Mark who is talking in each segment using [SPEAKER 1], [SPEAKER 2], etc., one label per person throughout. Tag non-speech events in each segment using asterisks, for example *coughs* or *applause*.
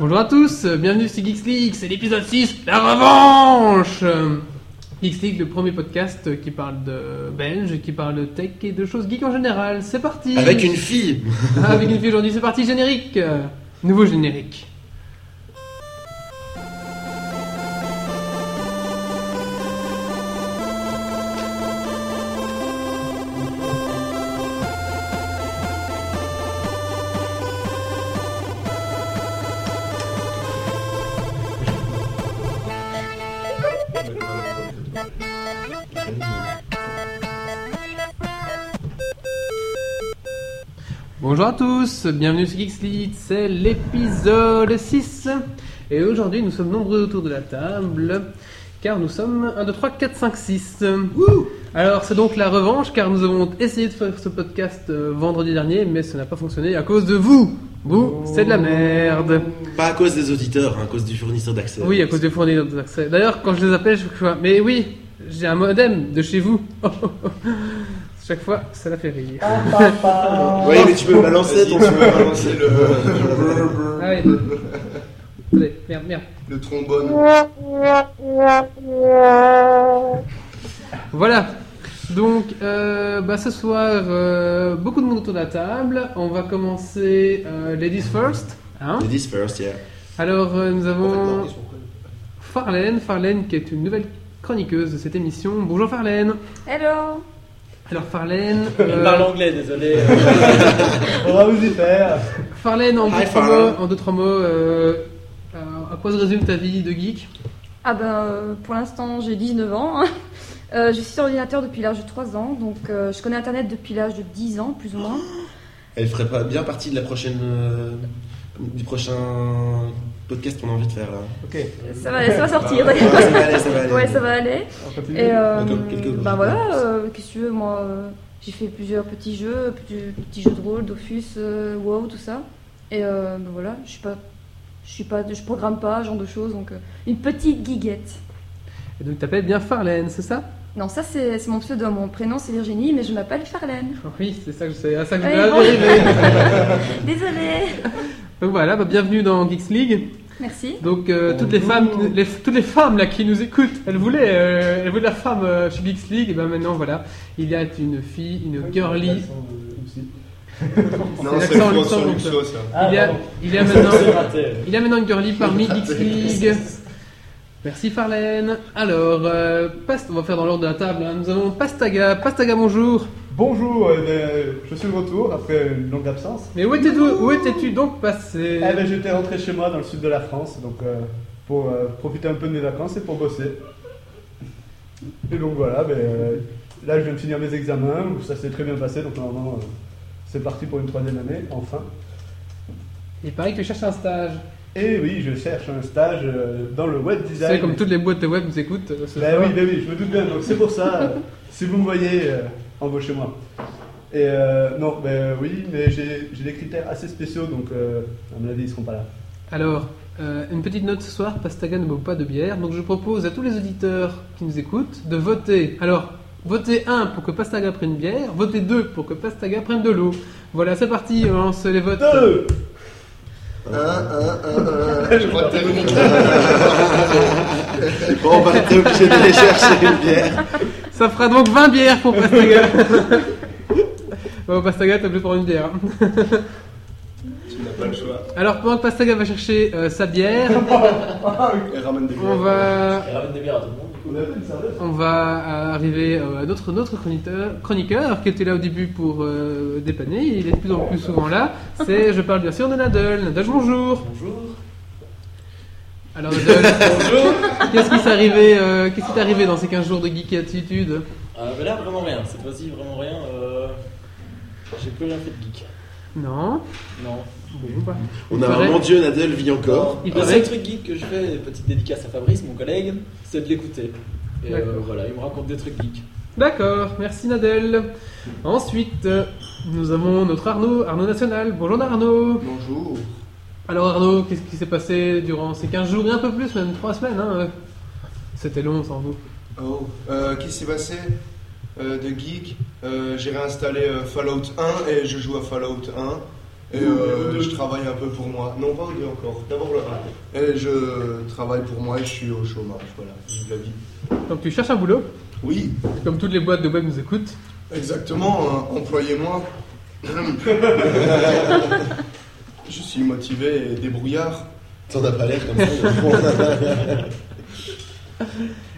[SPEAKER 1] Bonjour à tous, euh, bienvenue sur Geeks League, c'est l'épisode 6, la revanche Euh, Geeks League, le premier podcast euh, qui parle de belge, qui parle de tech et de choses geeks en général. C'est parti
[SPEAKER 2] Avec une fille
[SPEAKER 1] Ah, *laughs* Avec une fille aujourd'hui, c'est parti, générique Euh, Nouveau générique. Bonjour à tous, bienvenue sur Geeks League, c'est l'épisode 6. Et aujourd'hui, nous sommes nombreux autour de la table, car nous sommes 1, 2, 3, 4, 5, 6. Alors, c'est donc la revanche, car nous avons essayé de faire ce podcast euh, vendredi dernier, mais ça n'a pas fonctionné à cause de vous. Vous, c'est de la merde.
[SPEAKER 2] Pas à cause des auditeurs, hein, à cause du fournisseur d'accès.
[SPEAKER 1] Oui, à cause des fournisseurs d'accès. D'ailleurs, quand je les appelle, je vois, mais oui, j'ai un modem de chez vous. *laughs* Chaque fois, ça la fait rire. Ah
[SPEAKER 2] Oui, mais tu peux balancer ton
[SPEAKER 3] Vas-y, tu peux balancer le,
[SPEAKER 1] Ah ouais. Attendez, merde, merde.
[SPEAKER 3] le trombone.
[SPEAKER 1] Voilà. Donc, euh, bah, ce soir, euh, beaucoup de monde autour de la table. On va commencer euh, Ladies First. Hein
[SPEAKER 2] *laughs* Ladies first, yeah.
[SPEAKER 1] Alors, euh, nous
[SPEAKER 3] Non,
[SPEAKER 1] avons
[SPEAKER 3] ils sont connus.
[SPEAKER 1] Farlène. Farlène qui est une nouvelle chroniqueuse de cette émission. Bonjour Farlène.
[SPEAKER 4] Hello
[SPEAKER 1] Alors, Farlène.
[SPEAKER 5] Il
[SPEAKER 1] euh,
[SPEAKER 5] parle anglais, désolé.
[SPEAKER 6] On va vous y faire.
[SPEAKER 1] Farlène, en
[SPEAKER 2] Hi,
[SPEAKER 1] deux, trois
[SPEAKER 2] Farlène.
[SPEAKER 1] mots, en deux, trois mots, euh, euh, à quoi se résume ta vie de geek
[SPEAKER 4] Ah bah euh, pour l'instant j'ai 19 ans. hein. Euh, je suis sur ordinateur depuis l'âge de 3 ans, donc euh, je connais Internet depuis l'âge de 10 ans plus ou moins.
[SPEAKER 2] Elle ferait pas bien partie de la prochaine. euh, du prochain podcast qu'on a envie de faire là.
[SPEAKER 6] Ok.
[SPEAKER 4] Ça va, ça va sortir.
[SPEAKER 2] Ah, *laughs* Ouais, ça va aller, ça va aller.
[SPEAKER 4] ouais, ça va aller.
[SPEAKER 6] On continue.
[SPEAKER 4] Et euh,
[SPEAKER 2] Quelques- quelques
[SPEAKER 4] bah
[SPEAKER 2] petits
[SPEAKER 4] voilà,
[SPEAKER 2] points.
[SPEAKER 4] euh, qu'est-ce que tu veux, moi euh, j'ai fait plusieurs petits jeux, petits, petits jeux de rôle, Dofus, euh, WoW, tout ça. Et euh, bah voilà, je suis pas, je suis pas, je programme pas, genre de choses, donc euh, une petite guiguette.
[SPEAKER 1] Et donc, t'appelles bien Farlène, c'est ça
[SPEAKER 4] Non, ça c'est c'est mon pseudo, mon prénom c'est Virginie, mais je m'appelle Farlène.
[SPEAKER 1] Oui, c'est ça que c'est à ça que je
[SPEAKER 4] Ouais,
[SPEAKER 1] voulais
[SPEAKER 4] bon.
[SPEAKER 1] arriver.
[SPEAKER 4] Désolée
[SPEAKER 1] Donc voilà, bah, bienvenue dans Geeks League.
[SPEAKER 4] Merci.
[SPEAKER 1] Donc euh, toutes les
[SPEAKER 6] Bonjour.
[SPEAKER 1] femmes, qui- les- toutes les femmes là qui nous écoutent, elles voulaient, euh, elles voulaient la femme euh, chez Geeks League. Et ben maintenant voilà, il y a une fille,
[SPEAKER 6] Ah
[SPEAKER 1] une girly.
[SPEAKER 3] Non,
[SPEAKER 1] C'est
[SPEAKER 3] c'est le
[SPEAKER 1] l'accent
[SPEAKER 3] point sur
[SPEAKER 1] luxembourgeois.
[SPEAKER 3] Luxo, ça.
[SPEAKER 6] Ah,
[SPEAKER 1] Il y a, il y a
[SPEAKER 5] Ah, C'est
[SPEAKER 6] *laughs*
[SPEAKER 1] maintenant,
[SPEAKER 5] raté.
[SPEAKER 1] il y a maintenant une girly parmi Geeks League. Merci Farlène. Alors, euh, Past- on va faire dans l'ordre de la table. hein. Nous avons Pastaga. Pastaga, bonjour.
[SPEAKER 6] Bonjour, eh ben, je suis de retour après une longue absence.
[SPEAKER 1] Mais où étais-tu, où étais-tu donc passé
[SPEAKER 6] Eh ben, j'étais rentré chez moi dans le sud de la France, donc euh, pour euh, profiter un peu de mes vacances et pour bosser. Et donc voilà, ben, euh, là je viens de finir mes examens, où ça s'est très bien passé, donc normalement euh, c'est parti pour une troisième année, enfin.
[SPEAKER 1] Il paraît que tu cherches un stage.
[SPEAKER 6] Et oui, je cherche un stage euh, dans le web
[SPEAKER 1] Tu
[SPEAKER 6] design.
[SPEAKER 1] sais, comme toutes les boîtes web nous écoutent. euh, ce
[SPEAKER 6] Bah
[SPEAKER 1] soir.
[SPEAKER 6] oui, bah oui, je me doute bien. Donc c'est pour ça, *laughs* euh, si vous me voyez, euh, embauchez-moi. Et euh, non, bah euh, oui, mais j'ai j'ai des critères assez spéciaux, donc euh, à mon avis, ils seront pas là.
[SPEAKER 1] Alors, euh, une petite note ce soir, Pastaga ne boit pas de bière, donc je propose à tous les auditeurs qui nous écoutent de voter. Alors, votez 1 pour que Pastaga prenne une bière, votez 2 pour que Pastaga prenne de l'eau. Voilà, c'est parti, on lance les votes.
[SPEAKER 6] *laughs* Deux
[SPEAKER 3] Un, un, un, un. Je crois que t'as le
[SPEAKER 2] Bon, on va être obligé d'aller chercher une bière.
[SPEAKER 1] Ça fera donc 20 bières pour Pastaga. *laughs* bon, Pastaga, t'es obligé de prendre une bière. hein.
[SPEAKER 3] Tu n'as pas le choix.
[SPEAKER 1] Alors, pendant que Pastaga va chercher euh, sa bière,
[SPEAKER 3] Elle ramène des
[SPEAKER 1] on va
[SPEAKER 5] Il ramène des bières à tout le monde.
[SPEAKER 6] On a plus de serveuse
[SPEAKER 1] On va arriver euh, à notre, notre chroniqueur, chroniqueur qui était là au début pour euh, dépanner, il est de plus en plus souvent là. C'est, je parle bien sûr de Nadal. Nadal, bonjour.
[SPEAKER 5] Bonjour.
[SPEAKER 1] Alors Nadal, qu'est-ce qui s'est arrivé, euh, qu'est-ce qui t'est arrivé dans ces 15 jours de geek attitude
[SPEAKER 5] Euh, mais là, vraiment rien. Cette fois-ci, vraiment rien. euh, J'ai plus rien fait de geek.
[SPEAKER 1] Non.
[SPEAKER 5] Non.
[SPEAKER 1] Bon, bah.
[SPEAKER 2] On
[SPEAKER 1] Il
[SPEAKER 2] a
[SPEAKER 1] paraît-
[SPEAKER 2] un mon dieu, Nadal vit encore.
[SPEAKER 1] Il
[SPEAKER 5] Le
[SPEAKER 1] paraît-
[SPEAKER 5] seul truc geek que je fais, petite dédicace à Fabrice, mon collègue, c'est de l'écouter. Et euh,
[SPEAKER 1] D'accord.
[SPEAKER 5] voilà, il me raconte des trucs geeks.
[SPEAKER 1] D'accord, merci Nadal. Ensuite, euh, nous avons notre Arnaud, Arnaud National. Bonjour Arnaud.
[SPEAKER 3] Bonjour.
[SPEAKER 1] Alors Arnaud, qu'est-ce qui s'est passé durant ces 15 jours et un peu plus, même 3 semaines hein, euh. C'était long sans vous.
[SPEAKER 3] Oh. Euh, Qu'est-ce qui s'est passé Euh, de geek, Euh, j'ai réinstallé euh, Fallout 1 et je joue à Fallout 1. Et euh, je travaille un peu pour moi. Non, pas au deux encore. D'abord le un. Et je travaille pour moi et je suis au chômage. Voilà, je vis la vie.
[SPEAKER 1] Donc tu cherches un boulot,
[SPEAKER 3] Oui,
[SPEAKER 1] comme toutes les boîtes de web nous écoutent.
[SPEAKER 3] exactement. euh, *laughs* Employez-moi. je suis motivé et débrouillard.
[SPEAKER 2] T'en as pas l'air comme ça.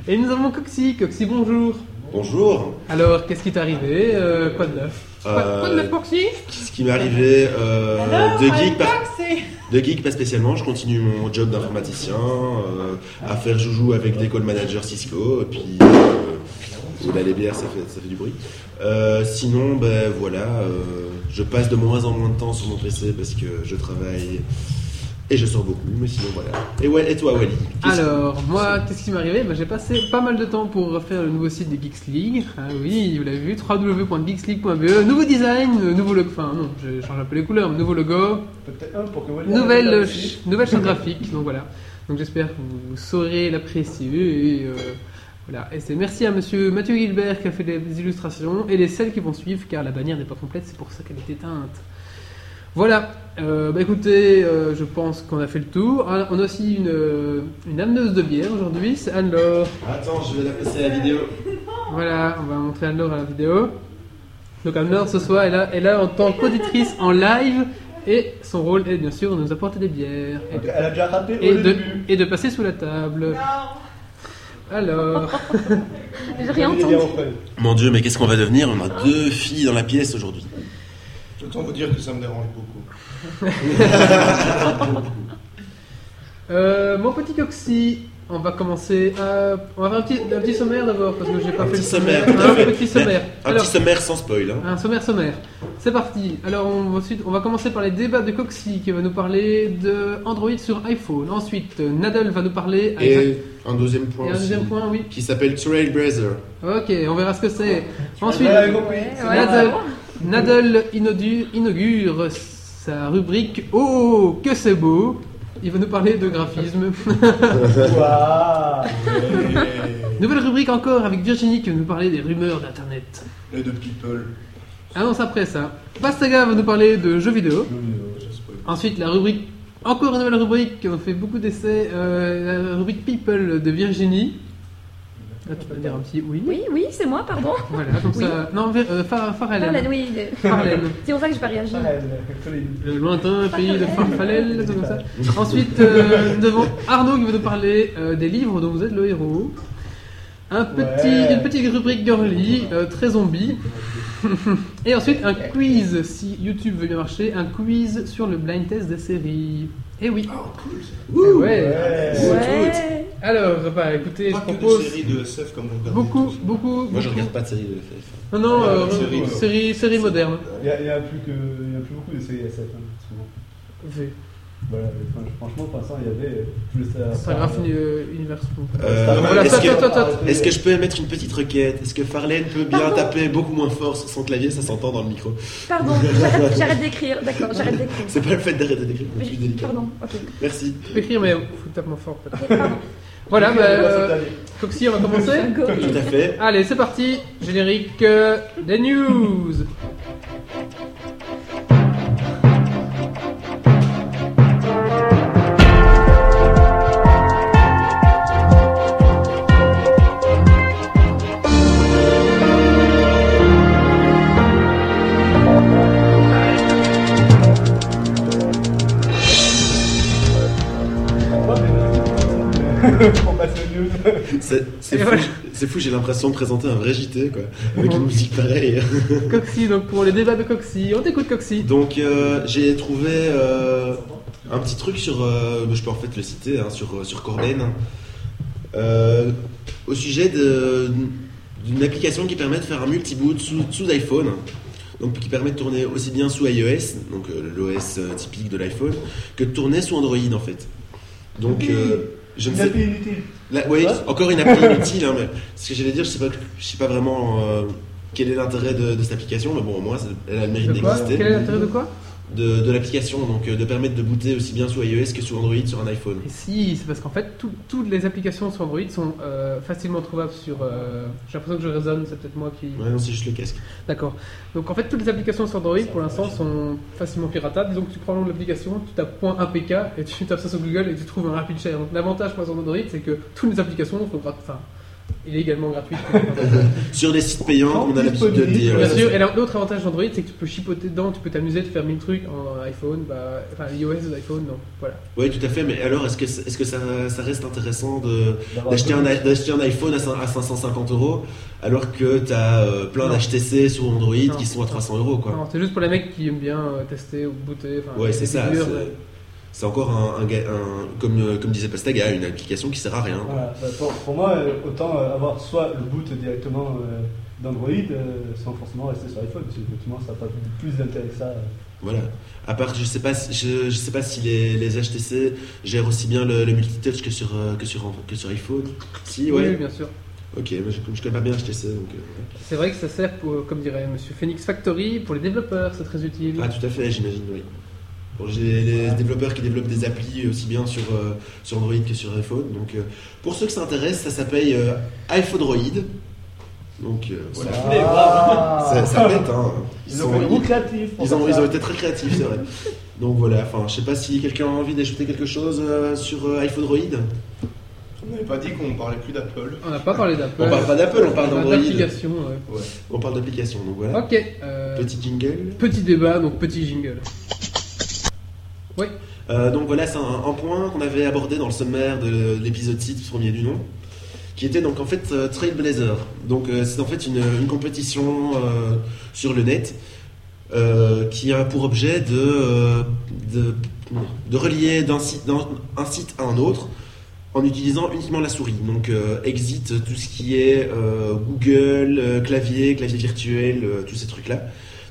[SPEAKER 1] Et nous avons Coxy. Coxy, bonjour.
[SPEAKER 2] Bonjour.
[SPEAKER 1] Alors, qu'est-ce qui t'est arrivé Euh, Quoi de neuf quoi, quoi de
[SPEAKER 2] Euh,
[SPEAKER 1] neuf, Coxy
[SPEAKER 2] Qu'est-ce qui m'est arrivé euh, De geek, pas, de geek pas spécialement. Je continue mon job d'informaticien, euh, à faire joujou avec des call managers Cisco, et puis euh, oh là, les bières, ça fait, ça fait du bruit. Euh, sinon, ben voilà, euh, je passe de moins en moins de temps sur mon PC parce que je travaille et je sors beaucoup, mais sinon voilà. Et, ouais, et toi, Wally qu'est-ce-
[SPEAKER 1] Alors, moi, qu'est-ce qui m'est arrivé Bah, J'ai passé pas mal de temps pour refaire le nouveau site de Geeks League. Ah oui, vous l'avez vu, www.geeksleague.be. Nouveau design, euh, nouveau logo. Enfin, non, je change un peu les couleurs, mais nouveau logo,
[SPEAKER 6] Peut-être un pour que Wally
[SPEAKER 1] nouvelle, euh,
[SPEAKER 6] arrive à la vie.
[SPEAKER 1] ch- nouvelle charte graphique. Donc voilà. Donc j'espère que vous saurez l'apprécier. Et, euh, voilà. et c'est merci à monsieur Mathieu Gilbert qui a fait les illustrations et les celles qui vont suivre, car la bannière n'est pas complète, c'est pour ça qu'elle est éteinte. Voilà, Euh, bah écoutez, euh, je pense qu'on a fait le tour. Ah, On a aussi une, euh, une ameneuse de bière aujourd'hui, c'est Anne-Laure.
[SPEAKER 2] Attends, je vais la passer à la vidéo.
[SPEAKER 1] Voilà, on va montrer Anne-Laure à la vidéo. Donc Anne-Laure ce soir est là, est là en tant qu'auditrice en live et son rôle est bien sûr de nous apporter des bières et
[SPEAKER 6] Donc, Elle a déjà raté
[SPEAKER 1] et
[SPEAKER 6] au
[SPEAKER 1] de,
[SPEAKER 6] début.
[SPEAKER 1] et de passer sous la table. Alors,
[SPEAKER 4] J'ai rien
[SPEAKER 6] Il y a
[SPEAKER 4] entendu.
[SPEAKER 6] Raphaël.
[SPEAKER 2] Mon Dieu, mais qu'est-ce qu'on va devenir On a deux filles dans la pièce aujourd'hui.
[SPEAKER 3] Autant vous dire que ça me dérange
[SPEAKER 1] *laughs*
[SPEAKER 3] beaucoup.
[SPEAKER 1] euh, mon petit coxy, on va commencer. à- on va faire un petit, un petit sommaire d'abord parce que j'ai pas
[SPEAKER 2] Un
[SPEAKER 1] fait
[SPEAKER 2] petit
[SPEAKER 1] le sommaire.
[SPEAKER 2] sommaire, tout à fait.
[SPEAKER 1] Un petit sommaire.
[SPEAKER 2] Un
[SPEAKER 1] Alors,
[SPEAKER 2] petit sommaire sans spoil. hein.
[SPEAKER 1] un sommaire sommaire. C'est parti. Alors on, ensuite, on va commencer par les débats de Coxy qui va nous parler de Android sur iPhone. Ensuite, Nadal va nous parler. à-
[SPEAKER 2] Et un deuxième point.
[SPEAKER 1] Et un
[SPEAKER 2] aussi,
[SPEAKER 1] deuxième point, oui.
[SPEAKER 2] Qui s'appelle Trailblazer.
[SPEAKER 1] Ok, on verra ce que c'est.
[SPEAKER 2] Ah,
[SPEAKER 1] Ensuite,
[SPEAKER 6] Voilà, elle a compris.
[SPEAKER 4] Ouais, ouais,
[SPEAKER 1] Nadal,
[SPEAKER 4] ouais.
[SPEAKER 1] Nadal inaudu- inaugure sa rubrique Oh, que c'est beau Il va nous parler de graphisme.
[SPEAKER 6] Waouh.
[SPEAKER 3] Et-
[SPEAKER 1] Nouvelle rubrique encore avec Virginie qui va nous parler des rumeurs d'Internet.
[SPEAKER 3] Et de people.
[SPEAKER 1] Annonce après ça. Bastaga va nous parler de jeux vidéo.
[SPEAKER 3] Je sais pas.
[SPEAKER 1] Ensuite, la rubrique. Encore une nouvelle rubrique, on fait beaucoup d'essais. euh, la rubrique People de Virginie. Là, tu peux dire un petit oui.
[SPEAKER 4] Oui, oui, c'est moi, pardon.
[SPEAKER 1] Voilà, comme
[SPEAKER 4] Oui.
[SPEAKER 1] ça. Non, Vir- euh, Far-
[SPEAKER 4] Farlane,
[SPEAKER 1] Farallène.
[SPEAKER 4] oui. il est-
[SPEAKER 1] Farallène.
[SPEAKER 4] C'est pour ça que j'ai pas réagi.
[SPEAKER 6] Raphaël, Colline.
[SPEAKER 1] Le lointain pays de Farfalel, des trucs comme ça. Ensuite, euh, nous avons Arnaud qui va nous parler euh, des livres dont vous êtes le héros. Un petit,
[SPEAKER 6] Ouais.
[SPEAKER 1] Une petite rubrique girly, euh, très zombie. *laughs* Et ensuite, un quiz, si YouTube veut bien marcher, un quiz sur le blind test des séries. Eh oui.
[SPEAKER 3] Oh,
[SPEAKER 1] Eh ouais.
[SPEAKER 6] Ouais.
[SPEAKER 4] Ouais.
[SPEAKER 1] Alors, bah écoutez,
[SPEAKER 3] Pas
[SPEAKER 1] je
[SPEAKER 3] que
[SPEAKER 1] propose
[SPEAKER 3] des séries de SF comme vous regardez
[SPEAKER 1] beaucoup,
[SPEAKER 3] tous.
[SPEAKER 1] beaucoup,
[SPEAKER 2] Moi, je
[SPEAKER 1] beaucoup-
[SPEAKER 2] regarde pas de série de FF.
[SPEAKER 1] Non, non,
[SPEAKER 3] Ouais,
[SPEAKER 1] euh,
[SPEAKER 3] des séries,
[SPEAKER 1] série,
[SPEAKER 3] ouais.
[SPEAKER 1] série, moderne.
[SPEAKER 6] Il y a, il y a plus que, il y a plus beaucoup de séries SF, hein, souvent. Voilà, enfin, je- franchement, pour l'instant, il y avait euh, plus à.
[SPEAKER 1] Ça graphe euh, univers.
[SPEAKER 2] Euh,
[SPEAKER 6] Star Wars.
[SPEAKER 1] voilà,
[SPEAKER 2] est-ce
[SPEAKER 1] toi, toi,
[SPEAKER 2] que-
[SPEAKER 1] toi, toi.
[SPEAKER 2] Est-ce que je peux mettre une petite requête Est-ce que Farlane peut bien taper beaucoup moins fort sur son clavier Ça s'entend dans le micro.
[SPEAKER 4] Pardon, j'arrête j'arrête d'écrire. D'accord, j'arrête d'écrire.
[SPEAKER 2] C'est pas le fait d'arrêter d'écrire le plus
[SPEAKER 4] Mais-
[SPEAKER 2] délicat.
[SPEAKER 4] Pardon, ok.
[SPEAKER 2] Merci.
[SPEAKER 1] écrire, mais faut taper moins fort. peut-être.
[SPEAKER 4] Pardon.
[SPEAKER 1] Voilà, bah, euh,
[SPEAKER 6] Cette année.
[SPEAKER 1] Coxy, on va commencer
[SPEAKER 4] Go.
[SPEAKER 2] Tout à fait.
[SPEAKER 1] Allez, c'est parti Générique euh, des news
[SPEAKER 6] On passe
[SPEAKER 1] *laughs*
[SPEAKER 6] aux news.
[SPEAKER 2] C'est c'est
[SPEAKER 1] Et
[SPEAKER 2] fou,
[SPEAKER 1] voilà.
[SPEAKER 2] c'est fou, j'ai l'impression de présenter un vrai JT, quoi. Avec une musique pareille.
[SPEAKER 1] Coxy, donc pour les débats de Coxy, on t'écoute Coxy
[SPEAKER 2] Donc euh, j'ai trouvé euh, un petit truc sur, euh, je peux en fait le citer, hein, sur, euh, sur Corben, hein. Euh, au sujet de- d'une application qui permet de faire un multiboot sous, sous iPhone, donc qui permet de tourner aussi bien sous iOS, donc euh, l'OS typique de l'iPhone, que de tourner sous Android en fait. Donc euh, je ne
[SPEAKER 6] Une
[SPEAKER 2] sais
[SPEAKER 6] appli inutile.
[SPEAKER 2] Là, oui,
[SPEAKER 6] Ouais.
[SPEAKER 2] encore une appli inutile, hein, mais ce que j'allais dire, je sais pas, je sais pas vraiment euh, quel est l'intérêt de, de cette application, mais bon, au moins, ça- elle a le mérite
[SPEAKER 1] De quoi
[SPEAKER 2] d'exister.
[SPEAKER 1] Quel est l'intérêt de quoi
[SPEAKER 2] de, de l'application, donc euh, de permettre de booter aussi bien sous iOS que sous Android sur un iPhone.
[SPEAKER 1] Et si, c'est parce qu'en fait, tout- toutes les applications sur Android sont euh, facilement trouvables sur. euh, J'ai l'impression que je raisonne, c'est peut-être moi qui.
[SPEAKER 2] Ouais, non, c'est juste le casque.
[SPEAKER 1] D'accord. Donc en fait, toutes les applications sur Android pour l'instant sont facilement piratables. Donc tu prends le nom de l'application, tu tapes .apk et tu tapes ça sur Google et tu trouves un rapid share. Donc l'avantage pour sur Android, c'est que toutes les applications sont gratuites. Enfin, illégalement gratuites.
[SPEAKER 2] Sur les sites payants, on a l'habitude de le
[SPEAKER 6] Disponible.
[SPEAKER 2] dire.
[SPEAKER 1] Bien
[SPEAKER 2] Ouais,
[SPEAKER 1] sûr, et alors, l'autre avantage d'Android, c'est que tu peux chipoter dedans, tu peux t'amuser de faire mille trucs en iPhone, bah, enfin iOS, iPhone, non. Voilà.
[SPEAKER 2] Oui, tout à fait, mais alors est-ce que, est-ce que ça, ça reste intéressant de, d'acheter, un, d'acheter un iPhone Bah, à, cin- à 550 euros alors que t'as euh, plein
[SPEAKER 1] Non.
[SPEAKER 2] d'HTC sur Android
[SPEAKER 1] Non.
[SPEAKER 2] qui sont à 300 euros quoi.
[SPEAKER 1] Non, c'est juste pour les mecs qui aiment bien euh, tester ou booter. enfin,
[SPEAKER 2] Ouais,
[SPEAKER 1] les
[SPEAKER 2] c'est ça.
[SPEAKER 1] figures,
[SPEAKER 2] c'est-
[SPEAKER 1] ouais.
[SPEAKER 2] C'est encore un, un ga- un- comme, euh, comme disait Pastaga, une application qui sert à rien.
[SPEAKER 6] Voilà, bah, pour, pour moi, euh, autant euh, avoir soit le boot directement euh, d'Android euh, sans forcément rester sur iPhone, parce que effectivement, ça n'a pas plus d'intérêt que ça. euh.
[SPEAKER 2] Voilà. À part, je sais pas, si- je, je sais pas si les, les HTC gèrent aussi bien le, le multitouch que sur, euh, que, sur, que sur iPhone. Si,
[SPEAKER 1] euh, Oui,
[SPEAKER 2] ouais.
[SPEAKER 1] bien sûr.
[SPEAKER 2] Ok, mais je, je connais pas bien HTC donc. euh,
[SPEAKER 1] C'est vrai que ça sert, pour, comme dirait Monsieur Phoenix Factory, pour les développeurs, c'est très utile.
[SPEAKER 2] Ah, tout à fait, j'imagine, oui. Pour les, les développeurs qui développent des applis aussi bien sur, euh, sur Android que sur iPhone. Donc, euh, pour ceux que ça intéresse, ça s'appelle euh, iPhone Donc, euh, voilà. Ça, ça pète, hein.
[SPEAKER 6] Ah. Ils ont fait
[SPEAKER 2] ils-
[SPEAKER 6] beaucoup créatif. pour
[SPEAKER 2] Ils ont,
[SPEAKER 6] faire
[SPEAKER 2] ils
[SPEAKER 6] ça.
[SPEAKER 2] ont été très créatifs, c'est vrai.
[SPEAKER 6] *laughs*
[SPEAKER 2] Donc voilà, enfin, je sais pas si quelqu'un a envie d'ajouter quelque chose euh, sur euh, iPhone Droid.
[SPEAKER 3] On n'avait pas dit qu'on parlait plus d'Apple.
[SPEAKER 1] On n'a pas parlé d'Apple.
[SPEAKER 2] On parle pas d'Apple, on parle d'Android.
[SPEAKER 1] d'application. ouais.
[SPEAKER 2] On parle d'application, donc voilà.
[SPEAKER 1] Ok. euh, petit...
[SPEAKER 2] Petit jingle.
[SPEAKER 1] débat, donc petit jingle.
[SPEAKER 2] Euh, donc voilà, c'est un, un point qu'on avait abordé dans le sommaire de l'épisode 6, premier du nom, qui était donc en fait euh, Trailblazer. Donc euh, c'est en fait une, une compétition euh, sur le net euh, qui a pour objet de, euh, de, de relier d'un site, d'un- un site à un autre en utilisant uniquement la souris. Donc euh, exit tout ce qui est euh, Google, euh, clavier, clavier virtuel, euh, tous ces trucs-là.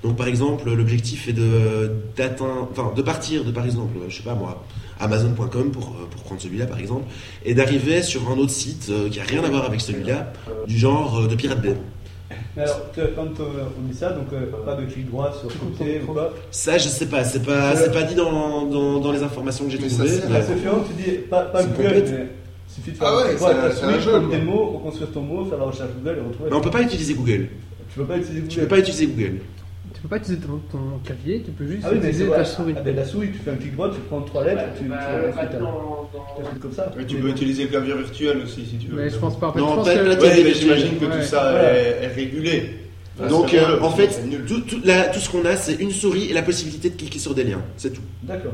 [SPEAKER 2] Donc par exemple, l'objectif est de d'atteindre, enfin de partir de par exemple, je sais pas moi, Amazon.com pour euh, pour prendre celui-là par exemple, et d'arriver sur un autre site euh, qui a rien à voir avec celui-là, du genre euh, de Pirate Bay.
[SPEAKER 6] Mais alors, que- quand euh, on dit ça, donc euh, pas de clic droit sur côté ou quoi.
[SPEAKER 2] Ça je sais pas, c'est pas c'est pas dit dans, dans, dans les informations que j'ai
[SPEAKER 3] Mais
[SPEAKER 2] trouvées.
[SPEAKER 3] ça sert
[SPEAKER 2] mais-
[SPEAKER 6] À ce moment, tu dis pas, pas
[SPEAKER 2] C'est
[SPEAKER 6] Google,
[SPEAKER 2] complète.
[SPEAKER 6] mais il suffit de faire
[SPEAKER 3] Ah ouais,
[SPEAKER 6] un clic droit,
[SPEAKER 3] c'est un-
[SPEAKER 6] ta
[SPEAKER 3] c'est
[SPEAKER 6] souris,
[SPEAKER 3] un jeu,
[SPEAKER 6] prendre
[SPEAKER 3] quoi.
[SPEAKER 6] des mots, reconstruire ton mot, faire la recherche Google et retrouver.
[SPEAKER 2] mais on peut pas utiliser Google.
[SPEAKER 6] Tu peux pas utiliser Google.
[SPEAKER 2] Tu peux pas utiliser Google.
[SPEAKER 1] Tu peux pas utiliser ton, ton clavier, tu peux juste
[SPEAKER 6] Ah oui, mais c'est
[SPEAKER 1] utiliser ta
[SPEAKER 6] voilà.
[SPEAKER 1] souris.
[SPEAKER 6] Ah, ben, la souris, tu fais un clic droit, tu prends trois lettres, tu, tu vas ensuite, t'as un truc comme ça.
[SPEAKER 3] Mais tu peux utiliser le clavier virtuel aussi si tu veux.
[SPEAKER 1] Mais je pense pas. En fait,
[SPEAKER 2] Non,
[SPEAKER 1] je pense
[SPEAKER 2] pas-
[SPEAKER 1] que-
[SPEAKER 2] pas-
[SPEAKER 3] Ouais, mais j'imagine que
[SPEAKER 1] Ouais.
[SPEAKER 3] tout ça
[SPEAKER 6] Voilà.
[SPEAKER 3] est, est régulé. Parce
[SPEAKER 2] Donc
[SPEAKER 3] que,
[SPEAKER 2] euh, en fait,
[SPEAKER 3] c'est nul.
[SPEAKER 2] tout, tout- là, tout ce qu'on a c'est une souris et la possibilité de cliquer sur des liens, c'est tout.
[SPEAKER 6] D'accord.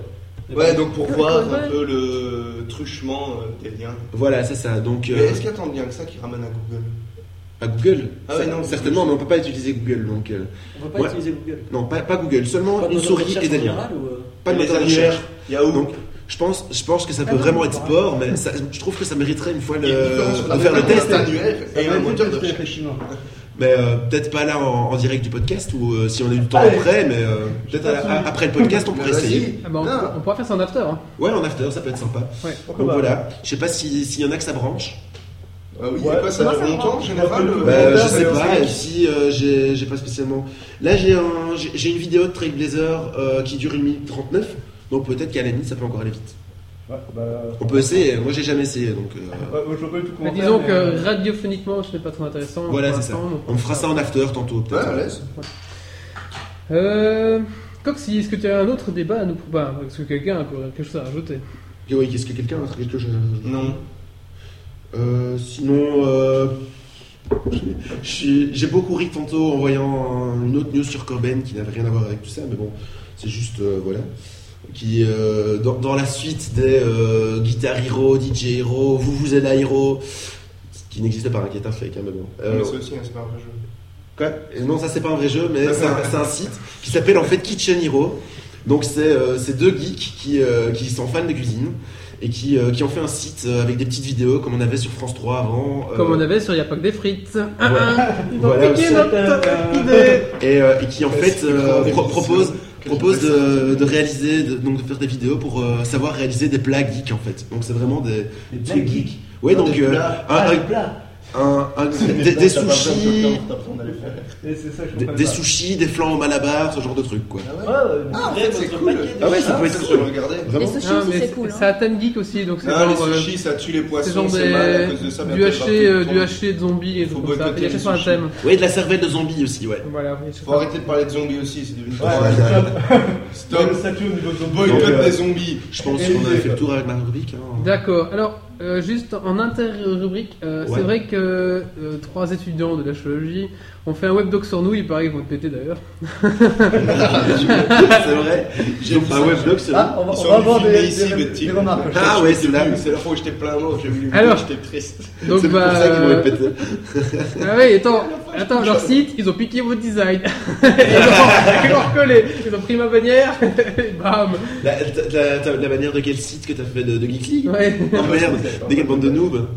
[SPEAKER 3] Ouais, donc pour
[SPEAKER 4] Ouais,
[SPEAKER 3] voir
[SPEAKER 4] ouais.
[SPEAKER 3] un peu le truchement euh, des liens.
[SPEAKER 2] Voilà, c'est ça. Donc
[SPEAKER 3] Mais
[SPEAKER 2] euh,
[SPEAKER 3] est-ce qu'il y a tant de liens que ça qui ramène à Google
[SPEAKER 2] à Google,
[SPEAKER 3] Ah ouais, non, c'est-
[SPEAKER 2] certainement, mais on peut pas utiliser Google donc. euh,
[SPEAKER 5] On peut pas
[SPEAKER 2] Ouais.
[SPEAKER 5] utiliser Google.
[SPEAKER 2] Non, pas, pas Google, seulement une souris et des liens.
[SPEAKER 5] euh,
[SPEAKER 2] Pas de
[SPEAKER 3] Et les
[SPEAKER 2] moteur de
[SPEAKER 3] annuaires,
[SPEAKER 2] recherche.
[SPEAKER 3] Yahoo
[SPEAKER 2] Donc, je pense, je pense que ça peut
[SPEAKER 4] Ah non,
[SPEAKER 2] vraiment
[SPEAKER 4] on
[SPEAKER 2] être
[SPEAKER 4] pourra.
[SPEAKER 2] sport, mais ça- je trouve que ça mériterait une fois
[SPEAKER 3] Il y a une différence
[SPEAKER 2] le,
[SPEAKER 3] entre
[SPEAKER 2] de faire le
[SPEAKER 3] un
[SPEAKER 2] test.
[SPEAKER 3] annuaire et un moteur de recherche.
[SPEAKER 6] effectivement.
[SPEAKER 2] Mais euh, peut-être pas là en, en direct du podcast ou euh, si on a du
[SPEAKER 3] Ah
[SPEAKER 2] temps
[SPEAKER 6] Allez.
[SPEAKER 2] après, mais euh, peut-être à- à- après le podcast on
[SPEAKER 3] Mais
[SPEAKER 2] pourrait
[SPEAKER 3] vas-y.
[SPEAKER 2] essayer.
[SPEAKER 1] Ah bah, on,
[SPEAKER 3] Non.
[SPEAKER 1] on pourra faire ça en after. hein.
[SPEAKER 2] Ouais, en after, ça peut être sympa.
[SPEAKER 6] Pourquoi
[SPEAKER 2] Donc
[SPEAKER 6] pas. hein.
[SPEAKER 2] voilà, je sais pas si- s'il y en a que ça branche.
[SPEAKER 3] Ah oui,
[SPEAKER 6] Ouais.
[SPEAKER 3] et quoi, ça
[SPEAKER 4] Moi,
[SPEAKER 3] dure
[SPEAKER 4] ça me
[SPEAKER 3] longtemps en
[SPEAKER 4] rend-
[SPEAKER 3] général
[SPEAKER 6] Bah,
[SPEAKER 3] le-
[SPEAKER 2] Bah,
[SPEAKER 6] Ouais,
[SPEAKER 2] je sais
[SPEAKER 6] c'est
[SPEAKER 2] pas,
[SPEAKER 6] vrai.
[SPEAKER 2] ici euh, j'ai j'ai pas spécialement. Là j'ai un- j'ai- j'ai une vidéo de Trailblazer euh, qui dure une minute 39, donc peut-être qu'à la limite ça peut encore aller vite.
[SPEAKER 6] Ouais, bah,
[SPEAKER 2] On peut essayer, moi j'ai jamais essayé donc. euh,
[SPEAKER 6] ouais, moi, je veux pas du tout
[SPEAKER 1] Mais
[SPEAKER 6] commenter,
[SPEAKER 1] disons
[SPEAKER 6] mais,
[SPEAKER 1] que
[SPEAKER 6] euh,
[SPEAKER 1] radiophoniquement, ce n'est pas trop intéressant.
[SPEAKER 2] Voilà,
[SPEAKER 1] pour
[SPEAKER 2] c'est ça.
[SPEAKER 1] l'instant, donc
[SPEAKER 2] On fera ça en after tantôt,
[SPEAKER 3] Ouais,
[SPEAKER 2] peut-être.
[SPEAKER 3] à l'aise.
[SPEAKER 1] Euh, Coxy, est-ce que tu as un autre débat à nous proposer Est-ce que quelqu'un a encore quelque chose à rajouter
[SPEAKER 2] Et oui, qu'est-ce que quelqu'un a quelque chose à-
[SPEAKER 3] Non.
[SPEAKER 2] Euh, sinon, euh, *laughs* j'ai- j'ai j'ai beaucoup ri tantôt en voyant un- une autre news sur Corben qui n'avait rien à voir avec tout ça, mais bon, c'est juste, euh, voilà. Qui, euh, dans, dans la suite des euh, Guitar Hero, DJ Hero, Vous Vous êtes Hero, qui n'existe pas, hein, qui est un fake, hein, mais bon. Euh,
[SPEAKER 3] Mais c'est aussi, hein, c'est pas un vrai jeu.
[SPEAKER 2] Quoi Et Non, ça c'est pas un vrai jeu, mais c'est un, c'est un site qui s'appelle en fait Kitchen Hero. Donc c'est euh, c'est deux geeks qui, euh, qui sont fans de cuisine et qui, euh, qui ont fait un site euh, avec des petites vidéos comme on avait sur France 3 avant. euh,
[SPEAKER 1] Comme on avait sur Y'a pas que des frites. Ah,
[SPEAKER 2] Voilà.
[SPEAKER 1] ah, ils ont
[SPEAKER 2] Voilà,
[SPEAKER 1] piqué
[SPEAKER 2] aussi.
[SPEAKER 1] notre idée.
[SPEAKER 2] et, euh, et qui en fait
[SPEAKER 3] C'est
[SPEAKER 2] euh,
[SPEAKER 3] grand,
[SPEAKER 2] pro-
[SPEAKER 3] des
[SPEAKER 2] propose,
[SPEAKER 3] que
[SPEAKER 2] propose
[SPEAKER 3] je
[SPEAKER 2] de, de réaliser, de- donc de faire des vidéos pour euh, savoir réaliser des plats geeks en fait. Donc c'est vraiment des, des
[SPEAKER 6] les blagues
[SPEAKER 2] geeks. Ouais, donc euh,
[SPEAKER 6] Ah,
[SPEAKER 2] un- un-
[SPEAKER 6] les plats.
[SPEAKER 2] un- un- des, des
[SPEAKER 5] Mais ça, t'as pas besoin de
[SPEAKER 2] sushis,
[SPEAKER 5] docteur pour t'apprendre à les faire.
[SPEAKER 6] Et c'est ça que je
[SPEAKER 2] des,
[SPEAKER 6] comprends
[SPEAKER 2] des
[SPEAKER 6] pas.
[SPEAKER 2] sushis, des flans au malabar, ce genre de truc quoi.
[SPEAKER 3] Ah ouais
[SPEAKER 6] Ouais,
[SPEAKER 3] Ah, en fait, c'est
[SPEAKER 5] Votre
[SPEAKER 3] cool.
[SPEAKER 5] paquet de
[SPEAKER 2] Ah ouais, ça peut
[SPEAKER 3] Ah,
[SPEAKER 2] être
[SPEAKER 3] si,
[SPEAKER 2] cool.
[SPEAKER 3] on regardait.
[SPEAKER 4] Les
[SPEAKER 2] Vraiment
[SPEAKER 4] sushis
[SPEAKER 1] Ah, mais
[SPEAKER 4] aussi, c'est
[SPEAKER 1] c'est-
[SPEAKER 4] cool. hein.
[SPEAKER 1] c'est à thème geek aussi, donc c'est
[SPEAKER 3] Non, les
[SPEAKER 1] genre, euh,
[SPEAKER 3] sushis, ça tue les
[SPEAKER 1] c'est
[SPEAKER 3] poissons,
[SPEAKER 1] genre
[SPEAKER 3] c'est mal à
[SPEAKER 1] des,
[SPEAKER 3] cause de ça. mais
[SPEAKER 1] du
[SPEAKER 3] après, partout,
[SPEAKER 1] haché, euh,
[SPEAKER 3] tout
[SPEAKER 1] du
[SPEAKER 3] le
[SPEAKER 1] haché de zombies et
[SPEAKER 3] Faut
[SPEAKER 1] tout comme ça.
[SPEAKER 3] boycotter
[SPEAKER 1] Il y a
[SPEAKER 3] les
[SPEAKER 1] sur un
[SPEAKER 3] sushis.
[SPEAKER 1] thème.
[SPEAKER 2] Oui, de la cervelle de zombie aussi, ouais.
[SPEAKER 1] Voilà. oui, je
[SPEAKER 3] temps.
[SPEAKER 1] sais
[SPEAKER 3] Faut
[SPEAKER 1] pas.
[SPEAKER 3] arrêter de parler de zombies aussi, c'est devenu
[SPEAKER 6] Ouais,
[SPEAKER 3] Ouais,
[SPEAKER 6] stop.
[SPEAKER 3] Stop.
[SPEAKER 6] Le statut au niveau de zombie.
[SPEAKER 2] Donc,
[SPEAKER 3] Boycott
[SPEAKER 2] euh,
[SPEAKER 3] des zombies.
[SPEAKER 2] Je pense
[SPEAKER 6] Et
[SPEAKER 2] qu'on avait
[SPEAKER 6] les-
[SPEAKER 2] fait le tour avec ma rubrique.
[SPEAKER 1] *laughs*
[SPEAKER 2] hein.
[SPEAKER 1] D'accord. Alors, euh, juste en inter-rubrique, euh,
[SPEAKER 2] Ouais.
[SPEAKER 1] c'est vrai que euh, trois étudiants de la chirurgie ont fait un webdoc sur nous. Il paraît qu'ils vont te péter
[SPEAKER 3] *laughs*
[SPEAKER 1] d'ailleurs.
[SPEAKER 2] Ah, c'est vrai. J'ai
[SPEAKER 3] vu
[SPEAKER 2] un
[SPEAKER 3] ça.
[SPEAKER 2] weblog, c'est vrai.
[SPEAKER 6] Ah, on va,
[SPEAKER 3] Ils
[SPEAKER 6] on
[SPEAKER 3] sont
[SPEAKER 6] va avoir
[SPEAKER 3] venus
[SPEAKER 6] des,
[SPEAKER 3] filmer ici,
[SPEAKER 6] des-
[SPEAKER 3] mes
[SPEAKER 6] des
[SPEAKER 3] petits.
[SPEAKER 6] remarques.
[SPEAKER 2] Ah ouais, c'est là.
[SPEAKER 3] C'est la fois où j'étais plein mort, j'ai vu les vidéos,
[SPEAKER 1] Alors.
[SPEAKER 3] j'étais triste.
[SPEAKER 1] Donc,
[SPEAKER 2] C'est pour
[SPEAKER 1] bah,
[SPEAKER 2] ça qu'ils m'ont
[SPEAKER 1] euh,
[SPEAKER 2] répété.
[SPEAKER 1] ah oui, attends, attends, leur site, ils ont piqué votre design. *laughs* ils l'ont- ils l'ont recollé. Ils ont pris ma bannière. *laughs* et bam.
[SPEAKER 2] La, la, la- la manière de quel site que t'as fait de, de Geekly
[SPEAKER 1] Ouais.
[SPEAKER 2] Oh merde, des bande de noobs.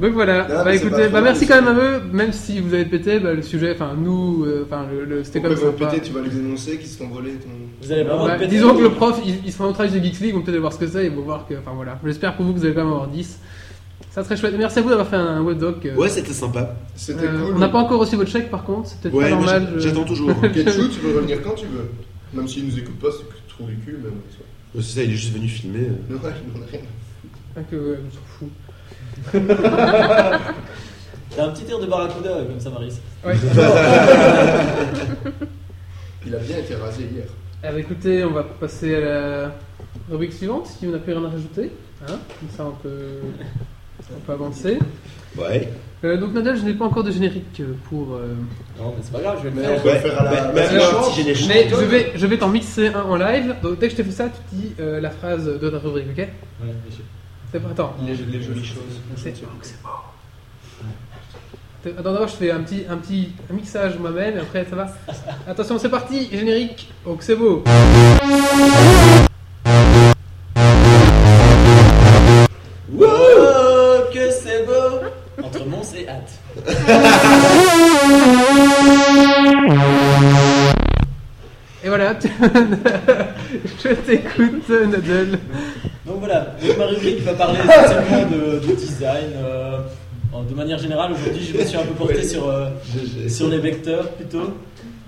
[SPEAKER 1] Donc voilà,
[SPEAKER 3] Non,
[SPEAKER 1] bah
[SPEAKER 3] mais c'est
[SPEAKER 1] écoutez,
[SPEAKER 3] pas
[SPEAKER 1] bah
[SPEAKER 3] faux,
[SPEAKER 1] merci
[SPEAKER 3] c'est-
[SPEAKER 1] quand même à eux, même si vous avez pété, bah le sujet, enfin nous, euh, enfin le, le- c'était quand
[SPEAKER 3] Pourquoi
[SPEAKER 1] même
[SPEAKER 3] ils vont
[SPEAKER 1] sympa.
[SPEAKER 3] péter, tu vas les annoncer qu'ils se font voler ton.
[SPEAKER 5] Vous allez
[SPEAKER 1] Bah,
[SPEAKER 5] vraiment péter.
[SPEAKER 1] disons que le prof, ils, ils seront au travail de Geeks League, ils vont peut-être aller voir ce que c'est, ils vont voir que, enfin voilà. J'espère pour vous que vous allez quand même avoir 10. Ça serait chouette. Merci à vous d'avoir fait un webdoc. euh,
[SPEAKER 2] Ouais, c'était sympa.
[SPEAKER 3] C'était
[SPEAKER 1] euh,
[SPEAKER 3] cool.
[SPEAKER 1] On n'a pas encore reçu votre chèque par contre, c'est peut-être
[SPEAKER 2] Ouais,
[SPEAKER 1] pas
[SPEAKER 2] moi,
[SPEAKER 1] normal.
[SPEAKER 2] j'a-
[SPEAKER 1] je-
[SPEAKER 2] j'attends
[SPEAKER 3] *laughs*
[SPEAKER 2] toujours.
[SPEAKER 3] Ketchou, tu peux revenir quand tu veux. Même s'ils nous écoutent pas, c'est que trop du cul, même.
[SPEAKER 2] C'est ça, il est juste venu filmer.
[SPEAKER 3] Non, ouais, on a rien.
[SPEAKER 1] Ah, que, ouais, on s'en fout.
[SPEAKER 5] T'as un petit air de barracuda euh, comme ça, Maris.
[SPEAKER 1] Ouais.
[SPEAKER 3] *laughs* Il a bien été rasé hier.
[SPEAKER 1] Ah, bah, écoutez, on va passer à la rubrique suivante, si on n'a plus rien à rajouter. Hein Comme ça on peut, on peut avancer.
[SPEAKER 2] Ouais.
[SPEAKER 1] Euh, donc Nadal, je n'ai pas encore de générique euh, pour. euh,
[SPEAKER 5] Non, mais c'est pas grave, je vais le
[SPEAKER 3] Mais
[SPEAKER 5] faire.
[SPEAKER 3] on peut le faire à la.
[SPEAKER 2] Mais- mais-
[SPEAKER 3] Vas-y,
[SPEAKER 1] mais-
[SPEAKER 3] chante.
[SPEAKER 2] j'ai les
[SPEAKER 3] Chante.
[SPEAKER 1] Mais je vais, je vais t'en mixer un en live. Donc dès que je t'ai fait ça, tu dis euh, la phrase de ta rubrique, ok
[SPEAKER 5] Ouais, mais je-
[SPEAKER 1] C'est pas attends.
[SPEAKER 3] Les, les jolies choses.
[SPEAKER 1] C'est c'est beau. T'es- Attends d'abord, je fais un petit, un petit un mixage moi-même et après ça va. Attention, c'est parti, générique. Donc c'est beau.
[SPEAKER 5] Wow, que c'est beau Entre Mons et Hâte.
[SPEAKER 1] Et voilà. *laughs* tu- je t'écoute, Nadal.
[SPEAKER 5] Donc voilà, donc ma rubrique va parler essentiellement de, de design. euh, en- de manière générale, aujourd'hui, je me suis un peu porté sur, euh, sur les vecteurs plutôt.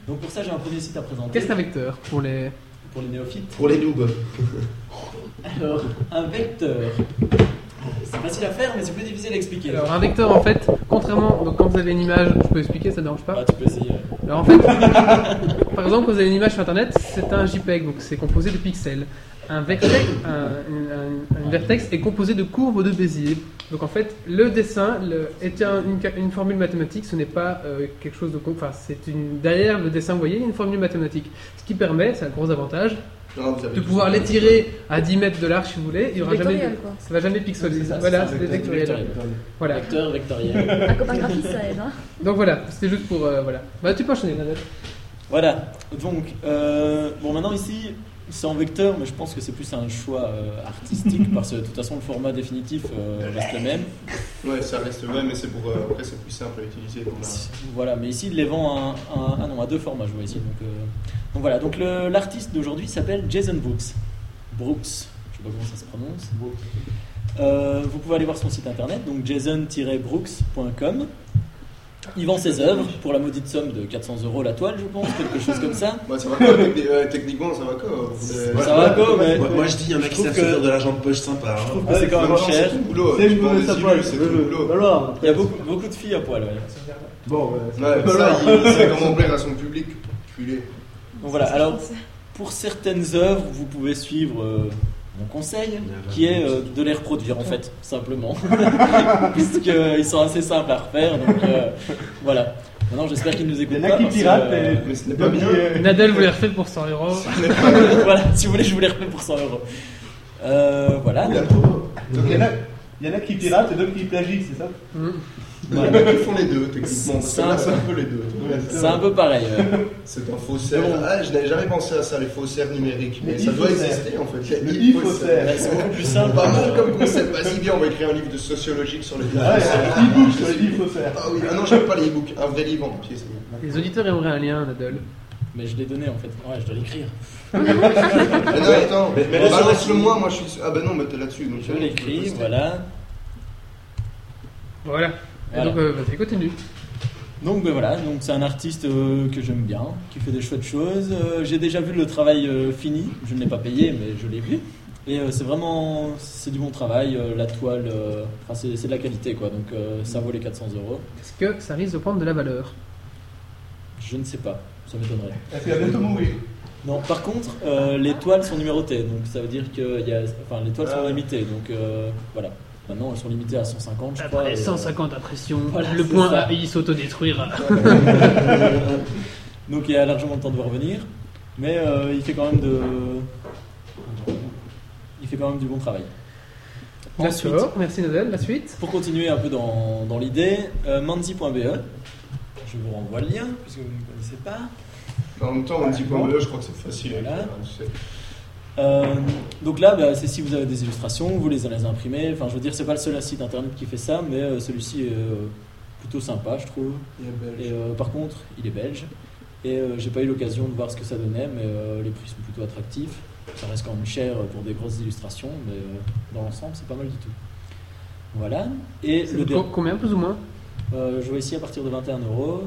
[SPEAKER 5] Donc pour ça, j'ai un premier site à présenter
[SPEAKER 1] Qu'est-ce qu'un vecteur pour les
[SPEAKER 5] pour les néophytes.
[SPEAKER 2] Pour les noobs.
[SPEAKER 5] Alors, un vecteur. C'est facile à faire, mais c'est plus difficile à expliquer.
[SPEAKER 1] Alors un vecteur en fait, contrairement donc quand vous avez une image, je peux expliquer, ça ne dérange pas.
[SPEAKER 5] Bah, tu peux essayer.
[SPEAKER 1] Alors en fait, *laughs* par exemple, quand vous avez une image sur Internet, c'est un JPEG, donc c'est composé de pixels. Un vertex, un, un- un vertex est composé de courbes de Bézier. Donc en fait, le dessin le- est un- une, ca- une formule mathématique, ce n'est pas euh, quelque chose de... com- Enfin, c'est une... Derrière le dessin, vous voyez, il y a une formule mathématique. Ce qui permet, c'est un gros avantage,
[SPEAKER 3] Non, vous avez
[SPEAKER 1] de
[SPEAKER 3] tous-
[SPEAKER 1] pouvoir l'étirer à 10 mètres de large si vous voulez. Il y aura jamais...
[SPEAKER 4] Vectoriel, quoi.
[SPEAKER 1] Ça va jamais pixeliser.
[SPEAKER 5] C'est ça,
[SPEAKER 1] Voilà,
[SPEAKER 5] c'est
[SPEAKER 1] c'est
[SPEAKER 5] un
[SPEAKER 1] des
[SPEAKER 5] vecteur,
[SPEAKER 1] vectoriels. Voilà.
[SPEAKER 5] Vecteur, vectoriel.
[SPEAKER 4] Un copain graphiste, ça aide. Hein.
[SPEAKER 1] Donc voilà, c'était juste pour... euh, voilà. Bah tu peux enchaîner, Nadal.
[SPEAKER 5] Voilà, donc, euh, bon, maintenant ici, c'est en vecteur, mais je pense que c'est plus un choix euh, artistique, parce que de toute façon, le format définitif euh, reste le même.
[SPEAKER 3] Ouais, ça reste vrai, mais c'est pour. euh, après, c'est plus simple à utiliser. donc, là.
[SPEAKER 5] Voilà, mais ici, il les vend à, à- ah non, à deux formats, je vois ici. Donc, euh, donc voilà, donc le- l'artiste d'aujourd'hui s'appelle Jason Brooks. Brooks, je sais pas comment ça se prononce. Euh, vous pouvez aller voir son site internet, donc jason-brooks.com. Il vend ses œuvres pour la maudite somme de 400 euros la toile, je pense, quelque chose comme ça.
[SPEAKER 3] Bah, ça va quoi, techni- euh, techniquement, ça va quoi. vous avez-
[SPEAKER 5] Ça va, go, mais-
[SPEAKER 2] Moi, moi, je dis, il y en a
[SPEAKER 5] Je
[SPEAKER 2] qui
[SPEAKER 5] trouve
[SPEAKER 2] savent
[SPEAKER 5] que-
[SPEAKER 2] se faire de l'argent de poche sympa. hein.
[SPEAKER 5] Je trouve que
[SPEAKER 6] Ouais,
[SPEAKER 5] c'est quand
[SPEAKER 3] Non,
[SPEAKER 5] même
[SPEAKER 3] non,
[SPEAKER 5] cher.
[SPEAKER 3] C'est ton boulot.
[SPEAKER 6] C'est
[SPEAKER 3] tu
[SPEAKER 6] une
[SPEAKER 3] parles
[SPEAKER 6] mauvaise
[SPEAKER 3] des
[SPEAKER 6] approche.
[SPEAKER 3] élus, C'est ton boulot.
[SPEAKER 6] Alors,
[SPEAKER 5] Il y a beaucoup, beaucoup de filles à poil, ouais.
[SPEAKER 6] Bon, ouais, c'est-
[SPEAKER 3] Ouais, ça, il sait comment plaire à son public. Culé.
[SPEAKER 5] Donc voilà, alors pour certaines œuvres, vous pouvez suivre euh, mon conseil, qui est euh, de les reproduire en fait, simplement. *laughs* Puisqu'ils sont assez simples à refaire, donc euh, voilà. Maintenant, j'espère qu'ils nous
[SPEAKER 6] Il y
[SPEAKER 5] écoutent
[SPEAKER 6] en a
[SPEAKER 5] pas.
[SPEAKER 6] qui
[SPEAKER 5] parce que,
[SPEAKER 6] piratent
[SPEAKER 5] euh,
[SPEAKER 6] et.
[SPEAKER 3] mais ce n'est pas
[SPEAKER 6] depuis,
[SPEAKER 3] bien.
[SPEAKER 6] euh,
[SPEAKER 1] Nadal vous les refait pour 100 euros.
[SPEAKER 5] *laughs* voilà, si vous voulez, je vous les refais pour 100 euros. Euh, voilà.
[SPEAKER 3] Oula.
[SPEAKER 6] Il y en a-
[SPEAKER 2] Mhm.
[SPEAKER 6] il y en a qui piratent et d'autres qui plagient, c'est ça
[SPEAKER 1] Hmm.
[SPEAKER 3] Il y en a qui font les deux, techniquement. parce que
[SPEAKER 5] C'est
[SPEAKER 3] là,
[SPEAKER 5] un-
[SPEAKER 3] c'est un peu les deux.
[SPEAKER 5] C'est un peu pareil. euh.
[SPEAKER 3] C'est un faussaire. Ah, je n'avais jamais pensé à ça, les faussaires numériques. Mais
[SPEAKER 6] Le
[SPEAKER 3] ça doit
[SPEAKER 6] e-faussaire.
[SPEAKER 3] exister en fait.
[SPEAKER 6] Le
[SPEAKER 3] Les
[SPEAKER 6] e-faussaire.
[SPEAKER 5] Ouais, C'est beaucoup plus simple.
[SPEAKER 3] Pas mal comme concept. Vas-y, bien, on va écrire un livre de sociologique sur les
[SPEAKER 6] Ah, il y a
[SPEAKER 3] faussaires.
[SPEAKER 6] un e-book sur les faut faire.
[SPEAKER 3] Ah oui, ah non, j'aime pas les e-books. Un vrai livre en papier, c'est mieux.
[SPEAKER 1] Les auditeurs aimeraient un lien, Nadal.
[SPEAKER 5] Mais je l'ai donné en fait. Ouais, je dois l'écrire. Ah,
[SPEAKER 3] Mais non, attends,
[SPEAKER 2] mais- mais
[SPEAKER 3] balance-le moi, moi je suis. Ah bah non, mais t'es là-dessus. donc
[SPEAKER 5] Je
[SPEAKER 3] euh, tu peux
[SPEAKER 5] l'écris,
[SPEAKER 3] poster.
[SPEAKER 5] voilà.
[SPEAKER 1] Voilà. Et donc, euh, vas-y, continue.
[SPEAKER 5] Donc ben voilà, donc c'est un artiste euh, que j'aime bien, qui fait des chouettes choses. Euh, j'ai déjà vu le travail euh, fini, je ne l'ai pas payé, mais je l'ai vu. Et euh, c'est vraiment, c'est du bon travail. euh, la toile, euh, enfin, c'est, c'est de la qualité quoi. Donc euh, ça vaut les 400 euros.
[SPEAKER 1] Est-ce que ça risque de prendre de la valeur
[SPEAKER 5] Je ne sais pas, ça m'étonnerait.
[SPEAKER 6] Est-ce qu'il va bientôt mourir
[SPEAKER 5] Non, par contre, euh, les toiles sont numérotées, donc ça veut dire que il y a, enfin, les toiles sont limitées. Donc euh, voilà, maintenant elles sont limitées à 150, je crois. et, euh,
[SPEAKER 1] impressions,
[SPEAKER 5] Voilà, le c'est point ça.
[SPEAKER 1] AI s'autodétruira.
[SPEAKER 5] Donc il y a largement le temps de voir venir, mais euh, il fait quand même de, il fait quand même du bon travail. Ensuite,
[SPEAKER 1] D'accord, merci Nadal. La suite
[SPEAKER 5] pour continuer un peu dans, dans l'idée, euh, manzi.be, je vous renvoie le lien puisque vous ne connaissez pas.
[SPEAKER 3] En même temps, on dit point bleu, je crois que c'est facile. à
[SPEAKER 5] Voilà.
[SPEAKER 3] faire, hein, tu sais.
[SPEAKER 5] Euh, donc là, bah, c'est si vous avez des illustrations, vous les allez imprimer. Enfin, je veux dire, c'est pas le seul site internet qui fait ça, mais euh, celui-ci est euh, plutôt sympa, je trouve.
[SPEAKER 3] Il est belge.
[SPEAKER 5] Et euh, par contre, il est belge. Et euh, j'ai pas eu l'occasion de voir ce que ça donnait, mais euh, les prix sont plutôt attractifs. Ça reste quand même cher euh, pour des grosses illustrations, mais euh, dans l'ensemble, c'est pas mal du tout. Voilà. Et
[SPEAKER 1] C'est
[SPEAKER 5] le
[SPEAKER 1] co-
[SPEAKER 5] dé-
[SPEAKER 1] Combien, plus ou moins
[SPEAKER 5] euh, je vois ici à partir de 21 euros.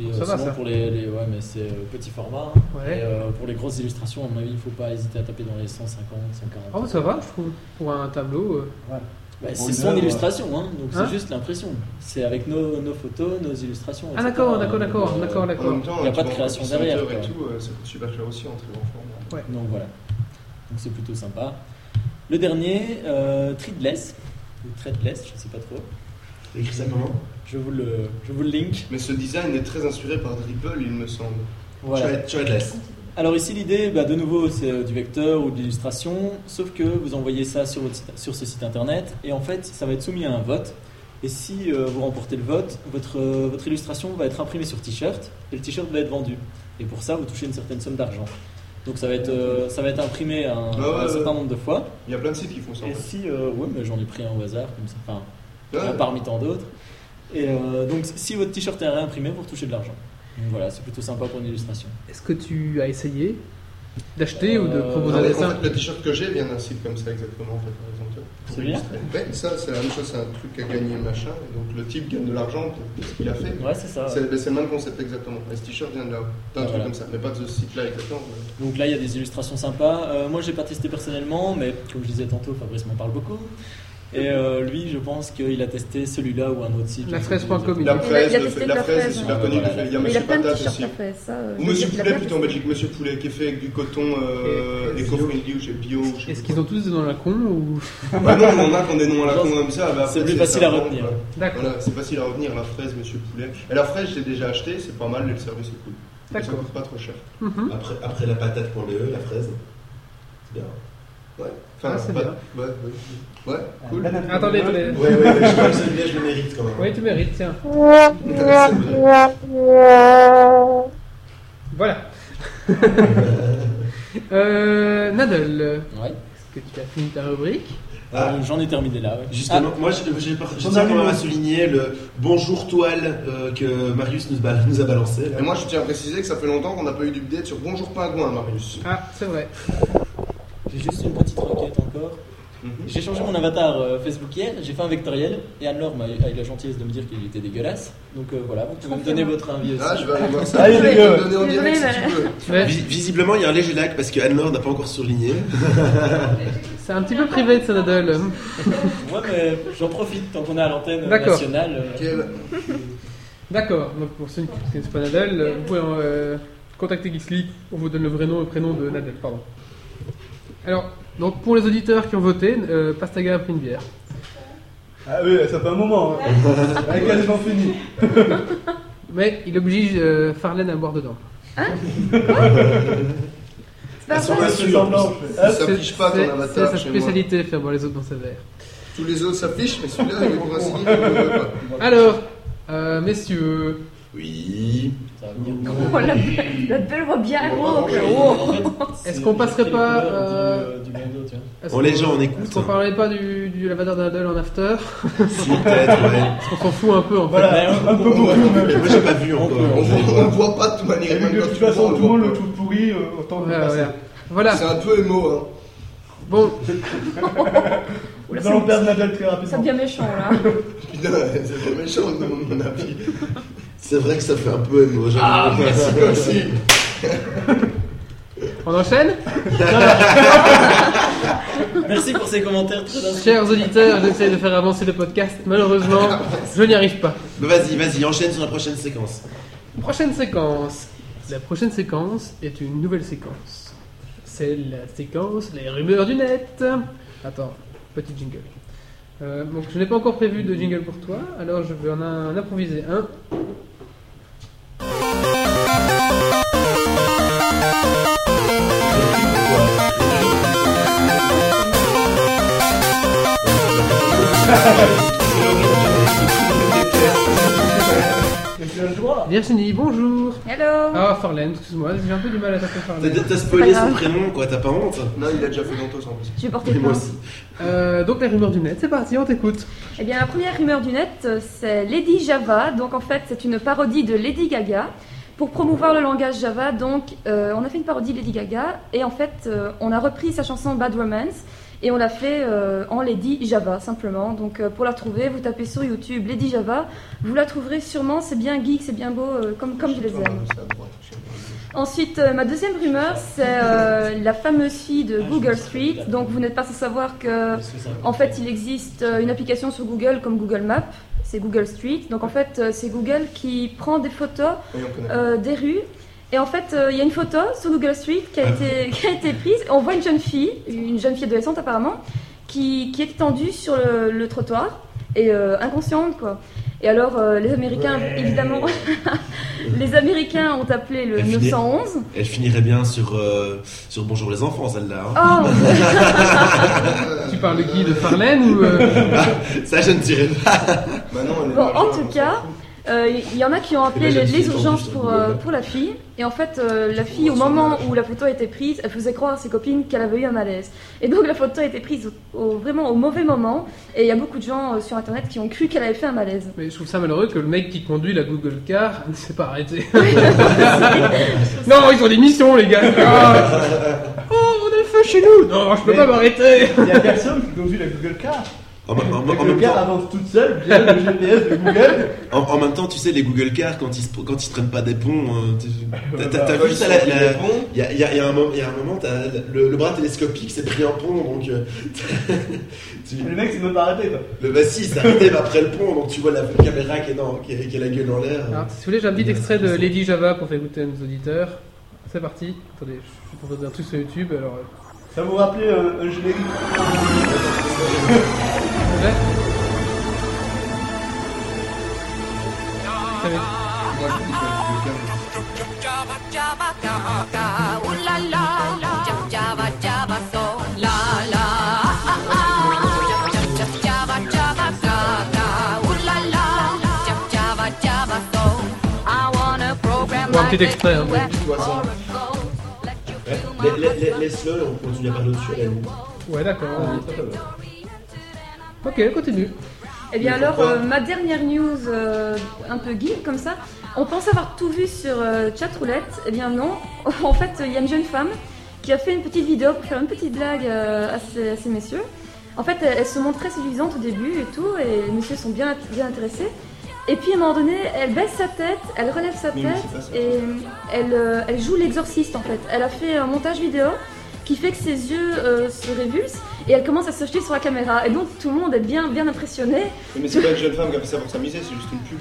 [SPEAKER 5] Et euh,
[SPEAKER 1] Ça va,
[SPEAKER 5] sinon,
[SPEAKER 1] ça.
[SPEAKER 5] pour les, les- ouais, mais c'est euh, petit format.
[SPEAKER 1] Ouais.
[SPEAKER 5] Et, euh, pour les grosses illustrations, à mon avis, il faut pas hésiter à taper dans les 150, 140.
[SPEAKER 1] Oh, ça va, je trouve, pour un tableau. euh.
[SPEAKER 5] Bah,
[SPEAKER 6] Pour
[SPEAKER 5] c'est
[SPEAKER 6] une
[SPEAKER 5] son
[SPEAKER 6] œuvre.
[SPEAKER 5] illustration, hein, donc
[SPEAKER 1] Hein
[SPEAKER 5] c'est juste l'impression. C'est avec nos, nos photos, nos illustrations.
[SPEAKER 1] Ah,
[SPEAKER 5] etc.,
[SPEAKER 1] d'accord,
[SPEAKER 5] hein,
[SPEAKER 1] d'accord,
[SPEAKER 5] donc,
[SPEAKER 1] d'accord,
[SPEAKER 5] euh,
[SPEAKER 1] d'accord,
[SPEAKER 3] En
[SPEAKER 1] d'accord.
[SPEAKER 3] même temps,
[SPEAKER 5] Il y a
[SPEAKER 3] tu
[SPEAKER 5] pas de
[SPEAKER 3] vois,
[SPEAKER 5] création
[SPEAKER 3] les
[SPEAKER 5] derrière,
[SPEAKER 3] auteurs Et
[SPEAKER 5] quoi.
[SPEAKER 3] tout, euh, ça coûte super cher aussi en très bon format.
[SPEAKER 5] Donc voilà. Donc c'est plutôt sympa. Le dernier, euh, Threadless, ou Threadless, je sais pas trop.
[SPEAKER 2] T'as écrit ça comment
[SPEAKER 5] Je vous le, je vous le link.
[SPEAKER 3] Mais ce design est très inspiré par Dribble, il me semble.
[SPEAKER 5] Voilà.
[SPEAKER 2] Thread- Threadless.
[SPEAKER 5] Alors ici l'idée, bah, de nouveau, c'est euh, du vecteur ou de l'illustration, sauf que vous envoyez ça sur, votre site- sur ce site internet et en fait ça va être soumis à un vote. Et si euh, vous remportez le vote, votre, euh, votre illustration va être imprimée sur t-shirt et le t-shirt va être vendu. Et pour ça, vous touchez une certaine somme d'argent. Donc ça va être, euh, ça va être imprimé un,
[SPEAKER 3] Ah ouais,
[SPEAKER 5] un certain
[SPEAKER 3] ouais.
[SPEAKER 5] nombre de fois.
[SPEAKER 3] Il y a plein de sites qui font ça. en
[SPEAKER 5] Et
[SPEAKER 3] fait.
[SPEAKER 5] si, euh, ouais, mais j'en ai pris un au hasard comme ça, enfin,
[SPEAKER 3] Ouais.
[SPEAKER 5] un parmi tant d'autres. Et euh, donc si votre t-shirt est réimprimé, vous touchez de l'argent. Donc voilà, c'est plutôt sympa pour une illustration.
[SPEAKER 1] Est-ce que tu as essayé d'acheter ou de
[SPEAKER 5] Euh,
[SPEAKER 1] proposer
[SPEAKER 3] Non,
[SPEAKER 1] un
[SPEAKER 3] mais en
[SPEAKER 1] dessin
[SPEAKER 3] fait, le t-shirt que j'ai vient d'un site comme ça exactement en fait par exemple.
[SPEAKER 5] C'est bien
[SPEAKER 3] Ouais, ça c'est la même chose, c'est un truc à gagner machin. Et donc le type gagne de l'argent pour ce qu'il a fait.
[SPEAKER 5] Ouais, c'est ça. ouais.
[SPEAKER 3] C'est ben, c'est le même concept exactement. Et ce t-shirt vient de là, d'un
[SPEAKER 5] Voilà.
[SPEAKER 3] truc comme ça, mais pas de ce site-là exactement. mais-
[SPEAKER 5] Donc là, il y a des illustrations sympas. Euh, moi, j'ai pas testé personnellement, mais comme je disais tantôt, Fabrice m'en parle beaucoup. Et euh, lui, je pense qu'il a testé celui-là ou un autre site.
[SPEAKER 1] La
[SPEAKER 5] je sais
[SPEAKER 1] fraise.com,
[SPEAKER 5] plus.
[SPEAKER 1] Il a- il
[SPEAKER 3] La
[SPEAKER 1] a
[SPEAKER 3] fraise, le
[SPEAKER 4] testé
[SPEAKER 3] fait-
[SPEAKER 4] de
[SPEAKER 3] la
[SPEAKER 4] la
[SPEAKER 3] fraise,
[SPEAKER 4] fraise,
[SPEAKER 3] c'est
[SPEAKER 5] hein.
[SPEAKER 3] super connu.
[SPEAKER 5] Ouais,
[SPEAKER 3] Il y a
[SPEAKER 5] voilà.
[SPEAKER 4] Mais il a
[SPEAKER 3] Monsieur
[SPEAKER 4] plein de
[SPEAKER 3] Patate
[SPEAKER 4] t-shirts
[SPEAKER 3] aussi.
[SPEAKER 4] après ça. euh,
[SPEAKER 3] Ou
[SPEAKER 4] je veux
[SPEAKER 3] Monsieur
[SPEAKER 4] dire, il a
[SPEAKER 3] Poulet
[SPEAKER 4] bien
[SPEAKER 3] plutôt en
[SPEAKER 4] fait ça.
[SPEAKER 3] Belgique. Monsieur Poulet qui est fait avec du coton euh,
[SPEAKER 1] Et- et
[SPEAKER 3] éco-friendly ou chez bio. ou je
[SPEAKER 1] Est-ce
[SPEAKER 3] sais
[SPEAKER 1] qu'ils ont tous dans la con ou...
[SPEAKER 3] pas. Bah non, on en a qu'on des noms à la con comme ça. bah
[SPEAKER 5] C'est
[SPEAKER 3] après,
[SPEAKER 5] plus facile à
[SPEAKER 3] sympa,
[SPEAKER 5] retenir.
[SPEAKER 3] quoi.
[SPEAKER 1] D'accord,
[SPEAKER 3] Voilà, c'est facile à retenir, la fraise, monsieur Poulet. Et la fraise, j'ai déjà acheté, c'est pas mal, et le service est cool. Et ça
[SPEAKER 1] d'accord.
[SPEAKER 3] coûte pas trop cher.
[SPEAKER 1] Mhm.
[SPEAKER 2] Après, après la patate.be, E, la fraise. C'est bien.
[SPEAKER 3] Ouais.
[SPEAKER 1] Ah, c'est
[SPEAKER 3] pas-
[SPEAKER 1] bien. Ah, ben.
[SPEAKER 3] Ouais, ouais. Ouais, cool.
[SPEAKER 1] Attendez, attendez.
[SPEAKER 2] Ouais, ouais, ouais, je crois que celui-là, je le mérite quand même.
[SPEAKER 1] Oui, tu mérites, tiens.
[SPEAKER 3] *laughs* C'est vrai.
[SPEAKER 1] Voilà. euh, Nadal,
[SPEAKER 5] Ouais.
[SPEAKER 1] est-ce que tu as fini ta rubrique
[SPEAKER 2] Ah,
[SPEAKER 5] Euh, J'en ai terminé là. ouais. Ah,
[SPEAKER 2] Justement,
[SPEAKER 1] Ah.
[SPEAKER 2] moi je, je- je- je
[SPEAKER 6] On
[SPEAKER 2] tiens
[SPEAKER 6] a
[SPEAKER 2] quand même
[SPEAKER 6] eu-
[SPEAKER 2] à souligner le bonjour toile euh, que Marius nous, ba- nous a balancé. là.
[SPEAKER 3] Et moi, je tiens à préciser que ça fait longtemps qu'on n'a pas eu d'update sur Bonjour Pingouin, Marius.
[SPEAKER 1] Ah, c'est vrai.
[SPEAKER 5] Ah, j'ai juste une petite requête encore.
[SPEAKER 3] Mhm.
[SPEAKER 5] J'ai changé mon avatar euh, Facebook hier, j'ai fait un vectoriel et Anne-Laure m'a a eu la gentillesse de me dire qu'il était dégueulasse. Donc euh, voilà, vous pouvez me donner votre avis aussi.
[SPEAKER 3] Ah, je vais aller voir ça.
[SPEAKER 6] Ah, il
[SPEAKER 3] Je
[SPEAKER 6] est
[SPEAKER 3] vais
[SPEAKER 6] dégueu.
[SPEAKER 3] te le donner en
[SPEAKER 4] C'est
[SPEAKER 3] direct
[SPEAKER 4] vrai,
[SPEAKER 3] si tu veux.
[SPEAKER 1] Ouais,
[SPEAKER 2] Vi- visiblement, il y a un léger lag parce que Anne-Laure n'a pas encore surligné.
[SPEAKER 1] c'est un petit peu privé de ça, Nadal.
[SPEAKER 5] Ouais, mais j'en profite tant qu'on est à l'antenne euh,
[SPEAKER 1] D'accord.
[SPEAKER 5] nationale. euh,
[SPEAKER 3] Quel-
[SPEAKER 1] D'accord, donc pour ceux qui ne connaissent pas Nadal, euh, vous pouvez euh, contacter Geeksly, on vous donne le vrai nom et le prénom de Nadal, pardon. Alors, donc pour les auditeurs qui ont voté, euh, Pastaga a pris une bière.
[SPEAKER 6] Ah oui, ça fait un moment. Hein. Elle est quasiment finie.
[SPEAKER 1] Mais il oblige euh, Farlane à boire dedans.
[SPEAKER 4] C'est pas
[SPEAKER 2] Sur
[SPEAKER 4] vrai.
[SPEAKER 2] la
[SPEAKER 6] C'est
[SPEAKER 2] sueur.
[SPEAKER 6] semblant.
[SPEAKER 3] Ça
[SPEAKER 1] Ah, C'est-
[SPEAKER 3] s'affiche pas
[SPEAKER 1] c'est-
[SPEAKER 3] ton
[SPEAKER 1] C'est
[SPEAKER 3] avatar
[SPEAKER 1] sa
[SPEAKER 3] chez moi.
[SPEAKER 1] spécialité, faire boire les autres dans sa verre.
[SPEAKER 3] Tous les autres s'affichent, mais celui-là, il est pour ainsi dire, il ne veut pas.
[SPEAKER 1] Alors, euh, messieurs,
[SPEAKER 2] Oui.
[SPEAKER 5] ça va venir.
[SPEAKER 4] *laughs* Oh, la belle- la belle voit bien Oh, gros.
[SPEAKER 5] En fait,
[SPEAKER 1] Est-ce
[SPEAKER 5] c'est-
[SPEAKER 1] qu'on passerait
[SPEAKER 5] les
[SPEAKER 1] pas,
[SPEAKER 5] couleurs
[SPEAKER 1] euh,
[SPEAKER 5] du, du bandeau, tu vois.
[SPEAKER 1] est-ce
[SPEAKER 2] Bon, Oh, les
[SPEAKER 1] qu'on-
[SPEAKER 2] gens, on
[SPEAKER 1] Est-ce
[SPEAKER 2] écoute.
[SPEAKER 1] qu'on parlait pas du, du lavadar de Nadal en after
[SPEAKER 2] Si, peut-être, ouais.
[SPEAKER 1] On s'en fout un peu en fait.
[SPEAKER 6] Voilà,
[SPEAKER 5] Ouais,
[SPEAKER 6] un peu beaucoup. même.
[SPEAKER 2] Moi, j'ai pas vu
[SPEAKER 3] On
[SPEAKER 2] encore. Je vais
[SPEAKER 3] voit- on
[SPEAKER 2] voir.
[SPEAKER 3] ne voit pas de toute manière.
[SPEAKER 6] Et vu
[SPEAKER 3] même
[SPEAKER 6] que de
[SPEAKER 3] quand
[SPEAKER 6] toute
[SPEAKER 3] tu le
[SPEAKER 6] façon,
[SPEAKER 3] vois,
[SPEAKER 6] tout le
[SPEAKER 3] on
[SPEAKER 6] monde
[SPEAKER 3] voit
[SPEAKER 6] le trouve pourri, euh, autant le
[SPEAKER 1] Ouais,
[SPEAKER 6] passer.
[SPEAKER 1] ouais. Voilà,
[SPEAKER 3] pas. C'est un peu émo. hein.
[SPEAKER 1] bon,
[SPEAKER 4] Oula,
[SPEAKER 6] Nous allons perdre Nadal très
[SPEAKER 4] Ça
[SPEAKER 6] rapidement.
[SPEAKER 4] devient méchant là.
[SPEAKER 3] *laughs* Putain, c'est pas méchant de demander mon avis.
[SPEAKER 2] C'est vrai que ça fait un peu émo, Bah, j'avoue. *laughs*
[SPEAKER 1] Ah, merci.
[SPEAKER 3] Merci.
[SPEAKER 1] On enchaîne
[SPEAKER 5] Merci pour ces commentaires très inspirants.
[SPEAKER 1] Chers auditeurs, j'essaie de faire avancer le podcast. Malheureusement, je n'y arrive pas.
[SPEAKER 2] Mais Vas-y, vas-y, enchaîne sur la prochaine séquence.
[SPEAKER 1] Ah, Prochaine séquence. La prochaine séquence est une nouvelle séquence. C'est la séquence Les rumeurs du net. Attends, petit jingle. Euh, donc je n'ai pas encore prévu de jingle pour toi, alors je vais en, en improviser un. Virginie, bonjour.
[SPEAKER 4] Hello
[SPEAKER 1] Ah, Farlane, excuse-moi, j'ai un peu du mal à taper
[SPEAKER 2] T'as
[SPEAKER 1] Farlane.
[SPEAKER 2] t'as spoilé
[SPEAKER 4] pas
[SPEAKER 2] son
[SPEAKER 4] grave.
[SPEAKER 2] prénom, quoi, t'as pas honte
[SPEAKER 3] Non, il a déjà fait longtemps sans plus.
[SPEAKER 4] Je vais porter
[SPEAKER 2] Et moi
[SPEAKER 4] plainte.
[SPEAKER 2] aussi.
[SPEAKER 1] Euh, donc les rumeurs du net, c'est parti, on t'écoute.
[SPEAKER 4] Eh bien, la première rumeur du net, euh, c'est Lady Java. Donc, en fait, c'est une parodie de Lady Gaga. Pour promouvoir le langage Java, donc, euh, on a fait une parodie de Lady Gaga. Et en fait, euh, on a repris sa chanson Bad Romance. Et on l'a fait euh, en Lady Java, simplement. Donc, euh, pour la trouver, vous tapez sur YouTube Lady Java. Vous la trouverez sûrement. C'est bien geek, c'est bien beau, euh, comme, comme je les
[SPEAKER 3] Toi,
[SPEAKER 4] aime.
[SPEAKER 3] Manon, c'est à droite, je sais pas.
[SPEAKER 4] Ensuite, euh, ma deuxième rumeur, c'est euh, la fameuse fille de Google Street. Donc, vous n'êtes pas sans savoir que en fait, il existe euh, une application sur Google comme Google Maps, c'est Google Street. Donc en fait, euh, c'est Google qui prend des photos
[SPEAKER 3] Oui, on connaît.
[SPEAKER 4] euh, des rues. Et en fait, euh, il y a une photo sur Google Street qui a, été, qui a été prise. On voit une jeune fille, une jeune fille adolescente apparemment, qui, qui est étendue sur le, le trottoir et euh, inconsciente quoi. Et alors, euh, les Américains, évidemment, *laughs* les Américains ont appelé le
[SPEAKER 2] Affiné.
[SPEAKER 4] 911.
[SPEAKER 2] Elle finirait bien sur, euh, sur Bonjour les enfants, celle-là. hein.
[SPEAKER 4] Oh,
[SPEAKER 1] Tu parles de qui De Farlane ou... euh,
[SPEAKER 3] Ah.
[SPEAKER 2] Ça, je ne dirais pas.
[SPEAKER 3] Manon, elle est
[SPEAKER 4] Bon, en
[SPEAKER 3] majeure,
[SPEAKER 4] tout
[SPEAKER 3] on s'en
[SPEAKER 4] cas,
[SPEAKER 3] fout.
[SPEAKER 4] Euh, Il y en a qui ont appelé
[SPEAKER 2] Et la
[SPEAKER 4] les,
[SPEAKER 2] jeune
[SPEAKER 4] les
[SPEAKER 2] fille est
[SPEAKER 4] urgences
[SPEAKER 2] tendue sur
[SPEAKER 4] pour,
[SPEAKER 2] Google.
[SPEAKER 4] euh, pour la fille. Et en fait, euh, la fille, au moment où la photo a été prise, elle faisait croire à ses copines qu'elle avait eu un malaise. Et donc la photo a été prise au- au- vraiment au mauvais moment. Et il y a beaucoup de gens euh, sur Internet qui ont cru qu'elle avait fait un malaise.
[SPEAKER 1] Mais je trouve ça malheureux que le mec qui conduit la Google Car *laughs* ne s'est pas arrêté. *laughs* non, ils ont des missions, les gars. Ah. Oh, on a le feu chez nous. Non, je peux
[SPEAKER 6] Mais-
[SPEAKER 1] pas m'arrêter.
[SPEAKER 6] Il n'y a personne qui conduit la Google Car.
[SPEAKER 2] En, en- en-
[SPEAKER 6] La
[SPEAKER 2] en
[SPEAKER 6] Google
[SPEAKER 2] même
[SPEAKER 6] Car
[SPEAKER 2] temps,
[SPEAKER 6] avance toute seule via le *laughs* GPS de Google.
[SPEAKER 3] hein.
[SPEAKER 2] en- en même temps, tu sais, les Google Cars, quand ils, se- quand ils se traînent pas des ponts, euh,
[SPEAKER 3] *laughs*
[SPEAKER 2] t'as- t'as t'as
[SPEAKER 3] Toi,
[SPEAKER 2] vu
[SPEAKER 3] tu
[SPEAKER 2] ça
[SPEAKER 3] sais,
[SPEAKER 2] la-
[SPEAKER 3] il
[SPEAKER 2] la-
[SPEAKER 3] est bon.
[SPEAKER 2] Il y a, il y a- il y a un moment, il y a un moment, t'as le, le bras télescopique s'est pris un pont, donc euh, tu-
[SPEAKER 6] Le mec s'est même pas arrêté. quoi.
[SPEAKER 2] le bah si, ça arrive après le pont, donc tu vois la caméra qui est dans, qui, a- qui a la gueule en l'air.
[SPEAKER 3] Ah.
[SPEAKER 1] Alors, si vous voulez, j'ai un petit extrait de Lady Java pour faire écouter à nos auditeurs. C'est parti. Attendez, je vais proposer un truc sur YouTube. Alors, euh,
[SPEAKER 6] Ça vous rappelait un, un générique
[SPEAKER 1] c'est vrai Ça va être-
[SPEAKER 3] Moi, je dis que le Google
[SPEAKER 7] Java, Java, Java, Java, ooh oh, la la, Java, Java, Java, so la la, Java, Java, Java, Java, ooh oh, la la, Java, Java, so I wanna program
[SPEAKER 1] Ou un
[SPEAKER 7] my
[SPEAKER 1] petit extrait, hein.
[SPEAKER 7] web
[SPEAKER 3] Tu vois ça.
[SPEAKER 7] or a code. Let you
[SPEAKER 2] Ouais.
[SPEAKER 7] feel
[SPEAKER 2] La- la- la-
[SPEAKER 7] my
[SPEAKER 2] Laisse-le, on continue à parler au-dessus. elle, elle.
[SPEAKER 1] Ouais, d'accord. Ok, continue.
[SPEAKER 4] Eh bien
[SPEAKER 3] Mais
[SPEAKER 4] alors,
[SPEAKER 3] pourquoi
[SPEAKER 4] euh, ma dernière news euh, un peu geek comme ça, on pense avoir tout vu sur euh, chatroulette, eh bien non, *laughs* en fait il y a une jeune femme qui a fait une petite vidéo pour faire une petite blague euh, à, ces, à ces messieurs. En fait, elle, elle se montre très séduisante au début et tout, et les messieurs sont bien, bien intéressés. Et puis à un moment donné, elle baisse sa tête, elle relève sa
[SPEAKER 3] Mais oui, c'est pas ça.
[SPEAKER 4] tête et euh, elle, euh, elle joue l'exorciste en fait. Elle a fait un montage vidéo qui fait que ses yeux euh, se révulsent et elle commence à se jeter sur la caméra. Et donc tout le monde est bien, bien impressionné.
[SPEAKER 3] Mais c'est pas une jeune femme qui a fait ça pour s'amuser, c'est juste une pub.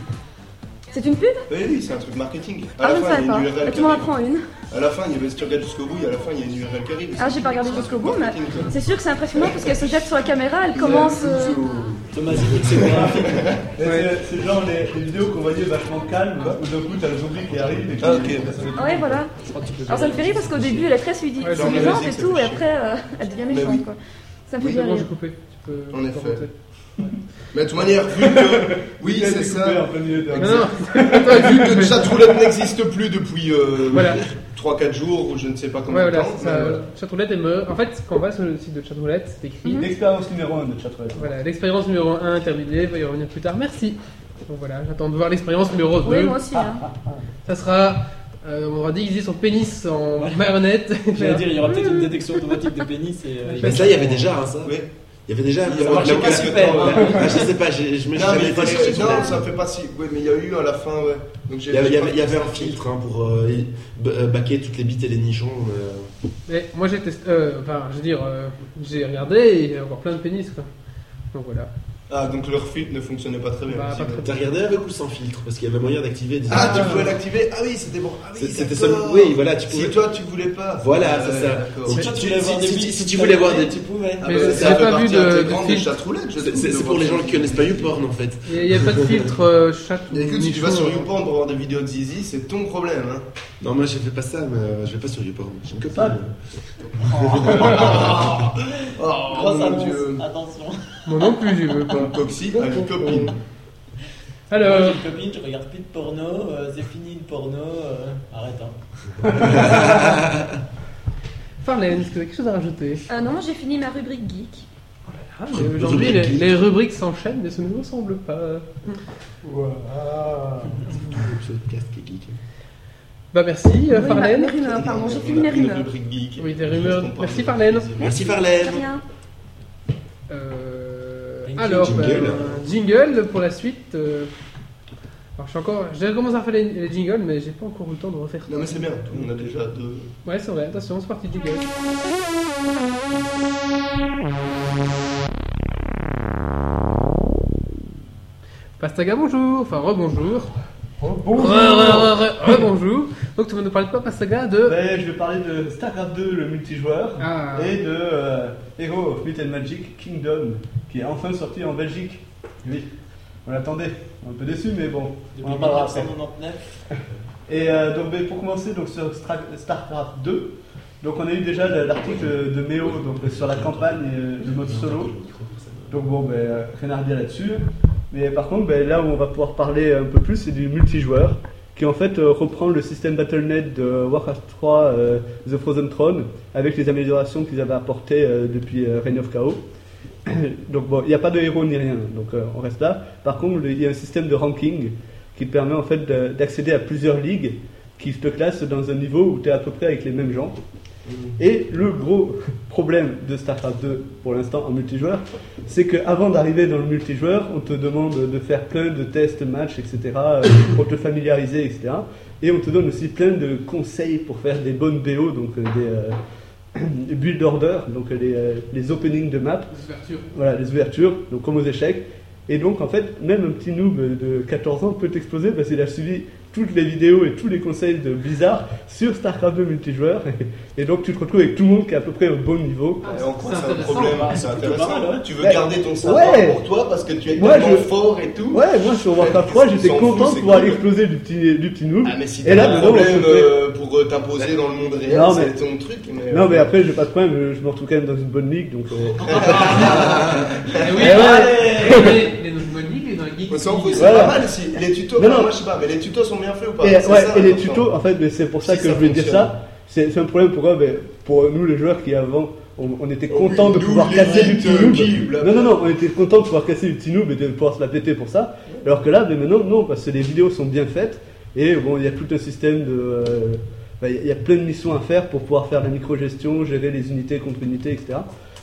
[SPEAKER 4] C'est une pub
[SPEAKER 3] Oui, oui, c'est un truc marketing. À
[SPEAKER 4] Ah,
[SPEAKER 3] la
[SPEAKER 4] je ne
[SPEAKER 3] fin, il
[SPEAKER 4] savais
[SPEAKER 3] y a
[SPEAKER 4] pas.
[SPEAKER 3] une URL qui
[SPEAKER 4] tu m'en
[SPEAKER 3] arrive.
[SPEAKER 4] apprends une.
[SPEAKER 3] À la fin, il y avait si tu regardes jusqu'au bout, et à la fin, il y a une URL qui arrive.
[SPEAKER 4] Ah, j'ai pas regardé
[SPEAKER 3] C'est un
[SPEAKER 4] jusqu'au
[SPEAKER 3] truc
[SPEAKER 4] bout, mais-
[SPEAKER 3] marketing, ça.
[SPEAKER 4] C'est sûr que c'est impressionnant parce qu'elle se jette sur la caméra, elle commence. euh,
[SPEAKER 5] Thomas, etc.
[SPEAKER 1] *laughs*
[SPEAKER 6] Mais c'est- C'est genre les, les vidéos qu'on voyait vachement calmes, où d'un coup t'as le zombie qui arrive et qui
[SPEAKER 3] Ah, ok.
[SPEAKER 4] ah Ouais, voilà. Alors ça me fait rire parce qu'au début, elle est très sudi-
[SPEAKER 1] Ouais, genre,
[SPEAKER 4] séduisante
[SPEAKER 3] la
[SPEAKER 4] et
[SPEAKER 3] musique,
[SPEAKER 4] tout,
[SPEAKER 3] ça
[SPEAKER 4] et
[SPEAKER 3] fait
[SPEAKER 4] après, euh, elle devient méchante,
[SPEAKER 3] oui.
[SPEAKER 4] quoi. Ça me fait
[SPEAKER 1] Oui, c'est
[SPEAKER 4] bien
[SPEAKER 1] bon,
[SPEAKER 4] rire.
[SPEAKER 1] j'ai coupé. Tu peux.
[SPEAKER 3] En effet.
[SPEAKER 1] commenter.
[SPEAKER 3] Mais de toute manière, vu *laughs* que. Oui, c'est ça.
[SPEAKER 1] Non, non,
[SPEAKER 3] *laughs* Attends, vu que Chatroulette n'existe plus depuis euh,
[SPEAKER 1] Voilà.
[SPEAKER 3] 3-4 jours, ou je ne sais pas combien
[SPEAKER 1] Ouais, voilà,
[SPEAKER 3] de temps.
[SPEAKER 1] c'est ça.
[SPEAKER 3] mais voilà.
[SPEAKER 1] euh, Chatroulette est meurt. En fait, quand on va sur le site de Chatroulette, c'est écrit.
[SPEAKER 6] L'expérience numéro 1 de Chatroulette.
[SPEAKER 1] Voilà, l'expérience numéro 1 est terminée, va y revenir plus tard, merci. Donc voilà, j'attends de voir l'expérience numéro 2.
[SPEAKER 4] Oui, moi aussi. hein.
[SPEAKER 1] Ça sera. euh, on aura déguisé son pénis en marionnette. Mmh.
[SPEAKER 5] J'allais dire, il y aura peut-être une détection automatique de pénis. Et, euh, il va-
[SPEAKER 2] Mais ça, il y avait déjà hein, ça.
[SPEAKER 3] Oui.
[SPEAKER 2] Il y avait déjà.
[SPEAKER 5] Ça marchait
[SPEAKER 2] la-
[SPEAKER 5] pas
[SPEAKER 2] la-
[SPEAKER 5] super,
[SPEAKER 2] la-
[SPEAKER 5] hein.
[SPEAKER 2] Ah, je sais pas, j'ai- je me suis
[SPEAKER 3] Non, mais
[SPEAKER 2] jamais
[SPEAKER 3] parce
[SPEAKER 2] fait
[SPEAKER 3] que- non,
[SPEAKER 2] sur
[SPEAKER 3] ça fait pas si. Ouais, mais il y a eu à la fin, ouais. Donc j'ai-
[SPEAKER 2] il y, avait, il y
[SPEAKER 3] j'ai
[SPEAKER 2] avait-
[SPEAKER 3] pas-
[SPEAKER 2] il y avait un filtre hein, pour euh, et- b- euh, baquer toutes les bites et les nichons. euh.
[SPEAKER 1] Mais moi j'ai testé, euh, enfin je veux dire, euh, j'ai regardé et il y a encore plein de pénis quoi. Donc voilà.
[SPEAKER 3] Ah, donc leur filtre ne fonctionnait pas très bien.
[SPEAKER 1] Bah, pas
[SPEAKER 3] visiblement.
[SPEAKER 2] T'as regardé avec ou sans filtre Parce qu'il y avait moyen d'activer des.
[SPEAKER 3] Ah, tu
[SPEAKER 1] Ah.
[SPEAKER 3] pouvais l'activer Ah oui, c'était bon. Ah, oui,
[SPEAKER 2] C'est- C'était
[SPEAKER 3] d'accord.
[SPEAKER 2] seulement. Oui, voilà, tu pouvais.
[SPEAKER 3] Si toi tu voulais pas.
[SPEAKER 2] Voilà,
[SPEAKER 3] Ouais,
[SPEAKER 2] c'est ça.
[SPEAKER 3] d'accord.
[SPEAKER 2] Si
[SPEAKER 5] Si
[SPEAKER 2] Mais
[SPEAKER 5] toi, tu
[SPEAKER 2] tu-
[SPEAKER 5] voulais
[SPEAKER 2] si-
[SPEAKER 5] voir des
[SPEAKER 2] si-
[SPEAKER 5] bites,
[SPEAKER 2] si
[SPEAKER 5] tu
[SPEAKER 2] tu voulais voir
[SPEAKER 5] t'avais-
[SPEAKER 2] des-
[SPEAKER 5] tu pouvais.
[SPEAKER 3] Ah,
[SPEAKER 1] Mais
[SPEAKER 3] bah,
[SPEAKER 1] j'ai
[SPEAKER 3] ça fait
[SPEAKER 1] pas vu
[SPEAKER 3] partie
[SPEAKER 1] de-
[SPEAKER 3] intégrante
[SPEAKER 1] de
[SPEAKER 3] des
[SPEAKER 1] filtre.
[SPEAKER 3] chatrouillettes,
[SPEAKER 2] C'est-
[SPEAKER 3] je trouve,
[SPEAKER 2] C'est c'est
[SPEAKER 3] de voir
[SPEAKER 2] pour les
[SPEAKER 3] ça.
[SPEAKER 2] gens qui connaissent pas YouPorn en fait.
[SPEAKER 1] Il n'y a pas de filtre euh, chat ou
[SPEAKER 3] Écoute, si tu vas
[SPEAKER 1] nichon,
[SPEAKER 3] sur
[SPEAKER 1] euh.
[SPEAKER 3] YouPorn pour voir des vidéos de Zizi, c'est ton problème.
[SPEAKER 2] *laughs*
[SPEAKER 3] Hein.
[SPEAKER 2] Non, moi je fais pas ça, mais euh, je vais pas sur YouPorn. J'ai une copine.
[SPEAKER 3] Oh,
[SPEAKER 5] Grosse
[SPEAKER 3] mon
[SPEAKER 5] annonce,
[SPEAKER 3] dieu.
[SPEAKER 5] attention.
[SPEAKER 1] euh, Moi non plus, je veux pas.
[SPEAKER 3] *laughs* Comme Coxy a une copine.
[SPEAKER 1] Alors,
[SPEAKER 5] Moi, j'ai une copine, je regarde plus de porno, euh, c'est fini le porno. euh, arrête, hein.
[SPEAKER 1] Farlène, est-ce que tu as quelque chose à rajouter
[SPEAKER 4] Euh, non, moi j'ai fini ma rubrique geek.
[SPEAKER 1] Ah, mais Aujourd'hui, les, les rubriques s'enchaînent, mais ce ne me semble pas.
[SPEAKER 6] Voilà.
[SPEAKER 2] Je casque et geek.
[SPEAKER 1] Bah merci, euh,
[SPEAKER 4] Oui, ma-
[SPEAKER 1] Farlène.
[SPEAKER 4] mes rumeurs, pardon, j'ai
[SPEAKER 3] On
[SPEAKER 4] fini
[SPEAKER 3] a
[SPEAKER 4] mes
[SPEAKER 3] une
[SPEAKER 4] rumeurs.
[SPEAKER 3] rubrique geek.
[SPEAKER 1] Oui, des
[SPEAKER 3] Juste
[SPEAKER 1] rumeurs.
[SPEAKER 3] qu'on parle
[SPEAKER 1] Merci,
[SPEAKER 3] de-
[SPEAKER 1] Farlène.
[SPEAKER 2] Merci
[SPEAKER 4] De
[SPEAKER 2] Farlène.
[SPEAKER 4] Rien.
[SPEAKER 1] Euh,
[SPEAKER 5] Thank you,
[SPEAKER 1] alors,
[SPEAKER 2] jingle.
[SPEAKER 1] jingle. jingle pour la suite. euh, Alors, je suis encore. J'ai commencé à faire les, les jingles, mais j'ai pas encore eu le temps de refaire.
[SPEAKER 3] Non, mais c'est bien, on a déjà deux.
[SPEAKER 1] Ouais, c'est vrai, attention, c'est parti, jingle. Pastaga, bonjour, enfin rebonjour.
[SPEAKER 6] Bonjour.
[SPEAKER 1] Rebonjour. Donc tu ne nous parles pas, Pastaga, de.
[SPEAKER 6] Ben, je vais parler de StarCraft 2, le multijoueur,
[SPEAKER 1] Ah.
[SPEAKER 6] et de euh, Hero of Myth and Magic Kingdom, qui est enfin sorti en Belgique. Oui, on l'attendait. Un peu déçu, mais bon, on
[SPEAKER 5] Depuis
[SPEAKER 6] en parlera après.
[SPEAKER 5] 1999.
[SPEAKER 6] Et euh, donc, ben, pour commencer, donc sur Stra- StarCraft 2, donc on a eu déjà la- l'article de Méo donc, euh, sur la campagne euh, du mode solo. Donc bon, ben, euh, rien à redire là-dessus. Mais par contre, ben, là où on va pouvoir parler un peu plus, c'est du multijoueur, qui en fait euh, reprend le système BattleNet de Warcraft 3 euh, The Frozen Throne, avec les améliorations qu'ils avaient apportées euh, depuis euh, Reign of Chaos. *coughs* donc bon, il n'y a pas de héros ni rien, donc euh, on reste là. Par contre, il y a un système de ranking qui te permet en fait de- d'accéder à plusieurs ligues qui te classent dans un niveau où tu es à peu près avec les mêmes gens. Et le gros *laughs* problème de StarCraft 2 pour l'instant en multijoueur, c'est qu'avant d'arriver dans le multijoueur, on te demande de faire plein de tests, matchs, etc., euh, pour te familiariser, etc. Et on te donne aussi plein de conseils pour faire des bonnes BO, donc euh, des euh, *clears throat* build order, donc euh, les, euh, les openings de map voilà, les ouvertures, donc comme aux échecs. Et donc, en fait, même un petit noob de 14 ans peut exploser parce qu'il a suivi toutes les vidéos et tous les conseils de Blizzard sur StarCraft 2 multijoueur. *laughs* Et donc, tu te retrouves avec tout le monde qui est à peu près au bon niveau.
[SPEAKER 3] Et en quoi
[SPEAKER 1] c'est
[SPEAKER 3] c'est un
[SPEAKER 1] intéressant,
[SPEAKER 3] problème
[SPEAKER 5] bah,
[SPEAKER 3] C'est
[SPEAKER 5] c'est plutôt
[SPEAKER 3] intéressant.
[SPEAKER 5] pas mal, ouais.
[SPEAKER 3] Tu veux
[SPEAKER 6] Ouais.
[SPEAKER 3] garder ton savoir
[SPEAKER 6] Ouais.
[SPEAKER 3] pour toi parce que tu es
[SPEAKER 6] Moi,
[SPEAKER 3] tellement
[SPEAKER 6] je-
[SPEAKER 3] fort et tout.
[SPEAKER 6] Ouais, moi, sur Warcraft 3, j'étais content de pouvoir aller exploser du petit, du petit noob.
[SPEAKER 3] Ah, mais si
[SPEAKER 6] Et
[SPEAKER 3] t'as
[SPEAKER 6] là,
[SPEAKER 3] un
[SPEAKER 6] maintenant, on
[SPEAKER 3] problème
[SPEAKER 6] se fait-
[SPEAKER 3] euh, pour euh, t'imposer dans le monde réel,
[SPEAKER 6] Non, mais-
[SPEAKER 3] c'est ton truc. Mais, euh,
[SPEAKER 6] Non, mais après, j'ai pas de problème, je- je me retrouve quand même dans une bonne ligue, donc. euh,
[SPEAKER 1] Eh oui,
[SPEAKER 6] Eh *laughs*
[SPEAKER 1] allez, allez, les Nobody, les dans les geeks.
[SPEAKER 3] Mais c'est en plus, c'est
[SPEAKER 6] Voilà.
[SPEAKER 3] pas mal si les tutos,
[SPEAKER 6] Non,
[SPEAKER 3] enfin,
[SPEAKER 6] non.
[SPEAKER 3] moi je sais pas, mais les tutos sont bien faits ou pas
[SPEAKER 6] Et,
[SPEAKER 3] C'est
[SPEAKER 6] ouais,
[SPEAKER 3] ça,
[SPEAKER 6] et les
[SPEAKER 3] l'important.
[SPEAKER 6] tutos, en fait, mais c'est pour ça
[SPEAKER 3] Si
[SPEAKER 6] que
[SPEAKER 3] ça
[SPEAKER 6] je vais dire
[SPEAKER 3] fonctionne.
[SPEAKER 6] ça. C'est c'est un problème pour, eux, mais pour nous, les joueurs qui avant, on, on était contents de
[SPEAKER 3] Oh, Nous,
[SPEAKER 6] pouvoir
[SPEAKER 3] les
[SPEAKER 6] casser du
[SPEAKER 3] geeks,
[SPEAKER 6] petit noob.
[SPEAKER 3] qui, blablabla.
[SPEAKER 6] Non, non, non, on était contents de pouvoir casser du petit noob et de pouvoir se la péter pour ça. Alors que là, mais maintenant, non, parce que les vidéos sont bien faites. Et bon, il y a tout un système de. euh, bah, Il y a- il y a plein de missions à faire pour pouvoir faire de la micro-gestion, gérer les unités contre unités, etc.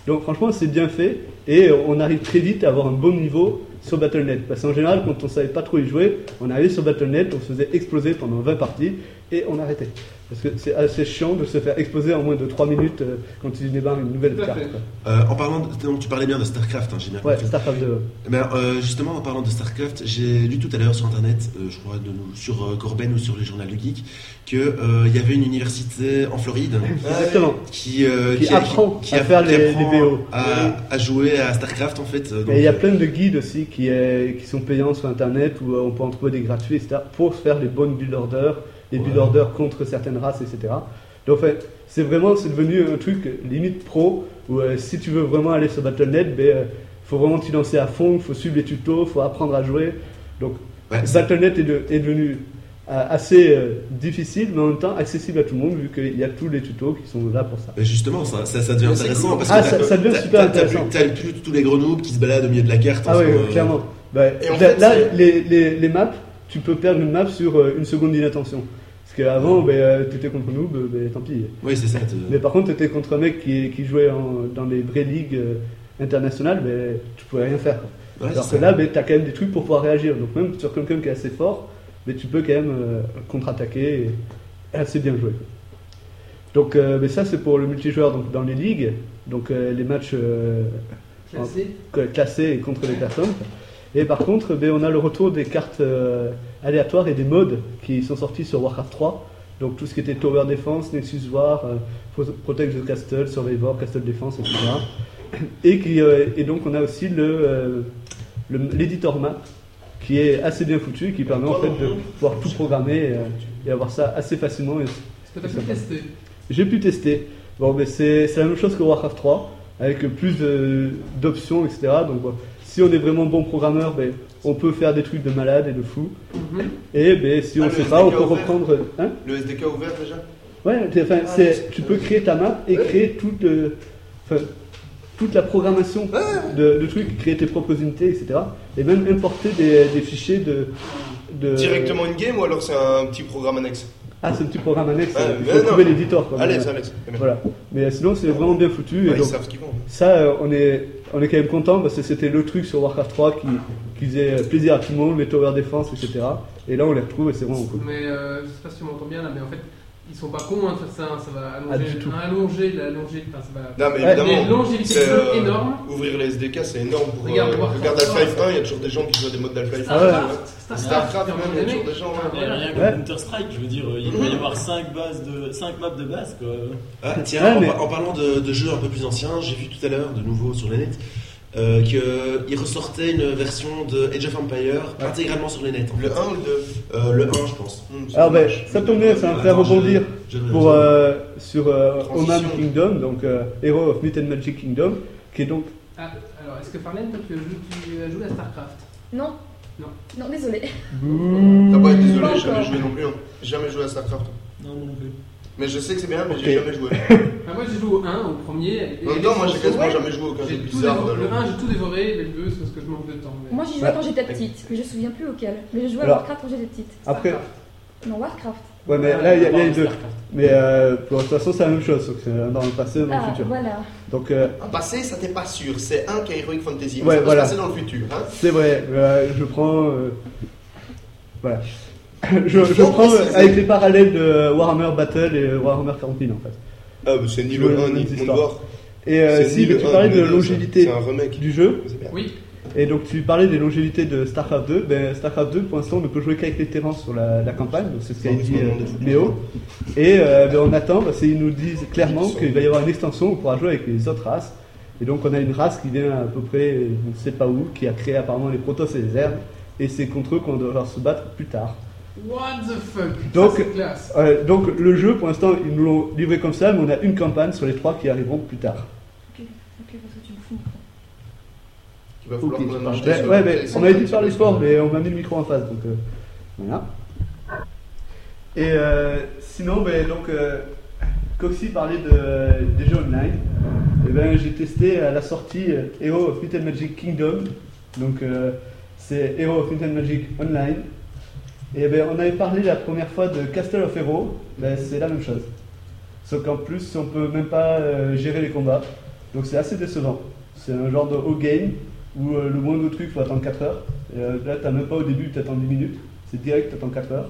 [SPEAKER 6] Donc franchement, c'est bien fait et euh, on arrive très vite à avoir un bon niveau sur Battle.net. Parce qu'en général, quand on savait pas trop y jouer, on arrivait sur Battle.net, on se faisait exploser pendant 20 parties et on arrêtait. Parce que c'est assez chiant de se faire exploser en moins de 3 minutes euh, quand tu débarres une nouvelle
[SPEAKER 1] Tout à
[SPEAKER 6] carte.
[SPEAKER 1] fait.
[SPEAKER 6] quoi.
[SPEAKER 2] Euh, en parlant, de- donc, tu parlais bien de Starcraft, hein, j'ai bien
[SPEAKER 6] Ouais,
[SPEAKER 2] compris.
[SPEAKER 6] StarCraft 2.
[SPEAKER 2] Mais, euh, justement, en parlant de StarCraft, j'ai lu tout à l'heure sur Internet, euh, je crois de, sur euh, Corben ou sur les journaux du geek, qu'il y avait une université en *clears throat* Floride
[SPEAKER 6] Exactement.
[SPEAKER 2] qui, euh,
[SPEAKER 6] Qui apprend à faire les- les BO.
[SPEAKER 2] à, à jouer à StarCraft en fait. euh, donc,
[SPEAKER 6] Et il y a
[SPEAKER 2] euh,
[SPEAKER 6] plein de guides aussi qui, euh, qui sont payants sur internet où euh, on peut en trouver des gratuits, etc. pour se faire les bonnes build orders, les build
[SPEAKER 2] Ouais.
[SPEAKER 6] orders contre certaines races, etc. Donc, en fait, c'est vraiment, c'est devenu un truc limite pro où euh, si tu veux vraiment aller sur Battle.net, ben, euh, faut vraiment t'y lancer à fond, faut suivre les tutos, faut apprendre à jouer. Donc,
[SPEAKER 2] euh, ouais, c'est-
[SPEAKER 6] Battle.net est, de- est devenu euh, assez euh, difficile, mais en même temps accessible à tout le monde vu qu'il y a tous les tutos qui sont là pour ça.
[SPEAKER 2] mais justement, ça, ça, ça devient
[SPEAKER 3] Mais c'est
[SPEAKER 2] intéressant
[SPEAKER 3] cool.
[SPEAKER 2] parce
[SPEAKER 6] Ah,
[SPEAKER 2] que
[SPEAKER 6] ça-
[SPEAKER 2] t'as-
[SPEAKER 6] ça devient
[SPEAKER 2] t'as-
[SPEAKER 6] super
[SPEAKER 2] t'as- t'as
[SPEAKER 6] intéressant.
[SPEAKER 2] plus- T'as plus tous les grenoux qui se baladent au milieu de la carte.
[SPEAKER 6] Ah
[SPEAKER 2] hein,
[SPEAKER 6] oui,
[SPEAKER 2] sur, euh,
[SPEAKER 6] clairement. Bah,
[SPEAKER 3] Et en
[SPEAKER 6] là,
[SPEAKER 3] fait,
[SPEAKER 6] là,
[SPEAKER 3] c'est-
[SPEAKER 6] les, les, les maps, tu peux perdre une map sur euh, une seconde d'inattention. Parce qu'avant, bah, euh, t'étais contre nous, bah, bah, tant pis.
[SPEAKER 2] Oui, c'est ça. t'es-
[SPEAKER 6] Mais par contre, t'étais contre un mec qui, qui jouait en- dans les vraies ligues, euh, international, mais tu pouvais rien faire. quoi.
[SPEAKER 2] Ouais,
[SPEAKER 6] Alors
[SPEAKER 2] c'est
[SPEAKER 6] que
[SPEAKER 2] ça.
[SPEAKER 6] là, ben, tu as quand même des trucs pour pouvoir réagir. Donc même sur quelqu'un qui est assez fort, mais tu peux quand même euh, contre-attaquer et assez bien jouer. quoi. Donc euh, mais ça, c'est pour le multijoueur donc, dans les ligues, donc euh, les matchs euh,
[SPEAKER 1] Classé.
[SPEAKER 6] que- classés et contre les personnes. Et par contre, ben, on a le retour des cartes euh, aléatoires et des modes qui sont sortis sur Warcraft 3. Donc tout ce qui était Tower Defense, Nexus War, euh, Pro- Protect the Castle, Survivor, Castle Defense, etc. Et, qui, euh, et donc on a aussi le, euh, le- l'editor map qui est assez bien foutu et qui permet en fait de pouvoir tout programmer euh, et avoir ça assez facilement et
[SPEAKER 1] Est-ce que t'as pu tester
[SPEAKER 6] j'ai pu tester. Bon, mais c'est c'est la même chose que Warcraft 3, avec plus de- d'options, etc. Donc, bon, si on est vraiment bon programmeur, ben, on peut faire des trucs de malade et de fou. Et ben, si on
[SPEAKER 3] Ah,
[SPEAKER 6] ne
[SPEAKER 3] le
[SPEAKER 6] sait pas, on peut
[SPEAKER 3] SDK
[SPEAKER 6] reprendre. Hein
[SPEAKER 3] Le SDK ouvert déjà
[SPEAKER 6] ouais, t'es- enfin,
[SPEAKER 3] Ah,
[SPEAKER 6] c'est-
[SPEAKER 3] oui.
[SPEAKER 6] tu peux créer ta map et créer toute, euh, enfin, toute la programmation de, de trucs, créer tes propres unités, etc. Et même importer des, des fichiers de. de-
[SPEAKER 3] Directement une game ou alors c'est un petit programme annexe
[SPEAKER 6] Ah, c'est un petit programme annexe.
[SPEAKER 3] Ah,
[SPEAKER 6] il
[SPEAKER 3] mais
[SPEAKER 6] faut
[SPEAKER 3] non.
[SPEAKER 6] trouver l'éditeur. quoi.
[SPEAKER 3] Allez,
[SPEAKER 6] Mais,
[SPEAKER 3] Alex.
[SPEAKER 6] Voilà. Mais sinon, c'est vraiment bien foutu.
[SPEAKER 3] Ouais,
[SPEAKER 6] et
[SPEAKER 3] Ils
[SPEAKER 6] donc,
[SPEAKER 3] savent ce qu'ils font.
[SPEAKER 6] Ça, euh, on est, on est quand même content parce que c'était le truc sur Warcraft 3 qui, qui faisait euh, plaisir à tout le monde, les Tower Defense, etc. Et là, on les retrouve et c'est vraiment cool.
[SPEAKER 1] Mais euh, je sais pas si tu m'entends bien là, mais en fait, ils sont pas cons hein, de faire ça. hein, ça va
[SPEAKER 6] Ah,
[SPEAKER 1] allonger,
[SPEAKER 6] du tout.
[SPEAKER 1] allonger la longévité. Enfin, ça va.
[SPEAKER 3] Non, mais
[SPEAKER 6] Ouais,
[SPEAKER 1] Il y a une
[SPEAKER 3] évidemment.
[SPEAKER 1] longévité
[SPEAKER 3] c'est,
[SPEAKER 1] de jeu
[SPEAKER 3] euh,
[SPEAKER 1] énorme.
[SPEAKER 3] Ouvrir les SDK, c'est énorme pour.
[SPEAKER 1] Regarde,
[SPEAKER 3] euh,
[SPEAKER 1] Warcraft Ah,
[SPEAKER 3] regarde
[SPEAKER 1] trois.
[SPEAKER 3] Half-Life 1, il y a toujours des gens qui jouent à des modes d'Half-Life 1.
[SPEAKER 1] Starcraft,
[SPEAKER 3] Starcraft,
[SPEAKER 1] il y a
[SPEAKER 3] même,
[SPEAKER 1] des
[SPEAKER 3] il y a toujours
[SPEAKER 1] mecs.
[SPEAKER 3] des gens. hein. ouais.
[SPEAKER 1] Ouais, ouais.
[SPEAKER 5] rien que
[SPEAKER 6] Ouais.
[SPEAKER 5] Counter-Strike, je veux dire, euh, il doit y avoir 5 bases de, 5 maps de base, quoi.
[SPEAKER 2] Ah, tiens,
[SPEAKER 6] Ouais,
[SPEAKER 2] en,
[SPEAKER 6] mais-
[SPEAKER 2] par- en parlant de, de jeux un peu plus anciens, j'ai vu tout à l'heure, de nouveau sur le net, euh, qu'il
[SPEAKER 6] *laughs*
[SPEAKER 2] ressortait une version de Age of Empire intégralement sur le net. en fait.
[SPEAKER 3] Le Ah, 1 ou le 2
[SPEAKER 2] Euh, le 1, je pense.
[SPEAKER 3] Hum, c'est
[SPEAKER 6] Alors, ben,
[SPEAKER 3] dommage.
[SPEAKER 6] ça tombe bien, ça va me faire
[SPEAKER 2] Attends, je-
[SPEAKER 6] rebondir
[SPEAKER 2] je-
[SPEAKER 6] pour, euh, sur euh,
[SPEAKER 3] Transition.
[SPEAKER 6] Oman Kingdom, donc euh, Hero of Myth and Magic Kingdom, qui est donc.
[SPEAKER 1] Ah, alors, est-ce que Farlane, toi, tu as joué, tu as joué à Starcraft
[SPEAKER 4] Non.
[SPEAKER 1] Non.
[SPEAKER 4] Non, désolé.
[SPEAKER 3] T'as pas été
[SPEAKER 4] Pas
[SPEAKER 3] désolé,
[SPEAKER 4] encore.
[SPEAKER 3] j'ai jamais joué non plus. hein. J'ai jamais joué à Starcraft.
[SPEAKER 5] Non, non plus.
[SPEAKER 3] Mais je sais que c'est bien, mais j'ai
[SPEAKER 6] Ok.
[SPEAKER 3] jamais joué.
[SPEAKER 1] Enfin, Moi, j'ai joué au 1, au premier. et-
[SPEAKER 3] En
[SPEAKER 1] et
[SPEAKER 3] même temps, Bah, moi
[SPEAKER 1] les
[SPEAKER 3] j'ai
[SPEAKER 1] autres,
[SPEAKER 3] quasiment
[SPEAKER 1] ouais,
[SPEAKER 3] jamais joué au cas
[SPEAKER 1] j'ai tout
[SPEAKER 3] bizarre.
[SPEAKER 1] dévoré.
[SPEAKER 3] de-
[SPEAKER 1] Le 1, j'ai tout dévoré, mais le 2, c'est parce que je manque de temps. mais-
[SPEAKER 4] Moi, j'y jouais
[SPEAKER 6] Ouais.
[SPEAKER 4] quand j'étais petite, mais je me souviens plus auquel. Mais je jouais à
[SPEAKER 6] Alors.
[SPEAKER 4] Warcraft quand j'étais petite.
[SPEAKER 6] Après,
[SPEAKER 4] Non, Warcraft.
[SPEAKER 6] ouais, mais là, il y a, il y a les deux. Mais euh, pour, de toute façon, c'est la même chose, donc c'est dans le passé et dans le
[SPEAKER 4] Ah,
[SPEAKER 6] futur.
[SPEAKER 4] voilà.
[SPEAKER 6] Donc, euh,
[SPEAKER 3] En passé, ça t'es pas sûr. C'est un qui a Heroic Fantasy. mais
[SPEAKER 6] Ouais,
[SPEAKER 3] ça peut
[SPEAKER 6] voilà.
[SPEAKER 3] se passer dans le futur. hein.
[SPEAKER 6] c'est vrai, euh, je prends. euh, voilà. *laughs* Je, je
[SPEAKER 3] Faut
[SPEAKER 6] prends euh,
[SPEAKER 3] préciser.
[SPEAKER 6] avec les parallèles de Warhammer Battle et Warhammer 40 en fait.
[SPEAKER 3] Ah, mais c'est ni
[SPEAKER 6] Jouer
[SPEAKER 3] le
[SPEAKER 6] aux
[SPEAKER 3] 1 ni
[SPEAKER 6] mêmes
[SPEAKER 3] Moon
[SPEAKER 6] histoires.
[SPEAKER 3] War.
[SPEAKER 6] Et euh,
[SPEAKER 3] C'est
[SPEAKER 6] si
[SPEAKER 3] ni
[SPEAKER 6] mais
[SPEAKER 3] le
[SPEAKER 6] tu
[SPEAKER 3] un,
[SPEAKER 6] parlais
[SPEAKER 3] ni
[SPEAKER 6] de
[SPEAKER 3] le deux,
[SPEAKER 6] longévité
[SPEAKER 3] C'est un remake.
[SPEAKER 6] du jeu,
[SPEAKER 3] C'est bien.
[SPEAKER 1] Oui,
[SPEAKER 6] et donc tu parlais des longévités de StarCraft 2, ben StarCraft 2 pour l'instant on ne peut jouer qu'avec les terrains sur la, la campagne, donc c'est ce qu'a
[SPEAKER 3] Non, mais
[SPEAKER 6] dit
[SPEAKER 3] c'est le monde
[SPEAKER 6] euh,
[SPEAKER 3] des footballeurs.
[SPEAKER 6] Léo. Et euh, ben, on attend, parce qu'ils nous disent clairement
[SPEAKER 3] Ils sont-
[SPEAKER 6] qu'il va y avoir une extension, on pourra jouer avec les autres races. Et donc on a une race qui vient à peu près, euh, on ne sait pas où, qui a créé apparemment les Protoss et les herbes, et c'est contre eux qu'on devra se battre plus tard.
[SPEAKER 1] what the fuck
[SPEAKER 6] Donc-
[SPEAKER 1] Ça, c'est classe.
[SPEAKER 6] Euh, donc le jeu pour l'instant ils nous l'ont livré comme ça, mais on a une campagne sur les trois qui arriveront plus tard.
[SPEAKER 4] Ok, parce que tu me fous.
[SPEAKER 3] Il va
[SPEAKER 6] Ok,
[SPEAKER 3] falloir qu'on en
[SPEAKER 6] ben,
[SPEAKER 3] achète sur
[SPEAKER 6] ouais,
[SPEAKER 3] le
[SPEAKER 6] ben,
[SPEAKER 3] PlayStation.
[SPEAKER 6] on avait dit de faire les sports, mais on m'a mis le micro en face, donc euh, voilà. Et euh, sinon, ben, donc, euh, Coxy parlait de, des jeux online. Et ben, j'ai testé à la sortie euh, Hero of Little Magic Kingdom. Donc, euh, c'est Hero of Little Magic Online. Et ben, on avait parlé la première fois de Castle of Hero. Ben, c'est la même chose. Sauf qu'en plus, on peut même pas euh, gérer les combats. Donc, c'est assez décevant. C'est un genre de haut game où euh, le moindre truc, faut attendre 4 heures. Et, euh, là, t'as même pas au début, t'attends 10 minutes. C'est direct, t'attends 4 heures.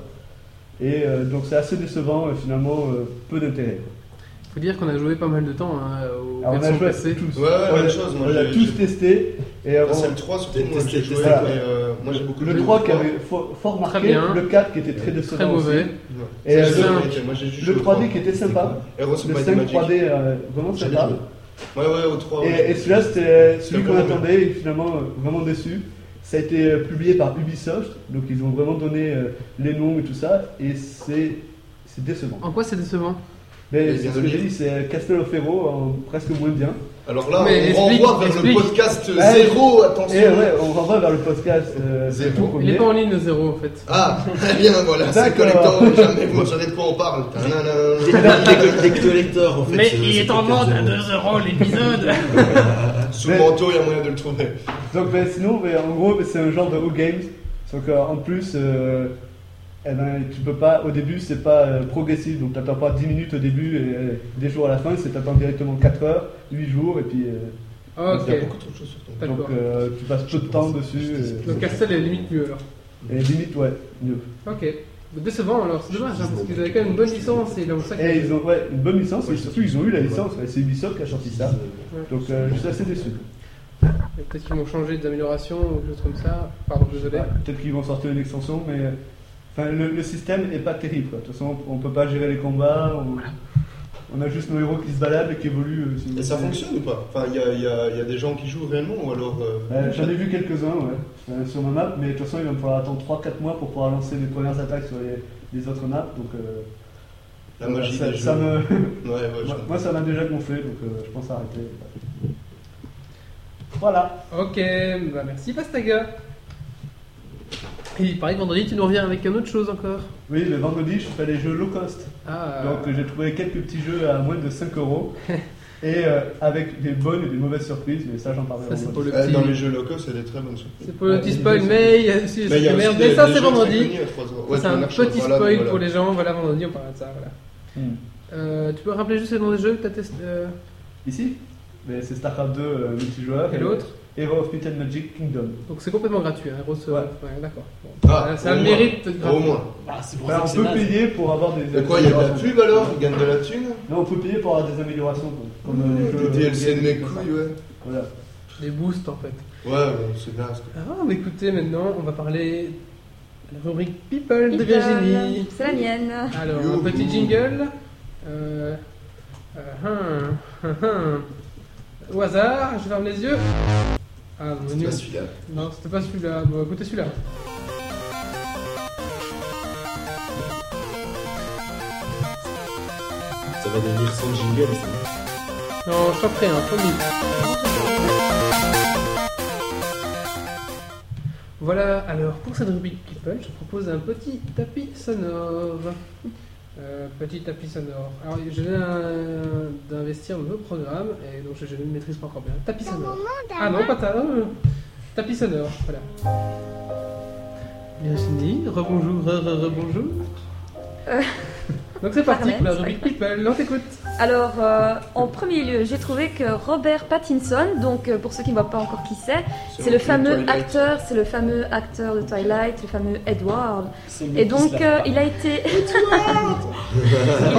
[SPEAKER 6] Et euh, donc, c'est assez décevant, et finalement, euh, peu d'intérêt.
[SPEAKER 1] Faut dire qu'on a joué pas mal de temps hein, aux
[SPEAKER 6] Alors, Ah, on a
[SPEAKER 1] versions
[SPEAKER 6] joué à
[SPEAKER 1] PC.
[SPEAKER 6] tous.
[SPEAKER 3] Ouais, ouais,
[SPEAKER 6] on
[SPEAKER 3] même
[SPEAKER 6] l'a-
[SPEAKER 3] chose, moi,
[SPEAKER 6] on l'a
[SPEAKER 3] j'ai-
[SPEAKER 6] tous
[SPEAKER 3] j'ai-
[SPEAKER 6] testé. Et euh,
[SPEAKER 3] Enfin, C'est
[SPEAKER 6] bon,
[SPEAKER 3] le 3 surtout.
[SPEAKER 2] T'es-
[SPEAKER 3] Moi
[SPEAKER 2] t'es-
[SPEAKER 3] j'ai
[SPEAKER 2] t'es-
[SPEAKER 3] joué.
[SPEAKER 6] voilà.
[SPEAKER 3] mais, euh, Moi j'ai beaucoup
[SPEAKER 6] le
[SPEAKER 3] joué au
[SPEAKER 6] 3 qui avait fort, fort marqué,
[SPEAKER 1] bien.
[SPEAKER 6] le 4 qui était très décevant.
[SPEAKER 1] Très mauvais.
[SPEAKER 6] aussi.
[SPEAKER 3] Non.
[SPEAKER 6] Et
[SPEAKER 1] C'est
[SPEAKER 6] euh,
[SPEAKER 1] ça.
[SPEAKER 6] le,
[SPEAKER 3] Ouais, moi, j'ai juste
[SPEAKER 6] le
[SPEAKER 3] joué au
[SPEAKER 6] 3D qui était sympa.
[SPEAKER 3] Heroes
[SPEAKER 6] Le
[SPEAKER 3] of Might and
[SPEAKER 6] 5
[SPEAKER 3] Magic.
[SPEAKER 6] 3D, euh, vraiment
[SPEAKER 3] J'avais
[SPEAKER 6] sympa.
[SPEAKER 3] joué. Ouais, ouais, au 3. ouais.
[SPEAKER 6] Et, et celui-là, c'était euh, celui
[SPEAKER 3] C'était
[SPEAKER 6] qu'on
[SPEAKER 3] vraiment
[SPEAKER 6] attendait et finalement euh, vraiment déçu. Ça a été euh, publié par Ubisoft, donc ils ont vraiment donné euh, les noms et tout ça, et c'est c'est décevant.
[SPEAKER 1] En quoi c'est décevant
[SPEAKER 6] Mais
[SPEAKER 3] Mais
[SPEAKER 6] c'est ce que
[SPEAKER 3] désolé.
[SPEAKER 6] j'ai dit, c'est euh, Castle of Hero en presque moins bien.
[SPEAKER 3] Alors là,
[SPEAKER 1] Mais
[SPEAKER 3] on
[SPEAKER 1] explique,
[SPEAKER 3] renvoie vers le
[SPEAKER 1] explique. Eh
[SPEAKER 3] podcast
[SPEAKER 6] Ouais.
[SPEAKER 3] 0,
[SPEAKER 6] Et
[SPEAKER 3] attention.
[SPEAKER 6] ouais, on renvoie vers le podcast euh,
[SPEAKER 3] Zéro.
[SPEAKER 6] tout
[SPEAKER 1] Il
[SPEAKER 6] premier.
[SPEAKER 1] est pas en ligne le 0 en fait.
[SPEAKER 3] Ah, très bien, voilà, c'est
[SPEAKER 6] D'accord.
[SPEAKER 3] collector, jamais vous ne savez de quoi on parle. Tadadadada.
[SPEAKER 1] *laughs*
[SPEAKER 2] Des- Des des collecteurs, en fait. euh,
[SPEAKER 5] Mais
[SPEAKER 2] ce-
[SPEAKER 5] il
[SPEAKER 2] ce
[SPEAKER 5] est en
[SPEAKER 2] podcast
[SPEAKER 5] vente à
[SPEAKER 2] de-
[SPEAKER 5] 2 euros l'épisode
[SPEAKER 3] Sous
[SPEAKER 6] Mais-
[SPEAKER 3] le manteau, il y a moyen de le trouver.
[SPEAKER 6] Donc ben, sinon, ben, en gros, ben, c'est un genre de haut games. Donc euh, en plus, euh, eh ben, tu peux pas, au début, c'est pas euh, progressif. Donc t'attends pas 10 minutes au début et euh, des jours à la fin, c'est t'attends directement 4 heures, 8 jours, et puis euh,
[SPEAKER 1] Ah,
[SPEAKER 3] Il y a
[SPEAKER 1] ok.
[SPEAKER 3] beaucoup trop de choses sur ton euh,
[SPEAKER 1] Pas de
[SPEAKER 6] Donc
[SPEAKER 1] bord.
[SPEAKER 6] euh, tu passes peu de temps dessus. et-
[SPEAKER 1] Donc Castle est limite mieux alors.
[SPEAKER 6] Et limite, ouais, mieux.
[SPEAKER 1] Ok. Décevant alors, c'est dommage hein, parce qu'ils avaient quand même une bonne licence et là on sait
[SPEAKER 3] Eh,
[SPEAKER 6] Et
[SPEAKER 1] que.
[SPEAKER 6] ils ont ouais, une bonne licence, et surtout ils ont eu la licence, ouais, c'est Ubisoft qui a sorti ça. Donc euh, je suis assez déçu.
[SPEAKER 1] euh, Peut-être qu'ils vont changer des améliorations ou quelque chose comme ça. Pardon, désolé.
[SPEAKER 6] Ouais, Peut-être qu'ils vont sortir une extension, mais enfin, le, le système est pas terrible. quoi. De toute façon, on peut pas gérer les combats. on- On a juste nos héros qui se baladent et qui évoluent. euh, si-
[SPEAKER 3] Et ça fonctionne ou pas Enfin, il y a, il y a- il y a des gens qui jouent réellement ou alors. euh,
[SPEAKER 1] Eh,
[SPEAKER 6] Euh, J'en ai vu quelques-uns ouais, euh, sur ma map, mais de toute façon, il va me falloir attendre 3-4 mois pour pouvoir lancer les premières attaques sur les, les autres maps. Donc, euh,
[SPEAKER 3] La
[SPEAKER 6] voilà,
[SPEAKER 3] magie
[SPEAKER 6] ça,
[SPEAKER 3] des
[SPEAKER 6] ça
[SPEAKER 3] jeux.
[SPEAKER 6] me-
[SPEAKER 3] Ouais, ouais,
[SPEAKER 1] Euh,
[SPEAKER 3] je
[SPEAKER 6] moi,
[SPEAKER 3] comprends.
[SPEAKER 6] moi, ça m'a déjà gonflé, donc euh, je pense arrêter. Voilà.
[SPEAKER 1] Ok, bah merci Pastaga. Et il paraît que vendredi tu nous reviens avec une autre chose encore.
[SPEAKER 6] Oui, le vendredi, je fais les jeux low cost.
[SPEAKER 1] Ah.
[SPEAKER 6] Donc euh, j'ai trouvé quelques petits jeux à moins de
[SPEAKER 1] *laughs*
[SPEAKER 6] 5 euros. Et euh, avec des bonnes et des mauvaises surprises, mais ça j'en parlerai
[SPEAKER 1] ça c'est pour
[SPEAKER 6] vendredi.
[SPEAKER 1] le
[SPEAKER 3] Euh, dans les
[SPEAKER 1] petit.
[SPEAKER 3] jeux locaux, c'est des très bonnes choses.
[SPEAKER 1] C'est pour le
[SPEAKER 6] Ouais,
[SPEAKER 1] petit
[SPEAKER 6] il y a
[SPEAKER 1] spoil,
[SPEAKER 6] des-
[SPEAKER 1] mais il y a aussi des
[SPEAKER 3] Mais il y a
[SPEAKER 1] trucs de
[SPEAKER 3] aussi
[SPEAKER 1] merde.
[SPEAKER 3] des-
[SPEAKER 1] Mais ça
[SPEAKER 3] des
[SPEAKER 1] c'est
[SPEAKER 3] jeux très
[SPEAKER 1] vendredi.
[SPEAKER 3] connus à 3 euros.
[SPEAKER 1] Ça,
[SPEAKER 3] Ouais,
[SPEAKER 1] C'est un
[SPEAKER 3] Bernard Chazelle,
[SPEAKER 1] petit
[SPEAKER 3] voilà,
[SPEAKER 1] spoil
[SPEAKER 3] voilà.
[SPEAKER 1] pour les gens. Voilà, vendredi on parlera de ça. Voilà.
[SPEAKER 6] Hmm.
[SPEAKER 1] Euh, tu peux rappeler juste le nom des jeux que t'as testé euh,
[SPEAKER 6] Ici mais c'est StarCraft 2 euh, multijoueur
[SPEAKER 1] et l'autre Oh,
[SPEAKER 6] Hero of Myth and Magic Kingdom.
[SPEAKER 1] Donc c'est complètement gratuit, hein, grosse.
[SPEAKER 6] Ouais.
[SPEAKER 1] ouais, d'accord. Bon.
[SPEAKER 3] Ah,
[SPEAKER 1] ça a
[SPEAKER 3] au
[SPEAKER 1] le
[SPEAKER 3] moins.
[SPEAKER 1] mérite d'être gratuit.
[SPEAKER 3] Au moins.
[SPEAKER 5] Ah, c'est pour
[SPEAKER 6] Enfin, Bah, on
[SPEAKER 5] ça que c'est
[SPEAKER 6] peut
[SPEAKER 5] naze.
[SPEAKER 6] payer pour avoir des
[SPEAKER 3] Mais quoi, il y a de la pub alors Ils gagnent de la thune
[SPEAKER 6] Non, on peut payer pour avoir des améliorations. quoi. Comme euh, les
[SPEAKER 3] Le
[SPEAKER 6] jeux.
[SPEAKER 3] DLC de mes
[SPEAKER 6] comme ça.
[SPEAKER 3] couilles, ouais.
[SPEAKER 6] Voilà.
[SPEAKER 1] Des boosts en fait.
[SPEAKER 3] Ouais, bon, c'est naze. quoi.
[SPEAKER 1] Ah, mais écoutez, maintenant on va parler de la rubrique People de
[SPEAKER 4] People,
[SPEAKER 1] Virginie.
[SPEAKER 4] C'est la mienne.
[SPEAKER 1] Alors,
[SPEAKER 3] Youhou.
[SPEAKER 1] un petit jingle. Euh, euh, hum, hum, hum. Au hasard, je ferme les yeux. Ah, mon
[SPEAKER 2] C'est
[SPEAKER 1] Dieu.
[SPEAKER 2] pas celui-là.
[SPEAKER 1] Non, c'était pas celui-là. Bon, écoutez celui-là.
[SPEAKER 2] Ça va devenir sans jingle. ça.
[SPEAKER 1] Non, je t'en hein, ferai un, promis. Voilà, alors pour cette rubrique People, je propose un petit tapis sonore. Euh, petit tapis sonore. Alors, je viens euh, d'investir dans le programme, et donc je, je ne maîtrise pas encore bien. Tapis sonore. Ah non, pas ta. euh, tapis sonore, voilà. Bien fini, rebonjour, re- re- rebonjour.
[SPEAKER 4] Euh.
[SPEAKER 1] Donc c'est parti
[SPEAKER 4] Pardon,
[SPEAKER 1] pour la
[SPEAKER 4] c'est
[SPEAKER 1] rubrique People, on t'écoute.
[SPEAKER 4] Alors, euh, en premier lieu, j'ai trouvé que Robert Pattinson, donc euh, pour ceux qui ne voient pas encore qui c'est, c'est le
[SPEAKER 3] Twilight.
[SPEAKER 4] fameux acteur, c'est le fameux acteur de Twilight, le fameux Edward.
[SPEAKER 5] C'est mieux
[SPEAKER 4] Et
[SPEAKER 5] qu'ils
[SPEAKER 4] donc,
[SPEAKER 5] se
[SPEAKER 4] euh,
[SPEAKER 5] lavent
[SPEAKER 4] il a été, il a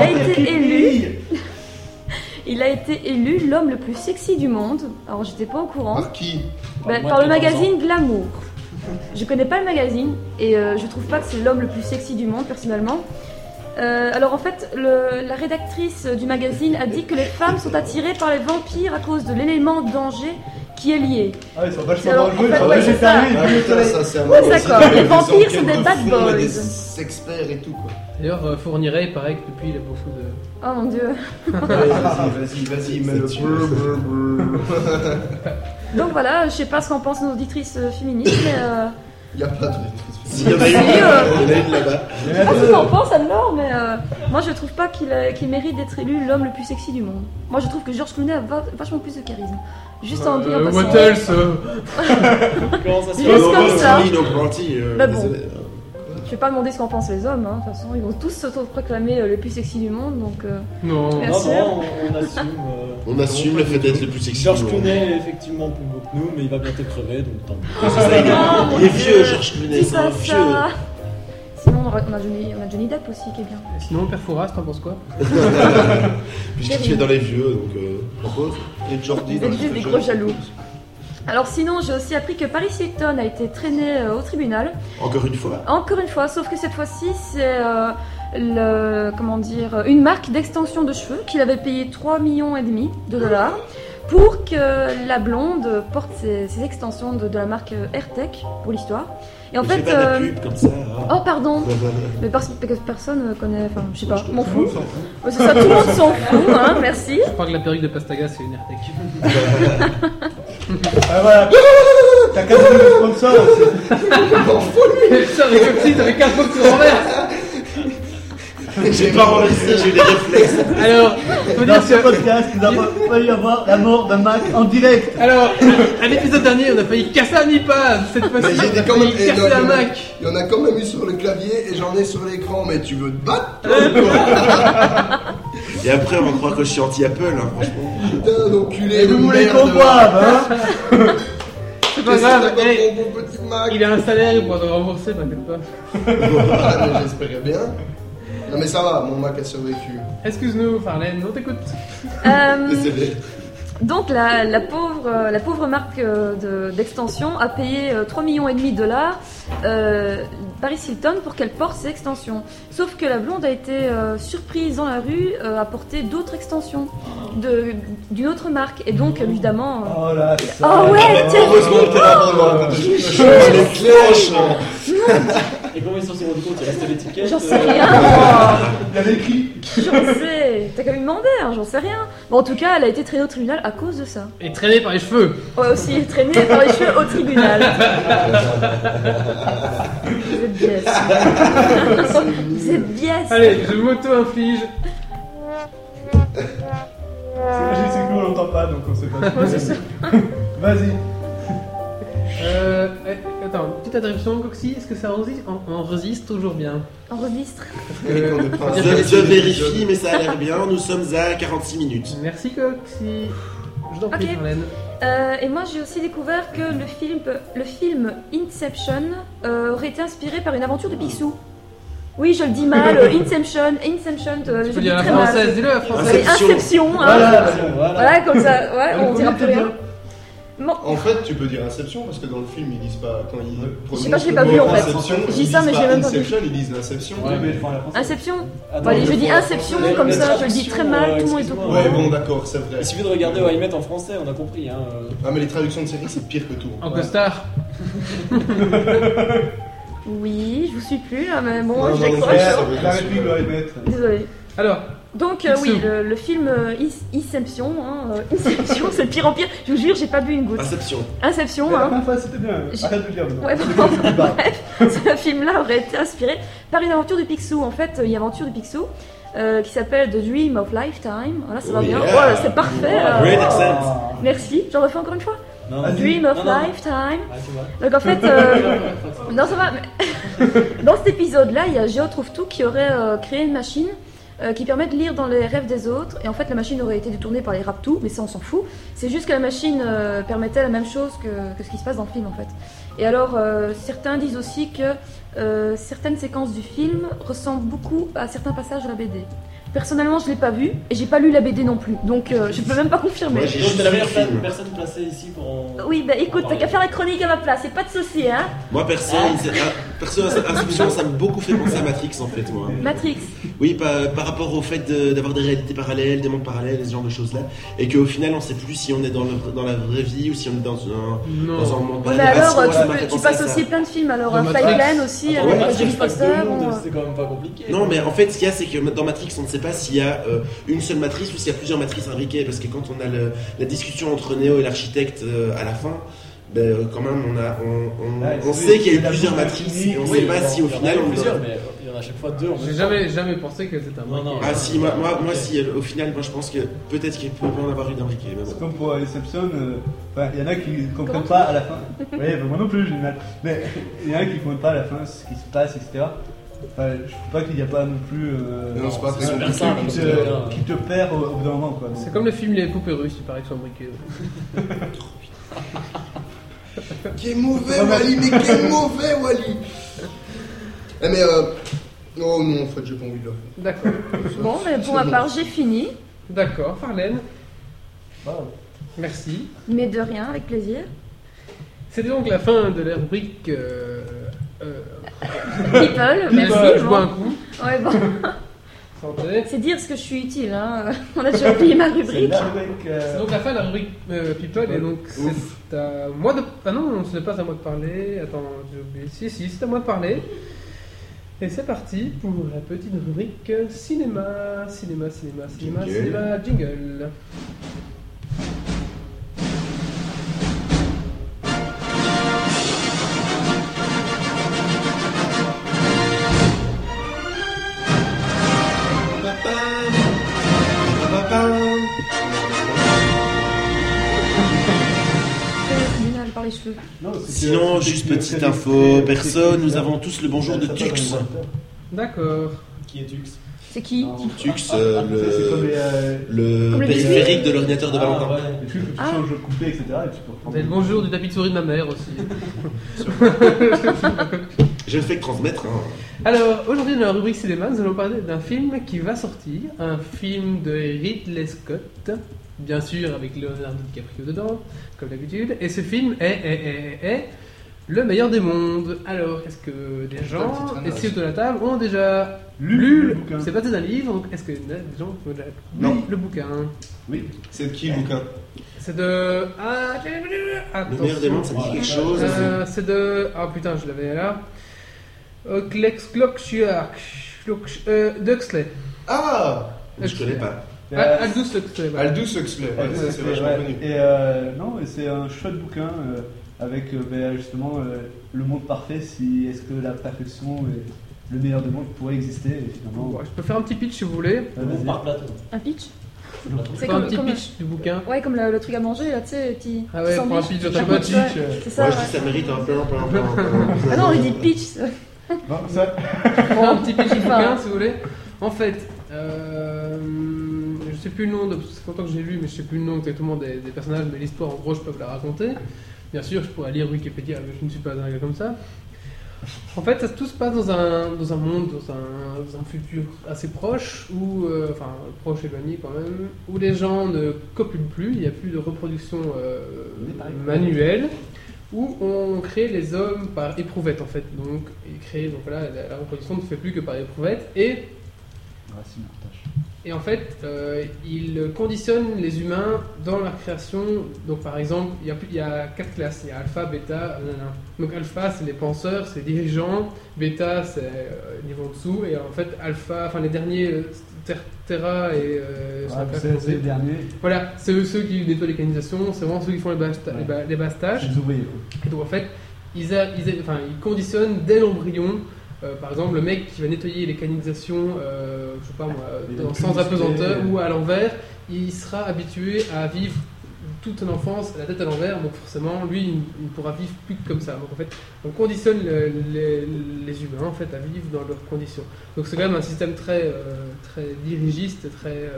[SPEAKER 4] été élu, il a été élu l'homme le plus sexy du monde. Alors, j'étais pas au courant.
[SPEAKER 3] Par qui
[SPEAKER 5] pas.
[SPEAKER 4] Bah,
[SPEAKER 5] Moi,
[SPEAKER 4] par le
[SPEAKER 5] 14 ans.
[SPEAKER 4] magazine Glamour. Je connais pas le magazine et euh, je trouve pas que c'est l'homme le plus sexy du monde personnellement. Euh, alors en fait, le- la rédactrice du magazine a dit que les femmes sont attirées par les vampires à cause de l'élément danger qui est lié.
[SPEAKER 6] Ah, ils sont vachement
[SPEAKER 4] Alors, en
[SPEAKER 6] dangereux.
[SPEAKER 4] fait,
[SPEAKER 6] Ah,
[SPEAKER 4] ouais,
[SPEAKER 6] j'ai
[SPEAKER 4] c'est ça.
[SPEAKER 6] parlé,
[SPEAKER 3] Ah
[SPEAKER 6] j'ai
[SPEAKER 3] putain,
[SPEAKER 6] parlé.
[SPEAKER 3] ça c'est un
[SPEAKER 4] Ouais,
[SPEAKER 3] magazine
[SPEAKER 4] d'accord,
[SPEAKER 3] avec
[SPEAKER 4] les
[SPEAKER 3] des
[SPEAKER 4] vampires
[SPEAKER 3] enquêtes
[SPEAKER 4] sont des
[SPEAKER 3] de
[SPEAKER 4] bad
[SPEAKER 3] fond et
[SPEAKER 4] boys.
[SPEAKER 3] Des experts et tout quoi.
[SPEAKER 1] D'ailleurs, euh, Fourniret, il paraît que depuis, il a beaucoup de.
[SPEAKER 4] Oh mon dieu.
[SPEAKER 3] Allez, Vas-y, vas-y, vas-y, mets le
[SPEAKER 2] C'est
[SPEAKER 3] brr,
[SPEAKER 2] sûr.
[SPEAKER 3] brr, brr.
[SPEAKER 4] Donc voilà, je sais pas ce qu'en pensent nos auditrices euh, féministes, mais euh,
[SPEAKER 3] Il y a pas de rétrice.
[SPEAKER 2] S'il y en a une,
[SPEAKER 4] Sérieux
[SPEAKER 2] il y en a une là-bas.
[SPEAKER 6] Il
[SPEAKER 4] je
[SPEAKER 6] y
[SPEAKER 4] sais
[SPEAKER 6] en a
[SPEAKER 4] pas ce
[SPEAKER 6] deux.
[SPEAKER 4] qu'en pensent alors, mais euh, moi je trouve pas qu'il a- qu'il mérite d'être élu l'homme le plus sexy du monde. Moi je trouve que George Clooney a va- vachement plus de charisme. Juste en dire
[SPEAKER 1] Euh,
[SPEAKER 4] en passant.
[SPEAKER 1] what else euh,
[SPEAKER 5] Comment ça se
[SPEAKER 4] Juste
[SPEAKER 5] passe
[SPEAKER 4] comme ça.
[SPEAKER 2] No party, euh,
[SPEAKER 4] Bah
[SPEAKER 3] *laughs*
[SPEAKER 4] bon.
[SPEAKER 2] désolé.
[SPEAKER 4] Je vais pas demander ce qu'en pensent les hommes, hein. de toute façon, ils vont tous s'auto-proclamer euh, les plus sexy du monde, donc. euh,
[SPEAKER 1] Non.
[SPEAKER 4] Merci.
[SPEAKER 5] Non, non, on, on assume. euh,
[SPEAKER 2] On assume le fait d'être le plus sexy.
[SPEAKER 5] Georges
[SPEAKER 2] du monde.
[SPEAKER 5] Clooney est effectivement plus beau que nous, mais il va bientôt crever, donc tant pis.
[SPEAKER 2] Il est vieux, Georges Clooney,
[SPEAKER 4] Dis
[SPEAKER 2] c'est un
[SPEAKER 4] pas
[SPEAKER 2] vieux.
[SPEAKER 4] ça Sinon, on aura- on a, Johnny, on a Johnny Depp aussi qui est bien.
[SPEAKER 1] Sinon, Père Fouras, t'en penses quoi
[SPEAKER 2] Puisque tu es dans les vieux, donc euh, propose.
[SPEAKER 3] Et Jordi
[SPEAKER 4] Vous
[SPEAKER 3] dans
[SPEAKER 4] êtes
[SPEAKER 3] le
[SPEAKER 4] juste des
[SPEAKER 3] jeu.
[SPEAKER 4] gros jaloux. Alors, sinon, j'ai aussi appris que Paris Hilton a été traîné euh, au tribunal.
[SPEAKER 2] Encore une fois.
[SPEAKER 4] Encore une fois, sauf que cette fois-ci, c'est euh, le, comment dire, une marque d'extension de cheveux qu'il avait payé 3 millions et demi de dollars pour que la blonde porte ses, ses extensions de, de la marque euh, AirTech pour l'histoire. Et en
[SPEAKER 2] Je fais
[SPEAKER 4] fait,
[SPEAKER 2] pas de la
[SPEAKER 4] euh,
[SPEAKER 2] pub comme ça. hein.
[SPEAKER 4] oh pardon,
[SPEAKER 2] Bah, bah,
[SPEAKER 4] Mais parce que personne connaît, enfin, je sais pas,
[SPEAKER 2] Je te-
[SPEAKER 4] m'en fous. Ouais, C'est ça, tout le monde s'en fout, hein, merci.
[SPEAKER 1] Je crois que la perruque de Pastaga, c'est une AirTech. *laughs*
[SPEAKER 6] Ah, voilà. T'as qu'à donner le sponsor aussi.
[SPEAKER 1] Putain, mais comme si t'avais 4 fois que tu renverses
[SPEAKER 2] bah. J'ai pas renversé, j'ai eu des réflexes.
[SPEAKER 1] Alors, faut
[SPEAKER 6] Dans
[SPEAKER 1] dire
[SPEAKER 6] ce
[SPEAKER 1] que.
[SPEAKER 6] podcast, il va pas y avoir la mort d'un Mac en direct.
[SPEAKER 1] Alors, à l'épisode dernier, on a failli casser un iPad. Cette fois-ci,
[SPEAKER 3] Mais
[SPEAKER 1] on
[SPEAKER 3] j'étais
[SPEAKER 1] a
[SPEAKER 3] quand même-
[SPEAKER 1] failli casser
[SPEAKER 3] eh, non,
[SPEAKER 1] un
[SPEAKER 3] non.
[SPEAKER 1] Mac.
[SPEAKER 3] Il y en a quand même eu sur le clavier et j'en ai sur l'écran, mais tu veux te battre
[SPEAKER 2] Et après, on va croire que je suis anti-Apple, hein, franchement.
[SPEAKER 3] Putain d'enculé
[SPEAKER 6] Et
[SPEAKER 3] de
[SPEAKER 6] vous voulez
[SPEAKER 3] merde.
[SPEAKER 6] qu'on boive, hein
[SPEAKER 1] C'est pas
[SPEAKER 3] Qu'est-ce que t'as
[SPEAKER 1] grave,
[SPEAKER 3] pas
[SPEAKER 1] hey,
[SPEAKER 3] pour mon petit Mac
[SPEAKER 1] il a un salaire, il pourra te rembourser, t'inquiète pas.
[SPEAKER 3] Ah, mais J'espérais bien. Non mais ça va, mon Mac a survécu.
[SPEAKER 1] Excuse-nous, Farlène, on t'écoute.
[SPEAKER 4] Euh,
[SPEAKER 3] Désolé.
[SPEAKER 4] donc la, la pauvre, euh, la pauvre marque euh, de- d'extension a payé euh, 3,5 millions et demi de dollars euh, Paris Hilton pour qu'elle porte ses extensions. Sauf que la blonde a été euh, surprise dans la rue euh, à porter d'autres extensions de- d'une autre marque. Et donc évidemment... euh,
[SPEAKER 6] Oh la
[SPEAKER 4] Oh ouais, tiens.
[SPEAKER 3] Ah, bah, Heureusement que t'es là pendant le Je change les cloches.
[SPEAKER 5] Et comment ils s'en sont rendus compte Il restait l'étiquette
[SPEAKER 4] J'en sais
[SPEAKER 5] euh,
[SPEAKER 4] rien.
[SPEAKER 6] Il y avait écrit
[SPEAKER 4] J'en sais. T'as quand même demandé, hein, j'en sais rien. Bon, en tout cas, elle a été traînée au tribunal à cause de ça.
[SPEAKER 1] Et traîné par les cheveux.
[SPEAKER 4] Ouais, aussi traînée par les cheveux au tribunal. Vous êtes biaise. Vous êtes biaise.
[SPEAKER 1] Allez, je m'auto-inflige.
[SPEAKER 6] C'est magique, c'est que nous on l'entend pas donc on sait pas.
[SPEAKER 4] Ouais, c'est ça.
[SPEAKER 6] Vas-y.
[SPEAKER 1] Euh, eh, attends, petite interruption, Coxy, est-ce que ça résiste on, on résiste toujours bien.
[SPEAKER 4] Enregistre.
[SPEAKER 3] Et qu'on est
[SPEAKER 2] Euh, Je,
[SPEAKER 3] pas-
[SPEAKER 2] je vérifie, mais ça a l'air bien. Nous sommes à 46 minutes.
[SPEAKER 1] Merci, Coxy. Je t'en prie,
[SPEAKER 4] Ok.
[SPEAKER 1] Farlène.
[SPEAKER 4] Euh, et moi, j'ai aussi découvert que le film, le film Inception euh, aurait été inspiré par une aventure de Picsou. Oui, je le dis mal. euh, Inception, Inception. euh, je
[SPEAKER 1] Tu peux
[SPEAKER 4] le dis
[SPEAKER 1] dire la
[SPEAKER 4] très mal.
[SPEAKER 1] française, dis-le la
[SPEAKER 4] C'est
[SPEAKER 1] française.
[SPEAKER 2] Inception.
[SPEAKER 4] Inception. hein.
[SPEAKER 6] Voilà, c'est bon, voilà.
[SPEAKER 4] Voilà, comme ça, ouais, on dira plus rien. Bon,
[SPEAKER 3] En fait, tu peux dire Inception parce que dans le film, ils disent pas quand ils prononcent
[SPEAKER 4] sais pas, je l'ai
[SPEAKER 3] le
[SPEAKER 4] pas
[SPEAKER 3] mot
[SPEAKER 4] vu, en fait.
[SPEAKER 3] Inception,
[SPEAKER 4] Je dis
[SPEAKER 3] ils
[SPEAKER 4] ça,
[SPEAKER 3] disent
[SPEAKER 4] mais j'ai même pas vu.
[SPEAKER 3] Inception, ils disent Inception.
[SPEAKER 5] Ouais, mais-
[SPEAKER 4] Inception
[SPEAKER 5] Attends,
[SPEAKER 4] Bon, allez, je
[SPEAKER 5] le
[SPEAKER 4] dis
[SPEAKER 5] point.
[SPEAKER 4] Inception,
[SPEAKER 5] Mais-
[SPEAKER 4] comme
[SPEAKER 5] mais
[SPEAKER 4] ça, je le dis très mal,
[SPEAKER 5] euh,
[SPEAKER 4] tout le monde est au
[SPEAKER 5] excuse-moi.
[SPEAKER 4] courant.
[SPEAKER 3] Ouais, bon, d'accord, c'est vrai.
[SPEAKER 5] Il suffit de regarder où ils mettent en français, on a compris. Hein. euh.
[SPEAKER 3] Ah, mais les traductions de séries, c'est pire que tout.
[SPEAKER 1] En
[SPEAKER 3] Ouais.
[SPEAKER 1] costard.
[SPEAKER 4] Oui, je vous suis plus là, mais bon,
[SPEAKER 3] Non,
[SPEAKER 4] je
[SPEAKER 3] non, non,
[SPEAKER 4] décroche.
[SPEAKER 3] mais-
[SPEAKER 6] Frère, la réplique doit les mettre.
[SPEAKER 4] Désolée.
[SPEAKER 1] Alors,
[SPEAKER 4] Donc, euh, oui,
[SPEAKER 1] Inception.
[SPEAKER 4] le, le film euh, Is- Inception, hein, euh, Inception, *laughs* c'est de pire en pire. Je vous jure, j'ai pas bu une goutte.
[SPEAKER 2] Inception.
[SPEAKER 6] Mais
[SPEAKER 4] Inception,
[SPEAKER 6] La
[SPEAKER 4] hein.
[SPEAKER 6] première fois c'était bien, arrête de le dire. maintenant.
[SPEAKER 4] Ouais, bon, bref, ce film-là aurait été inspiré par une aventure de Picsou. En fait, il y a une aventure de Picsou euh, qui s'appelle The Dream of Lifetime. Voilà, ça va
[SPEAKER 2] Oh
[SPEAKER 4] bien.
[SPEAKER 2] yeah.
[SPEAKER 4] Voilà, c'est parfait.
[SPEAKER 5] Wow.
[SPEAKER 4] euh,
[SPEAKER 2] Great accent.
[SPEAKER 6] Ah.
[SPEAKER 4] Merci, j'en refais encore une fois.
[SPEAKER 5] Non,
[SPEAKER 6] Vas-y.
[SPEAKER 4] Dream of
[SPEAKER 5] Non, non, non.
[SPEAKER 4] Lifetime.
[SPEAKER 5] Ah, tu vois.
[SPEAKER 4] Donc en fait, euh, non ça va. mais- *laughs* dans cet épisode-là, il y a Géo trouve tout qui aurait euh, créé une machine euh, qui permet de lire dans les rêves des autres. Et en fait, la machine aurait été détournée par les raptous, mais ça on s'en fout. C'est juste que la machine euh, permettait la même chose que, que ce qui se passe dans le film en fait. Et alors, euh, certains disent aussi que euh, certaines séquences du film ressemblent beaucoup à certains passages de la BD. Personnellement, je l'ai pas vu et j'ai pas lu la BD non plus, donc euh, je peux même pas confirmer.
[SPEAKER 2] Ouais, j'ai
[SPEAKER 5] Donc,
[SPEAKER 2] juste
[SPEAKER 5] t'es la
[SPEAKER 2] vu le
[SPEAKER 5] meilleure
[SPEAKER 2] film.
[SPEAKER 5] personne, personne placée ici pour en.
[SPEAKER 4] Oui, bah écoute, t'as
[SPEAKER 5] en parler.
[SPEAKER 4] qu'à faire la chronique à ma place, c'est pas de souci, hein.
[SPEAKER 2] Moi, perso, Ince- ah, perso, Inception, ça m'a beaucoup fait penser à Matrix, en fait, moi.
[SPEAKER 4] Matrix.
[SPEAKER 2] Oui, par, par rapport au fait de- d'avoir des réalités parallèles, des mondes parallèles, ce genre de choses-là, et qu'au final, on sait plus si on est dans, le- dans la vraie vie ou si on est dans un, dans un
[SPEAKER 1] non.
[SPEAKER 2] monde
[SPEAKER 4] Ouais,
[SPEAKER 2] parallèle.
[SPEAKER 4] mais
[SPEAKER 2] Ah,
[SPEAKER 4] alors, euh,
[SPEAKER 2] si, voilà,
[SPEAKER 4] tu,
[SPEAKER 2] ça m'a
[SPEAKER 4] peux-
[SPEAKER 2] fait
[SPEAKER 4] tu
[SPEAKER 2] penser
[SPEAKER 4] passes
[SPEAKER 2] à
[SPEAKER 4] aussi
[SPEAKER 2] ça.
[SPEAKER 4] plein de films, alors
[SPEAKER 1] Dans
[SPEAKER 4] un
[SPEAKER 1] Matrix.
[SPEAKER 4] Flightline aussi,
[SPEAKER 2] Attends,
[SPEAKER 4] avec
[SPEAKER 2] Matrix,
[SPEAKER 4] Jodie
[SPEAKER 5] Ah, Matrix passe
[SPEAKER 4] euh, Foster.
[SPEAKER 5] deux
[SPEAKER 4] bon,
[SPEAKER 5] mondes,
[SPEAKER 4] euh,
[SPEAKER 5] C'est quand même pas compliqué.
[SPEAKER 2] Non, mais en fait, ce qu'il y a, c'est que dans Matrix, on ne sait pas s'il y a euh, une seule matrice ou s'il y a plusieurs matrices imbriquées, parce que quand on a le- la discussion entre Neo et l'architecte euh, à la fin, ben, euh, quand même, on, a, on, on-
[SPEAKER 6] Ah,
[SPEAKER 2] on
[SPEAKER 6] oui,
[SPEAKER 2] sait qu'il y a eu
[SPEAKER 6] la
[SPEAKER 2] plusieurs
[SPEAKER 6] boucle
[SPEAKER 2] matrices,
[SPEAKER 6] infinie,
[SPEAKER 2] et on ne
[SPEAKER 5] Oui,
[SPEAKER 2] sait pas
[SPEAKER 5] bon,
[SPEAKER 2] si au
[SPEAKER 5] il y en a
[SPEAKER 2] final, on
[SPEAKER 5] plusieurs, mais il y en a à chaque fois deux. en
[SPEAKER 1] J'ai
[SPEAKER 5] même
[SPEAKER 1] jamais, jamais pensé que c'était un
[SPEAKER 5] Non,
[SPEAKER 1] mec.
[SPEAKER 5] non.
[SPEAKER 2] Ah si, moi, moi, moi, si, euh, au final, moi je pense que peut-être qu'il peut en avoir eu d'imbriqué, mais bon.
[SPEAKER 6] C'est comme pour euh, Inception, euh, enfin, il y en a qui
[SPEAKER 4] Comment
[SPEAKER 6] comprennent pas à la fin. Oui, bah, moi non plus, j'ai du mal. Mais il y en a qui comprennent pas à la fin ce qui se passe, etc. Enfin, je trouve pas qu'il n'y a pas non plus. euh,
[SPEAKER 3] Non, c'est pas
[SPEAKER 6] un
[SPEAKER 4] Ah,
[SPEAKER 3] très
[SPEAKER 6] truc
[SPEAKER 5] compliqué,
[SPEAKER 6] qui,
[SPEAKER 5] comme ça.
[SPEAKER 6] te, qui te perd au, au bout d'un moment, quoi. Donc,
[SPEAKER 1] C'est comme le film Les Poupées Russes, il paraît que sont briqués.
[SPEAKER 3] Qui est mauvais, Wally, mais qui est mauvais, Wally Eh, mais euh. Non, non, en fait, j'ai pas envie de le faire.
[SPEAKER 1] D'accord.
[SPEAKER 4] *laughs* Bon, mais pour ma part, j'ai fini,
[SPEAKER 1] D'accord, Farlène,
[SPEAKER 6] wow.
[SPEAKER 1] merci.
[SPEAKER 4] mais de rien, avec plaisir.
[SPEAKER 1] C'était donc la fin de la rubrique. Euh, euh,
[SPEAKER 4] People,
[SPEAKER 1] Alpha,
[SPEAKER 4] merci.
[SPEAKER 1] je bois un
[SPEAKER 4] Bon.
[SPEAKER 1] coup.
[SPEAKER 4] Ouais, bon,
[SPEAKER 1] Santé.
[SPEAKER 4] c'est dire ce que je suis utile, hein. *laughs* On a déjà oublié ma
[SPEAKER 6] C'est
[SPEAKER 4] rubrique.
[SPEAKER 6] là avec.
[SPEAKER 1] C'est
[SPEAKER 6] euh,
[SPEAKER 1] donc la fin de la rubrique euh, People et donc
[SPEAKER 3] Ouf.
[SPEAKER 1] c'est à moi de. Ah non, ce n'est pas à moi de parler. Attends, j'ai oublié. Si, si, c'est à moi de parler. Et c'est parti pour la petite rubrique cinéma, cinéma, cinéma, cinéma,
[SPEAKER 2] Jingle.
[SPEAKER 1] cinéma, jingle.
[SPEAKER 4] C'est le tribunal par les cheveux.
[SPEAKER 6] non, c'est que-
[SPEAKER 2] Sinon,
[SPEAKER 6] c'est
[SPEAKER 2] juste
[SPEAKER 6] que-
[SPEAKER 2] petite
[SPEAKER 6] c'est
[SPEAKER 2] info,
[SPEAKER 6] que-
[SPEAKER 2] perso,
[SPEAKER 6] c'est que-
[SPEAKER 2] nous avons tous le bonjour de
[SPEAKER 6] Ça passe dans
[SPEAKER 2] Tux.
[SPEAKER 6] le moteur.
[SPEAKER 1] D'accord.
[SPEAKER 5] Qui est Tux
[SPEAKER 4] C'est qui
[SPEAKER 6] Non.
[SPEAKER 2] Tux, euh,
[SPEAKER 6] Ah,
[SPEAKER 5] Ah,
[SPEAKER 6] C'est comme
[SPEAKER 2] le,
[SPEAKER 6] les, euh, Ah,
[SPEAKER 2] le
[SPEAKER 4] Comme le
[SPEAKER 2] périphérique de l'ordinateur de Valentin.
[SPEAKER 6] les trucs que tu
[SPEAKER 4] Ah.
[SPEAKER 6] changes de couplet, etc. Et tu peux reprendre.
[SPEAKER 1] C'est le bonjour du tapis de souris de ma mère aussi.
[SPEAKER 2] Je ne fais que transmettre. hein.
[SPEAKER 1] Alors, aujourd'hui, dans la rubrique cinéma, nous allons parler d'un film qui va sortir. Un film de Ridley Scott, bien sûr, avec Leonardo DiCaprio dedans, comme d'habitude. Et ce film est, est, est, est le meilleur des mondes. Alors, est-ce que des gens,
[SPEAKER 3] Putain, c'est très
[SPEAKER 1] est-ce que
[SPEAKER 3] nice.
[SPEAKER 1] de la table, ont déjà
[SPEAKER 6] Lu
[SPEAKER 1] lu
[SPEAKER 6] le
[SPEAKER 1] le
[SPEAKER 6] bouquin. Euh,
[SPEAKER 1] C'est basé d'un livre, donc est-ce que des gens ont déjà lu
[SPEAKER 2] Non.
[SPEAKER 1] le bouquin
[SPEAKER 3] C'est de qui le bouquin
[SPEAKER 1] C'est de. Ah, j'ai-
[SPEAKER 2] Le meilleur des
[SPEAKER 1] Attention.
[SPEAKER 2] mondes, ça me dit quelque chose.
[SPEAKER 1] Euh, c'est de. Ah putain, je l'avais là. Euh, Klex Klokschiak. Kloksch- euh, Duxley.
[SPEAKER 3] Ah
[SPEAKER 2] Je connais pas.
[SPEAKER 6] Et,
[SPEAKER 1] Al-
[SPEAKER 6] euh,
[SPEAKER 1] Aldous Huxley. voilà.
[SPEAKER 3] Aldous Huxley.
[SPEAKER 6] Ouais,
[SPEAKER 3] Ouais, ça, c'est
[SPEAKER 6] ouais,
[SPEAKER 3] vachement
[SPEAKER 6] ouais.
[SPEAKER 3] connu.
[SPEAKER 6] Et euh, non, et c'est un chouette bouquin euh, avec euh, ben, justement euh, le monde parfait. Si est-ce que la perfection et le meilleur du monde pourrait exister et finalement.
[SPEAKER 1] Bon, je peux faire un petit pitch si vous voulez.
[SPEAKER 6] euh, vas-y.
[SPEAKER 5] Par plateau.
[SPEAKER 4] Un pitch
[SPEAKER 1] Je
[SPEAKER 4] C'est
[SPEAKER 1] fais un
[SPEAKER 4] comme,
[SPEAKER 1] petit
[SPEAKER 4] comme- Oh.
[SPEAKER 1] pitch du bouquin.
[SPEAKER 4] Ouais, comme le, le truc à manger, là, tu sais, petit.
[SPEAKER 1] Ah ouais,
[SPEAKER 4] petit
[SPEAKER 1] pour un
[SPEAKER 4] sandwich.
[SPEAKER 1] pitch
[SPEAKER 4] Ouais,
[SPEAKER 1] automatique.
[SPEAKER 4] ouais, C'est ça,
[SPEAKER 2] Moi, je
[SPEAKER 4] ouais.
[SPEAKER 2] dis que ça mérite un plan, plan, plan, plan.
[SPEAKER 4] Ah non, on lui dit pitch. *laughs* ça.
[SPEAKER 6] Non, ça-
[SPEAKER 1] un petit
[SPEAKER 4] *laughs*
[SPEAKER 1] pitch du
[SPEAKER 4] Enfin.
[SPEAKER 1] bouquin si vous voulez. En fait, euh, je sais plus le nom, de, parce que c'est longtemps que j'ai lu, mais je sais plus le nom exactement des, des personnages, mais l'histoire en gros je peux vous la raconter. Bien sûr, je pourrais lire Wikipédia, mais je ne suis pas un gars comme ça. En fait, ça, tout se passe dans un, dans un monde, dans un, dans un futur assez proche, où, euh, enfin proche éloigné quand même, où les gens ne copulent plus, il n'y a plus de reproduction euh, manuelle où on crée les hommes par éprouvette en fait. Donc, ils créent- donc voilà, la, la reproduction ne se fait plus que par éprouvette. Et,
[SPEAKER 6] Racine, Artache.
[SPEAKER 1] et en fait, euh, ils conditionnent les humains dans la création. Donc par exemple, il y a, plus- il y a quatre classes. Il y a alpha, bêta, nanana. Donc alpha, c'est les penseurs, c'est les dirigeants. Bêta, c'est euh, niveau en dessous. Et en fait, alpha, enfin les derniers, euh, Ter- Terra et... euh, je sais
[SPEAKER 6] Ah,
[SPEAKER 1] pas
[SPEAKER 6] c'est
[SPEAKER 1] comment
[SPEAKER 6] c'est le
[SPEAKER 1] c'est.
[SPEAKER 6] dernier.
[SPEAKER 1] voilà, c'est eux ceux qui nettoient les canalisations, c'est vraiment ceux qui font les, basta-
[SPEAKER 6] Ouais.
[SPEAKER 1] les ba- les bastages.
[SPEAKER 6] Je les ouvriers. quoi.
[SPEAKER 1] Et donc en fait, ils, a- ils a- enfin, ils conditionnent dès l'embryon. euh, par exemple, le mec qui va nettoyer les canalisations, euh, je sais pas moi,
[SPEAKER 6] Il
[SPEAKER 1] dans-
[SPEAKER 6] va
[SPEAKER 1] sans
[SPEAKER 6] publicité.
[SPEAKER 1] apesanteur ou à l'envers, il sera habitué à vivre toute son enfance la tête à l'envers, donc forcément, lui, il il ne pourra vivre plus que comme ça. Donc en fait, on conditionne le- les, les humains en fait à vivre dans leurs conditions. Donc c'est quand même un système très, euh, très dirigiste, très euh,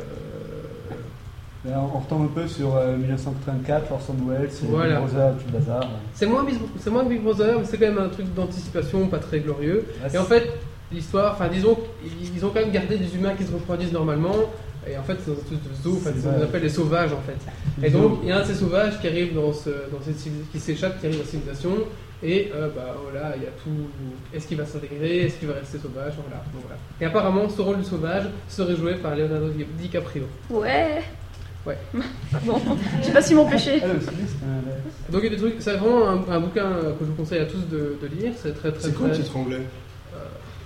[SPEAKER 6] Ben, on on retombe un peu sur euh, 1984, Orson Welles, et
[SPEAKER 1] Voilà.
[SPEAKER 6] Rosa, tout le bazar. Ouais,
[SPEAKER 1] c'est moins Big- c'est moins Big Brother, mais c'est quand même un truc d'anticipation, pas très glorieux. Et
[SPEAKER 6] c'est-
[SPEAKER 1] en fait, l'histoire, enfin disons qu'ils ont quand même gardé des humains qui se reproduisent normalement, et en fait c'est dans une espèce de zoo, enfin,
[SPEAKER 6] C'est
[SPEAKER 1] c'est- on
[SPEAKER 6] vrai.
[SPEAKER 1] appelle les sauvages en fait.
[SPEAKER 6] ils
[SPEAKER 1] Et donc
[SPEAKER 6] ont-
[SPEAKER 1] il y a un de ces sauvages qui arrive dans, ce, dans cette civil- qui s'échappe, qui arrive dans la civilisation, et euh, bah voilà, il y a tout, est-ce qu'il va s'intégrer, est-ce qu'il va rester sauvage, voilà, bon, voilà. Et apparemment ce rôle du sauvage serait joué par Leonardo Di- DiCaprio.
[SPEAKER 4] Ouais.
[SPEAKER 1] Ouais.
[SPEAKER 4] *laughs* bon, j'ai pas su
[SPEAKER 6] *laughs*
[SPEAKER 4] m'empêcher.
[SPEAKER 6] Ah, le styliste, euh,
[SPEAKER 1] Donc il y a des trucs, c'est vraiment un, un bouquin euh, que je vous conseille à tous de, de lire, c'est très très
[SPEAKER 3] C'est quoi le
[SPEAKER 1] très...
[SPEAKER 3] titre anglais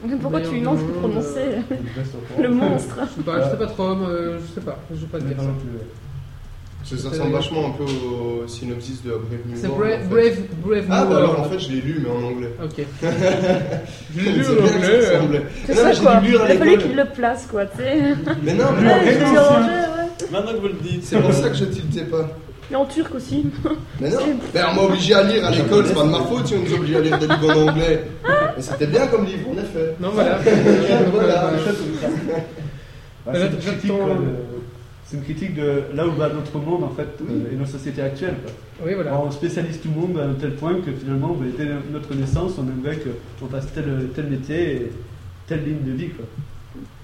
[SPEAKER 4] Mais pourquoi tu lui demandes de prononcer
[SPEAKER 6] le- le reste au fond.
[SPEAKER 4] le monstre
[SPEAKER 1] Je sais pas, je sais pas trop, euh, je sais pas, je vais pas te
[SPEAKER 6] Mais
[SPEAKER 1] dire
[SPEAKER 6] non,
[SPEAKER 1] ça.
[SPEAKER 6] plus, ouais.
[SPEAKER 3] Parce que Ça ressemble vachement un peu au synopsis de Brave New
[SPEAKER 1] C'est
[SPEAKER 3] World, en
[SPEAKER 1] Brave,
[SPEAKER 3] fait.
[SPEAKER 1] Brave, Brave
[SPEAKER 3] Ah,
[SPEAKER 1] New
[SPEAKER 3] bah alors
[SPEAKER 1] World.
[SPEAKER 3] en fait, je l'ai lu, mais en anglais.
[SPEAKER 1] Ok.
[SPEAKER 3] C'est
[SPEAKER 1] J'ai lu
[SPEAKER 3] bien
[SPEAKER 1] en
[SPEAKER 3] que ça
[SPEAKER 1] anglais. euh.
[SPEAKER 3] ressemble. Non,
[SPEAKER 4] C'est
[SPEAKER 3] mais
[SPEAKER 4] ça
[SPEAKER 3] j'ai
[SPEAKER 4] quoi
[SPEAKER 3] dû lire à
[SPEAKER 4] Il a fallu
[SPEAKER 3] l'école.
[SPEAKER 4] qu'il le place quoi, tu sais.
[SPEAKER 3] Mais non,
[SPEAKER 4] *laughs*
[SPEAKER 3] mais en
[SPEAKER 4] Ouais,
[SPEAKER 3] anglais,
[SPEAKER 4] c'est
[SPEAKER 3] non,
[SPEAKER 4] bien
[SPEAKER 3] c'est-
[SPEAKER 4] mangé, ouais.
[SPEAKER 5] Maintenant que vous le dites,
[SPEAKER 3] c'est pour ça que je tiltais pas.
[SPEAKER 4] Mais en turc aussi.
[SPEAKER 3] Mais non, ben, on m'a obligé à lire à l'école, c'est pas de ma faute si on nous oblige à lire des livres en anglais. Mais c'était bien comme livre, en effet.
[SPEAKER 1] Non, voilà.
[SPEAKER 3] Voilà.
[SPEAKER 1] Euh, *laughs*
[SPEAKER 6] Bah,
[SPEAKER 1] Mais
[SPEAKER 6] c'est
[SPEAKER 1] là,
[SPEAKER 6] une
[SPEAKER 1] j'attends-
[SPEAKER 6] critique, quoi, de- c'est une critique de là où va notre monde en fait euh, et notre société actuelle. quoi.
[SPEAKER 1] Oui, voilà.
[SPEAKER 6] Alors, on spécialise tout le monde à un tel point que finalement, bah, dès notre naissance, on aimerait qu'on fasse tel, tel métier et telle ligne de vie. Quoi.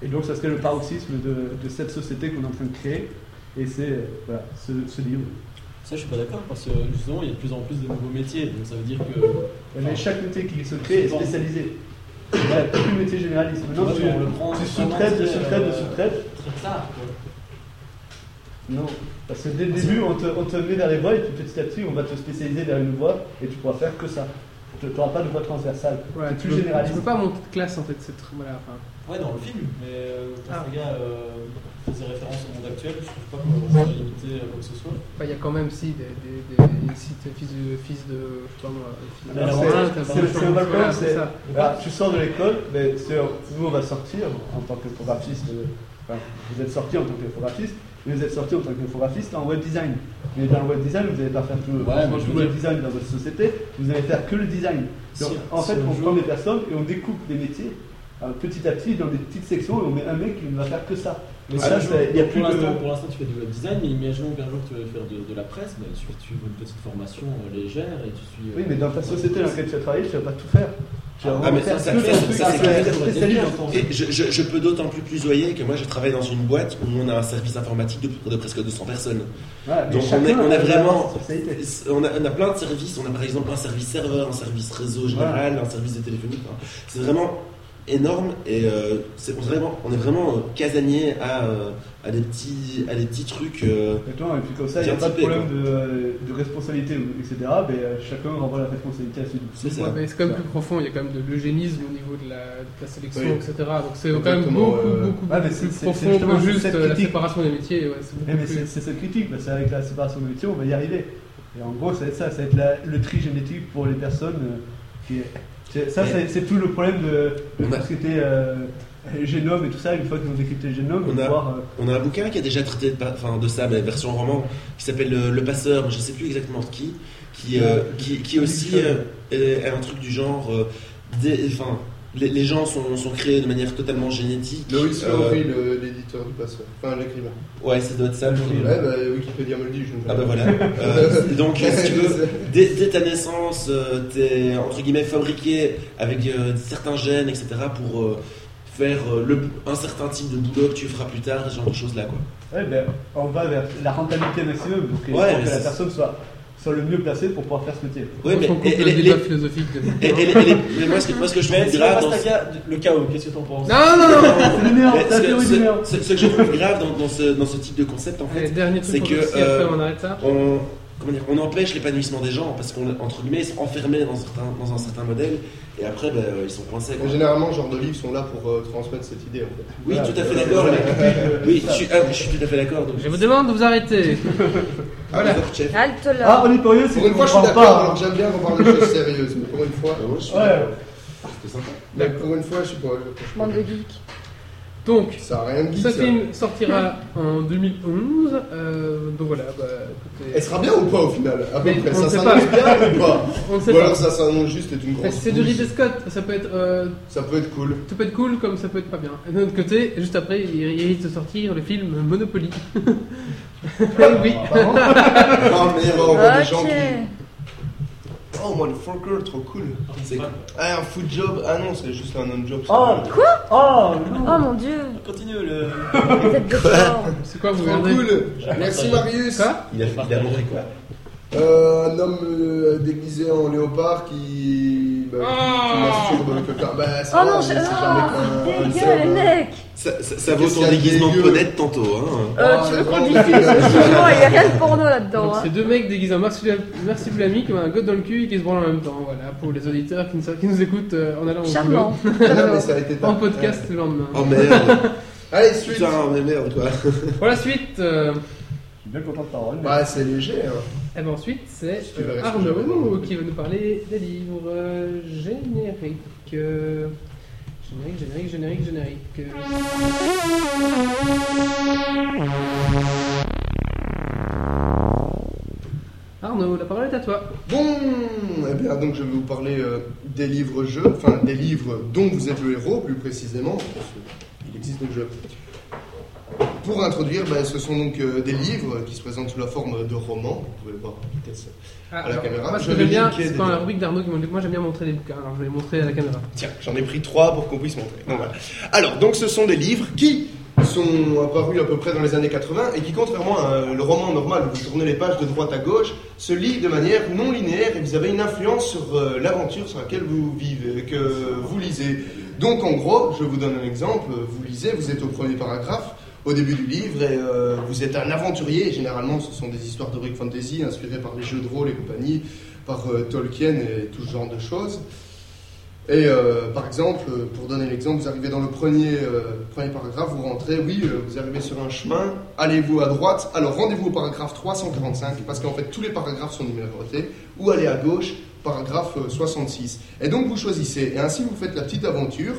[SPEAKER 6] Et donc, ça serait le paroxysme de, de cette société qu'on est en train de créer. Et c'est euh, voilà, ce, ce livre.
[SPEAKER 5] ça je suis pas d'accord parce que justement il y a de plus en plus de nouveaux métiers, donc ça veut dire que
[SPEAKER 6] Mais chaque métier qui se crée est spécialisé. Voilà, plus le métier généraliste. Maintenant,
[SPEAKER 5] Ouais,
[SPEAKER 6] tu,
[SPEAKER 5] mais on le prend
[SPEAKER 6] tu
[SPEAKER 5] vraiment,
[SPEAKER 6] sous-traites,
[SPEAKER 5] c'est,
[SPEAKER 6] tu sous-traites,
[SPEAKER 5] euh,
[SPEAKER 6] tu sous-traites.
[SPEAKER 5] très tard. quoi.
[SPEAKER 6] Non, parce que dès le début, on te, on te met vers les voies et puis petit à petit, on va te spécialiser vers une voie et tu pourras faire que ça. Tu n'auras pas de voie transversale.
[SPEAKER 1] Voilà,
[SPEAKER 6] c'est
[SPEAKER 1] tu
[SPEAKER 6] plus
[SPEAKER 1] peux-
[SPEAKER 6] généraliste.
[SPEAKER 1] Tu peux pas monter de classe en fait. C'est tr- voilà. enfin,
[SPEAKER 5] Ouais, dans le film, mais euh, quand
[SPEAKER 1] Ah.
[SPEAKER 5] ce gars euh, faisait référence au monde actuel, je trouve pas qu'on soit limité à euh, quoi que ce soit.
[SPEAKER 1] bah, Il y a quand même si des, des, des si t'es fils de fils de je sais pas moi. euh, fils de-
[SPEAKER 5] Alors,
[SPEAKER 1] Voilà, t'as
[SPEAKER 5] c'est-
[SPEAKER 1] pas
[SPEAKER 6] c'est-
[SPEAKER 1] mal de
[SPEAKER 6] c'est
[SPEAKER 1] gens.
[SPEAKER 6] au balcon,
[SPEAKER 1] Voilà,
[SPEAKER 6] c'est-
[SPEAKER 1] c'est ça.
[SPEAKER 6] Voilà, Bah, tu sors de l'école, mais c'est- nous on va sortir en tant que graphiste. euh, enfin, vous êtes sorti en tant que graphiste, mais vous êtes sorti en tant que graphiste en web design. Mais dans le web design, vous n'allez pas faire tout,
[SPEAKER 5] Ouais, mais je
[SPEAKER 6] tout
[SPEAKER 5] veux
[SPEAKER 6] le
[SPEAKER 5] dire-
[SPEAKER 6] web design dans votre société, vous allez faire que le design. Donc,
[SPEAKER 5] Si-
[SPEAKER 6] en fait,
[SPEAKER 5] si un
[SPEAKER 6] on
[SPEAKER 5] jour-
[SPEAKER 6] prend des personnes et on découpe des métiers euh, petit à petit, dans des petites sections, et on met un mec qui ne va faire que ça.
[SPEAKER 5] Mais
[SPEAKER 6] Voilà,
[SPEAKER 5] ça, je-
[SPEAKER 6] ça, Ah, il y a
[SPEAKER 5] pour
[SPEAKER 6] plus de-
[SPEAKER 5] l'instant, pour l'instant, tu fais du web design, mais imaginons qu'un jour tu vas faire de, de la presse, bah, tu tu fais une petite formation euh, légère et tu suis. euh,
[SPEAKER 6] Oui, mais dans ta société dans laquelle tu as travaillé, tu ne vas pas tout faire. Tu vas
[SPEAKER 2] Ah,
[SPEAKER 6] vraiment
[SPEAKER 2] mais ça,
[SPEAKER 6] faire que
[SPEAKER 2] ça,
[SPEAKER 6] ton
[SPEAKER 2] ça,
[SPEAKER 6] truc,
[SPEAKER 2] ça,
[SPEAKER 6] tu
[SPEAKER 2] c'est
[SPEAKER 6] vas être
[SPEAKER 5] clair, t'aurais été
[SPEAKER 6] spécialiste.
[SPEAKER 5] bien, t'aurais-
[SPEAKER 2] Et je, je- je peux d'autant plus plusoyer que moi je travaille dans une boîte où on a un service informatique de, de presque 200 personnes.
[SPEAKER 6] Voilà, mais
[SPEAKER 2] Donc, on
[SPEAKER 6] chacun
[SPEAKER 2] est- on
[SPEAKER 6] a
[SPEAKER 2] est
[SPEAKER 6] sa
[SPEAKER 2] vraiment-
[SPEAKER 6] spécialité.
[SPEAKER 2] On a, on a plein de services, on a par exemple un service serveur, un service réseau général, un service de téléphonique. Enfin, c'est vraiment énorme et euh, c'est vraiment, on est vraiment euh, casanier à, euh, à, des petits, à des petits trucs. euh,
[SPEAKER 6] Et toi, et puis comme ça, il n'y
[SPEAKER 2] Bien
[SPEAKER 6] a pas de
[SPEAKER 2] typé,
[SPEAKER 6] problème de, euh, de responsabilité, ou- etc. Mais euh, chacun renvoie la responsabilité à celui
[SPEAKER 2] C'est ça.
[SPEAKER 6] Ouais.
[SPEAKER 1] mais c'est quand même plus profond, il y a quand même de l'eugénisme au niveau de la, de la sélection,
[SPEAKER 3] Oui.
[SPEAKER 1] etc. Donc c'est quand même
[SPEAKER 3] Exactement,
[SPEAKER 1] beaucoup,
[SPEAKER 3] euh,
[SPEAKER 1] beaucoup,
[SPEAKER 6] ouais, mais
[SPEAKER 1] plus
[SPEAKER 6] c'est- c'est- c'est
[SPEAKER 1] profond
[SPEAKER 6] justement
[SPEAKER 1] que juste
[SPEAKER 6] cette
[SPEAKER 1] euh, la
[SPEAKER 6] critique.
[SPEAKER 1] séparation des métiers. ouais, c'est
[SPEAKER 6] Eh,
[SPEAKER 1] beaucoup
[SPEAKER 6] mais
[SPEAKER 1] plus-
[SPEAKER 6] c'est c'est cette critique, parce qu'avec la séparation des métiers, on va y arriver. Et en gros, ça va être ça, ça va être la- le tri génétique pour les personnes. euh, qui est- c'est- ça,
[SPEAKER 2] Mais-
[SPEAKER 6] c'est- c'est tout le problème de, de
[SPEAKER 2] On a-
[SPEAKER 6] tout ce qui était euh, génome et tout ça. Une fois qu'ils ont décrypté le génome,
[SPEAKER 2] On
[SPEAKER 6] on va
[SPEAKER 2] a-
[SPEAKER 6] voir. euh,
[SPEAKER 2] On a un bouquin qui a déjà traité de, pa- enfin, de ça, mais version roman, qui s'appelle euh, Le Passeur, je ne sais plus exactement de qui, qui, euh, qui, qui aussi euh, est, est un truc du genre. euh, des- enfin, les, les gens sont, sont créés de manière totalement génétique.
[SPEAKER 3] Loïs
[SPEAKER 2] Euh,
[SPEAKER 3] Laurie, le- l'éditeur du passeur. Enfin, l'écrivain.
[SPEAKER 2] ouais, ça doit être ça. je crois.
[SPEAKER 3] Ouais, bah, Wikipédia me le dit, je ne
[SPEAKER 2] Mm. Ah bah
[SPEAKER 3] *laughs*
[SPEAKER 2] voilà. Euh, donc, si tu veux, dès, dès ta naissance, euh, t'es entre guillemets fabriqué avec euh, certains gènes, etc. pour euh, faire euh, le, un certain type de boulot que tu feras plus tard, ce genre de choses là quoi.
[SPEAKER 6] Ouais, ben, on va vers la rentabilité maximum, donc il
[SPEAKER 2] Ouais,
[SPEAKER 6] faut
[SPEAKER 2] mais
[SPEAKER 6] que la
[SPEAKER 2] c'est-
[SPEAKER 6] personne soit, soit le mieux placée pour pouvoir faire ce métier.
[SPEAKER 2] Ouais,
[SPEAKER 1] on
[SPEAKER 2] mais
[SPEAKER 1] s'en coupe
[SPEAKER 2] et- et
[SPEAKER 1] le
[SPEAKER 2] les-
[SPEAKER 1] débat
[SPEAKER 2] les-
[SPEAKER 1] philosophique. de-
[SPEAKER 2] *laughs* Et, et- et- et- mais moi, ce que, moi, ce que je
[SPEAKER 5] Mais
[SPEAKER 2] trouve
[SPEAKER 5] si on
[SPEAKER 2] grave
[SPEAKER 5] passe
[SPEAKER 2] dans
[SPEAKER 5] ta
[SPEAKER 2] ce-
[SPEAKER 5] ga- le chaos, qu'est-ce que t'en penses
[SPEAKER 1] Non, non, non, non.
[SPEAKER 6] C'est le néant,
[SPEAKER 2] mais
[SPEAKER 6] c'est la
[SPEAKER 2] ce que-
[SPEAKER 6] théorie du néant.
[SPEAKER 2] ce- ce- ce que je trouve grave dans, dans ce, dans ce type de concept, en
[SPEAKER 1] Allez,
[SPEAKER 2] fait,
[SPEAKER 1] dernier truc
[SPEAKER 2] c'est
[SPEAKER 1] pour
[SPEAKER 2] que,
[SPEAKER 1] que, si
[SPEAKER 2] euh,
[SPEAKER 1] après on arrête ça.
[SPEAKER 2] on, comment dire, on empêche l'épanouissement des gens parce qu'on, entre guillemets, ils sont enfermés dans, certains, dans un certain modèle et après, ben, euh, ils sont coincés. quoi.
[SPEAKER 3] Et Généralement, ce genre de livres sont là pour euh, transmettre cette idée. En fait.
[SPEAKER 2] Oui,
[SPEAKER 6] Voilà.
[SPEAKER 2] tout à fait d'accord.
[SPEAKER 6] Ouais,
[SPEAKER 2] mais-
[SPEAKER 6] ouais,
[SPEAKER 2] Oui, je
[SPEAKER 6] c'est ça.
[SPEAKER 2] suis, ah, je suis tout à fait d'accord. donc-
[SPEAKER 1] Je vous demande de vous arrêter.
[SPEAKER 2] Voilà. Chef.
[SPEAKER 4] Halte
[SPEAKER 6] Ah,
[SPEAKER 4] là.
[SPEAKER 6] on est curieux, c'est
[SPEAKER 3] Pour une
[SPEAKER 6] qu'on
[SPEAKER 3] fois, je suis
[SPEAKER 6] parle
[SPEAKER 3] d'accord.
[SPEAKER 6] pas. hein.
[SPEAKER 3] Alors, j'aime bien qu'on parle de choses sérieuses, mais pour une fois,
[SPEAKER 2] Ah ouais, je suis
[SPEAKER 6] Ouais.
[SPEAKER 2] d'accord. C'était sympa.
[SPEAKER 3] mais pour une fois, je suis pas.
[SPEAKER 4] Bande de geeks.
[SPEAKER 1] Donc,
[SPEAKER 3] Ça a rien de geek,
[SPEAKER 1] ce
[SPEAKER 3] ça.
[SPEAKER 1] film sortira en 2011. euh, donc voilà, bah, écoutez,
[SPEAKER 3] Elle sera bien ou pas au final à peu
[SPEAKER 1] Mais
[SPEAKER 3] près.
[SPEAKER 1] on
[SPEAKER 3] Ça
[SPEAKER 1] sait
[SPEAKER 3] s'annonce bien ou pas
[SPEAKER 1] on ne sait
[SPEAKER 3] Ou
[SPEAKER 1] pas.
[SPEAKER 3] alors ça s'annonce juste être une
[SPEAKER 1] Mais
[SPEAKER 3] grosse.
[SPEAKER 1] C'est du
[SPEAKER 3] douche.
[SPEAKER 1] Ridley Scott, ça peut être, euh,
[SPEAKER 3] Ça peut être cool.
[SPEAKER 1] ça peut être cool comme ça peut être pas bien. Et D'un autre côté, juste après, il il risque de sortir le film Monopoly. *laughs* oui.
[SPEAKER 3] *laughs* Ah, mais on voit des gens
[SPEAKER 4] Ok.
[SPEAKER 3] qui. Oh, motherfucker, trop cool.
[SPEAKER 2] C'est cool.
[SPEAKER 3] Ah, un food job Ah non, c'est juste un non-job. ça.
[SPEAKER 5] Oh, Oh, non.
[SPEAKER 4] Oh mon dieu.
[SPEAKER 5] Continue le.
[SPEAKER 3] Ah,
[SPEAKER 4] Tête de porc.
[SPEAKER 1] C'est quoi, vous
[SPEAKER 3] Trop
[SPEAKER 1] regardez
[SPEAKER 3] cool Merci Marius
[SPEAKER 1] Quoi
[SPEAKER 2] Il a, il a montré quoi
[SPEAKER 3] Euh, Un homme euh, déguisé en léopard qui. Bah,
[SPEAKER 1] Ah
[SPEAKER 3] qui masturbe quelqu'un. Bah, c'est
[SPEAKER 4] Oh
[SPEAKER 3] vrai,
[SPEAKER 4] non,
[SPEAKER 3] mais
[SPEAKER 4] je...
[SPEAKER 3] c'est jamais
[SPEAKER 4] oh,
[SPEAKER 3] qu'un- un
[SPEAKER 4] dégueu,
[SPEAKER 3] seul,
[SPEAKER 4] les
[SPEAKER 3] euh,
[SPEAKER 4] mecs
[SPEAKER 2] ça, ça, ça vaut
[SPEAKER 3] Qu'est-ce qu'il
[SPEAKER 2] ton
[SPEAKER 3] y a de
[SPEAKER 2] déguisement de
[SPEAKER 3] dégueu
[SPEAKER 2] ponette tantôt. Hein.
[SPEAKER 4] Euh,
[SPEAKER 3] Ah,
[SPEAKER 4] Tu veux
[SPEAKER 3] mais
[SPEAKER 4] qu'on
[SPEAKER 3] non,
[SPEAKER 4] diffuse
[SPEAKER 3] mais-
[SPEAKER 4] Franchement, il n'y a rien de porno
[SPEAKER 1] Donc,
[SPEAKER 4] là-dedans.
[SPEAKER 3] Ah,
[SPEAKER 4] hein.
[SPEAKER 1] c'est deux mecs déguisés en marsupilami marsupilami qui ont un god dans le cul et qui se branlent en même temps. Voilà, pour les auditeurs qui nous, qui nous écoutent euh, en allant au boulot,
[SPEAKER 4] Charmant.
[SPEAKER 3] hein.
[SPEAKER 4] *laughs*
[SPEAKER 3] Non, mais ça a été
[SPEAKER 1] en
[SPEAKER 3] tard.
[SPEAKER 1] podcast le lendemain.
[SPEAKER 2] Oh *laughs* merde.
[SPEAKER 3] Allez, suite
[SPEAKER 2] Putain, oh, mais merde quoi.
[SPEAKER 1] Pour la suite, euh,
[SPEAKER 6] Je suis bien content de parole.
[SPEAKER 3] Bah, c'est léger, hein.
[SPEAKER 1] eh ben ensuite c'est
[SPEAKER 3] Si tu veux
[SPEAKER 1] euh,
[SPEAKER 3] rester, je vais
[SPEAKER 1] Arnaud
[SPEAKER 3] voir.
[SPEAKER 1] qui va nous parler des livres euh, génériques. euh, Générique, générique, générique, générique. euh. Arnaud, la parole est à toi.
[SPEAKER 3] Bon, eh bien, donc je vais vous parler euh, des livres-jeux, enfin des livres dont vous êtes le héros plus précisément, parce qu'il existe des jeux. Pour introduire, ben, ce sont donc euh, des livres qui se présentent sous la forme de romans, vous pouvez le voir à vitesse.
[SPEAKER 1] Ah,
[SPEAKER 3] À la caméra,
[SPEAKER 1] Moi, ce
[SPEAKER 3] je
[SPEAKER 1] que
[SPEAKER 3] vais
[SPEAKER 1] j'aime bien,
[SPEAKER 3] linker
[SPEAKER 1] c'est
[SPEAKER 3] des
[SPEAKER 1] pas la
[SPEAKER 3] liens.
[SPEAKER 1] rubrique d'Arnaud qui montre. Moi, j'aime bien montrer les bouquins, alors je vais les montrer à la caméra.
[SPEAKER 3] Tiens, j'en ai pris trois pour qu'on puisse montrer. Donc, voilà. Alors, donc ce sont des livres qui sont apparus à peu près dans les années 80 et qui, contrairement à euh, le roman normal où vous tournez les pages de droite à gauche, se lient de manière non linéaire et vous avez une influence sur euh, l'aventure sur laquelle vous vivez, que vous lisez. Donc en gros, je vous donne un exemple, vous lisez, vous êtes au premier paragraphe, au début du livre, et euh, vous êtes un aventurier, généralement ce sont des histoires d'heroic fantasy inspirées par les jeux de rôle et compagnie, par euh, Tolkien et tout ce genre de choses. Et euh, par exemple, euh, pour donner l'exemple, vous arrivez dans le premier, euh, premier paragraphe, vous rentrez, oui, euh, vous arrivez sur un chemin, allez-vous à droite, alors rendez-vous au paragraphe 345, parce qu'en fait tous les paragraphes sont numérotés, ou allez à gauche, paragraphe euh, 66. Et donc vous choisissez, et ainsi vous faites la petite aventure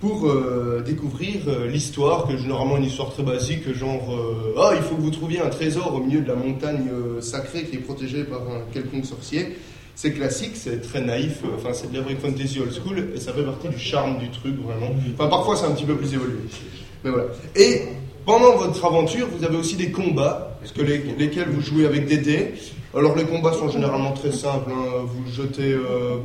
[SPEAKER 3] pour euh, découvrir euh, l'histoire, que généralement une histoire très basique, genre, euh, ah, il faut que vous trouviez un trésor au milieu de la montagne euh, sacrée qui est protégée par un quelconque sorcier. C'est classique, c'est très naïf, euh, enfin c'est de l'heroic fantasy old school et ça fait partie du charme du truc vraiment. Enfin parfois c'est un petit peu plus évolué. Mais voilà. Et pendant votre aventure, vous avez aussi des combats, parce que les- lesquels vous jouez avec des dés. Alors les combats sont généralement très simples, hein. vous jetez euh,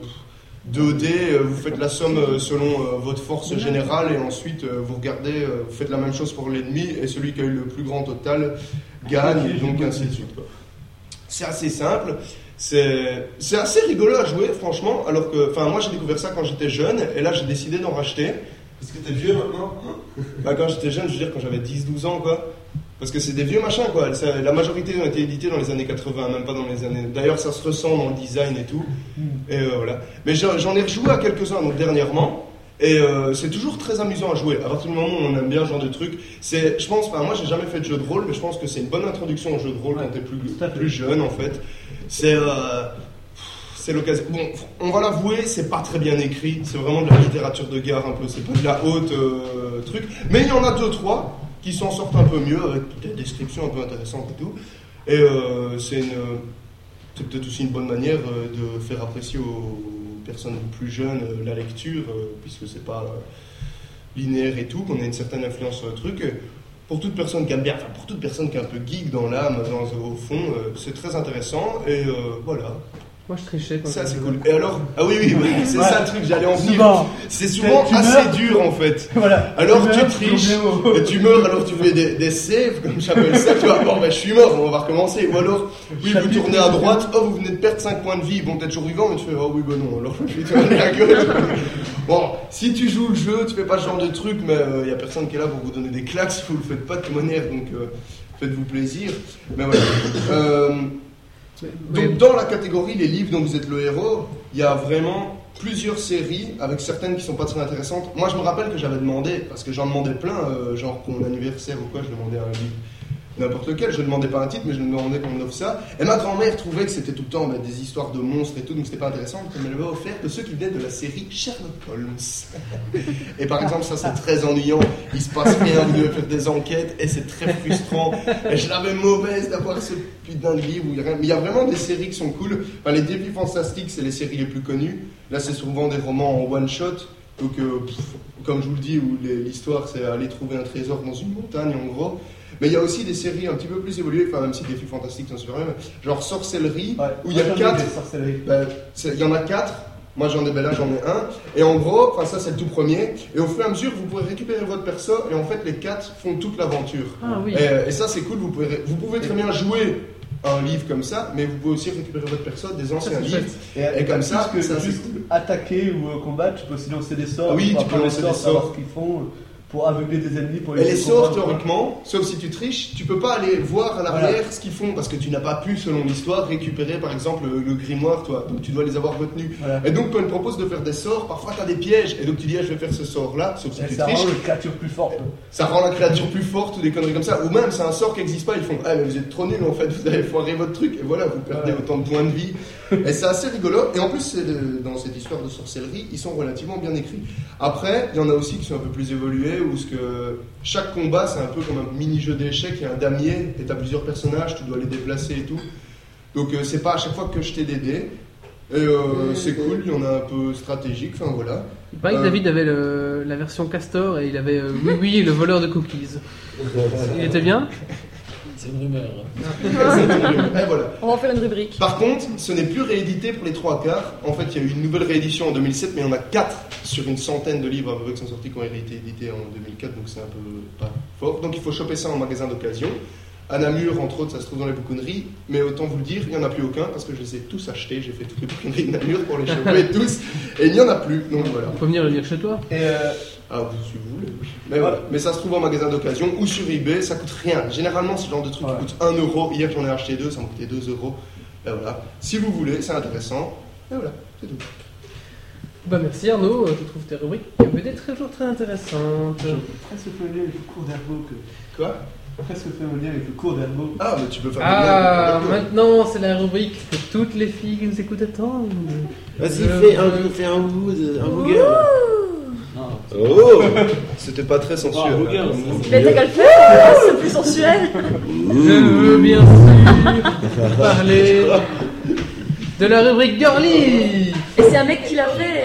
[SPEAKER 3] deux dés, euh, vous faites la somme euh, selon euh, votre force générale et ensuite euh, vous regardez, euh, vous faites la même chose pour l'ennemi et celui qui a eu le plus grand total gagne, et donc ainsi de suite. quoi. C'est assez simple. C'est c'est assez rigolo à jouer, franchement. Alors que, enfin, moi j'ai découvert ça quand j'étais jeune, et là j'ai décidé d'en racheter.
[SPEAKER 2] Parce que t'es vieux maintenant
[SPEAKER 3] Bah, quand j'étais jeune, je veux dire, quand j'avais 10-12 ans, quoi. Parce que c'est des vieux machins, quoi. Ça- la majorité ont été édités dans les années 80, même pas dans les années. D'ailleurs, ça se ressent dans le design et tout.
[SPEAKER 6] Mm.
[SPEAKER 3] Et euh, voilà. Mais j'en j'en ai rejoué à quelques-uns donc, dernièrement. Et euh, c'est toujours très amusant à jouer. À partir du moment où on aime bien ce genre de truc, c'est, je pense, enfin, moi j'ai jamais fait de jeu de rôle, mais je pense que c'est une bonne introduction au jeu de rôle quand t'es plus,
[SPEAKER 6] tout à fait.
[SPEAKER 3] plus jeune en fait. C'est euh, c'est l'occasion. Bon, on va l'avouer, c'est pas très bien écrit. C'est vraiment de la littérature de gare un peu. C'est pas de la haute euh, truc. Mais il y en a deux trois qui s'en sortent un peu mieux avec des descriptions un peu intéressantes et tout. Et euh, c'est une, c'est peut-être aussi une bonne manière euh, de faire apprécier aux personnes plus jeunes euh, la lecture, euh, puisque c'est pas euh, linéaire et tout, qu'on a une certaine influence sur le truc. Pour toute personne qui aime bien, enfin pour toute personne qui est un peu geek dans l'âme, dans- au fond, euh, c'est très intéressant et euh, voilà.
[SPEAKER 1] Moi, je trichais quand
[SPEAKER 3] Ça
[SPEAKER 1] je
[SPEAKER 3] c'est
[SPEAKER 1] jouais.
[SPEAKER 3] cool. Et alors Ah oui oui, oui, c'est
[SPEAKER 6] Ouais.
[SPEAKER 3] ça le truc, j'allais en venir.
[SPEAKER 6] Souvent.
[SPEAKER 3] C'est souvent
[SPEAKER 6] Tu meurs.
[SPEAKER 3] assez dur en fait.
[SPEAKER 6] Voilà.
[SPEAKER 3] Alors tu
[SPEAKER 6] meurs,
[SPEAKER 3] triches, *laughs*
[SPEAKER 6] au
[SPEAKER 3] et tu meurs, alors tu fais des, des saves, comme j'appelle ça, tu vois, bon ben je suis mort, on va recommencer. Ou alors, oui, vous
[SPEAKER 6] Chapitre
[SPEAKER 3] tournez à droite, oh vous venez de perdre 5 points de vie, bon peut-être toujours vivant, mais tu fais, oh oui, ben non, alors je vais tourner à gauche. Bon, si tu joues le jeu, tu fais pas ce genre de truc, mais il n'y a personne qui est là pour vous donner des claques si vous le faites pas de toute manière, donc euh, faites-vous plaisir. Mais voilà. Euh,
[SPEAKER 1] Mais-
[SPEAKER 3] donc dans la catégorie les livres dont vous êtes le héros, il y a vraiment plusieurs séries avec certaines qui sont pas très intéressantes. Moi je me rappelle que j'avais demandé parce que j'en demandais plein, euh, genre pour mon anniversaire ou quoi, je demandais un livre n'importe lequel, je demandais pas un titre mais je demandais qu'on m'offre ça. Et ma grand-mère trouvait que c'était tout le temps bah, des histoires de monstres et tout, donc c'était pas intéressant, donc elle m'avait offert que ceux qui venaient de la série Sherlock Holmes. *laughs* et par exemple ça c'est très ennuyant, il se passe rien, vous devez faire des enquêtes et c'est très frustrant. Et je l'avais mauvaise d'avoir ce putain de livre où il y a rien. Mais il y a vraiment des séries qui sont cool. Enfin, les défis fantastiques, c'est les séries les plus connues. Là, c'est souvent des romans en one shot. Donc, euh, pff, comme je vous le dis, où les- l'histoire, c'est aller trouver un trésor dans une montagne, en gros. Mais il y a aussi des séries un petit peu plus évoluées, enfin, même si défis fantastiques, c'est super bien, mais genre sorcellerie,
[SPEAKER 6] Ouais.
[SPEAKER 3] où il y a
[SPEAKER 6] Moi, j'en ai
[SPEAKER 3] quatre
[SPEAKER 6] des sorcelleries.
[SPEAKER 3] ben, c'est- Il y en a quatre. Moi, j'en ai, ben là, j'en ai un. Et en gros, enfin, ça, c'est le tout premier. Et au fur et à mesure, vous pouvez récupérer votre perso. Et en fait, les quatre font toute l'aventure.
[SPEAKER 1] Ah oui.
[SPEAKER 3] Et, et ça, c'est cool. Vous pouvez, ré- vous pouvez très bien jouer un livre comme ça, mais vous pouvez aussi récupérer votre perso des
[SPEAKER 1] Ça,
[SPEAKER 3] anciens
[SPEAKER 1] c'est
[SPEAKER 3] livres.
[SPEAKER 1] chouette.
[SPEAKER 3] Et comme ça,
[SPEAKER 6] plus que
[SPEAKER 3] ça, c'est
[SPEAKER 6] juste
[SPEAKER 3] cool.
[SPEAKER 6] attaquer ou euh, combattre, tu peux aussi lancer des sorts.
[SPEAKER 3] Ah oui,
[SPEAKER 6] pour
[SPEAKER 3] tu peux
[SPEAKER 6] apprendre
[SPEAKER 3] lancer
[SPEAKER 6] les
[SPEAKER 3] des
[SPEAKER 6] savoir
[SPEAKER 3] sorts.
[SPEAKER 6] ce qu'ils font euh, pour aveugler des ennemis, pour
[SPEAKER 3] Et les sorts,
[SPEAKER 6] combattre.
[SPEAKER 3] théoriquement, sauf si tu triches, tu peux pas aller voir à l'arrière
[SPEAKER 6] Voilà.
[SPEAKER 3] ce qu'ils font parce que tu n'as pas pu, selon l'histoire, récupérer par exemple le, le grimoire, toi. Donc tu dois les avoir retenus.
[SPEAKER 6] Voilà.
[SPEAKER 3] Et donc, quand on te propose de faire des sorts, parfois tu as des pièges. Et donc tu dis, ah, je vais faire ce sort-là, sauf si
[SPEAKER 6] Et
[SPEAKER 3] tu
[SPEAKER 6] ça rend
[SPEAKER 3] triches.
[SPEAKER 6] le créature plus forte.
[SPEAKER 3] Ça rend la créature plus forte ou des conneries comme ça. Ou même, c'est un sort qui n'existe pas. Ils font Ah, mais vous êtes trop nuls en fait, vous avez foiré votre truc. Et voilà, vous perdez
[SPEAKER 6] Ouais.
[SPEAKER 3] autant de points de vie. Et c'est assez rigolo. Et en plus, c'est de- dans cette histoire de sorcellerie, ils sont relativement bien écrits. Après, il y en a aussi qui sont un peu plus évolués, où ce que chaque combat, c'est un peu comme un mini-jeu d'échecs. Il y a un damier, et tu as plusieurs personnages, tu dois les déplacer et tout. Donc, euh, c'est pas à chaque fois que je t'ai dés. Et euh, c'est cool, il y en a un peu stratégique, enfin voilà.
[SPEAKER 1] Il paraît que
[SPEAKER 3] Euh.
[SPEAKER 1] David avait le- la version Castor et il avait euh, Oui Oui et le voleur de cookies. Il était bien
[SPEAKER 5] C'est une rumeur.
[SPEAKER 3] et voilà.
[SPEAKER 4] On va en faire une rubrique.
[SPEAKER 3] Par contre, ce n'est plus réédité pour les trois quarts. En fait, il y a eu une nouvelle réédition en 2007, mais il y en a quatre sur une centaine de livres à peu près qui sont sortis qui ont été édités en 2004, donc c'est un peu pas fort. Donc il faut choper ça en magasin d'occasion. À Namur, entre autres, ça se trouve dans les bouquineries, mais autant vous le dire, il n'y en a plus aucun parce que je les ai tous achetés. J'ai fait toutes les bouquineries de Namur pour les choper tous, et il n'y en a plus. Donc voilà.
[SPEAKER 1] On peut venir le lire chez toi.
[SPEAKER 6] Et euh,
[SPEAKER 3] Ah, vous, si vous voulez. oui. Mais, voilà. mais ça se trouve en magasin d'occasion ou sur eBay, ça coûte rien. Généralement, ce genre de truc
[SPEAKER 6] Ouais.
[SPEAKER 3] coûte 1 euro. Hier, j'en ai acheté deux, ça me coûtait 2 euros. Et voilà. Si vous voulez, c'est intéressant. Et voilà, c'est tout.
[SPEAKER 1] Bah merci Arnaud, Euh, je trouve tes rubriques BD très toujours très intéressantes.
[SPEAKER 6] j'ai presque fait un lien avec le cours d'herbeau. que-
[SPEAKER 3] Quoi
[SPEAKER 6] Presque fait un lien avec le cours d'herbeau.
[SPEAKER 3] Ah, mais tu peux faire
[SPEAKER 1] Ah,
[SPEAKER 3] des blagues.
[SPEAKER 1] maintenant c'est la rubrique que toutes les filles qui nous écoutent attendent.
[SPEAKER 2] Vas-y,
[SPEAKER 1] Euh,
[SPEAKER 2] fais un, fais un bout, de- un booger.
[SPEAKER 5] Non,
[SPEAKER 2] Oh
[SPEAKER 3] C'était pas très
[SPEAKER 5] Ah,
[SPEAKER 3] sensuel.
[SPEAKER 5] regarde,
[SPEAKER 3] hein.
[SPEAKER 5] ça,
[SPEAKER 4] Mais t'as qu'à le faire, c'est plus
[SPEAKER 2] Mmh.
[SPEAKER 4] sensuel.
[SPEAKER 1] Je
[SPEAKER 2] *laughs*
[SPEAKER 1] veux bien sûr parler de la rubrique Girly
[SPEAKER 4] Et c'est un mec qui l'a fait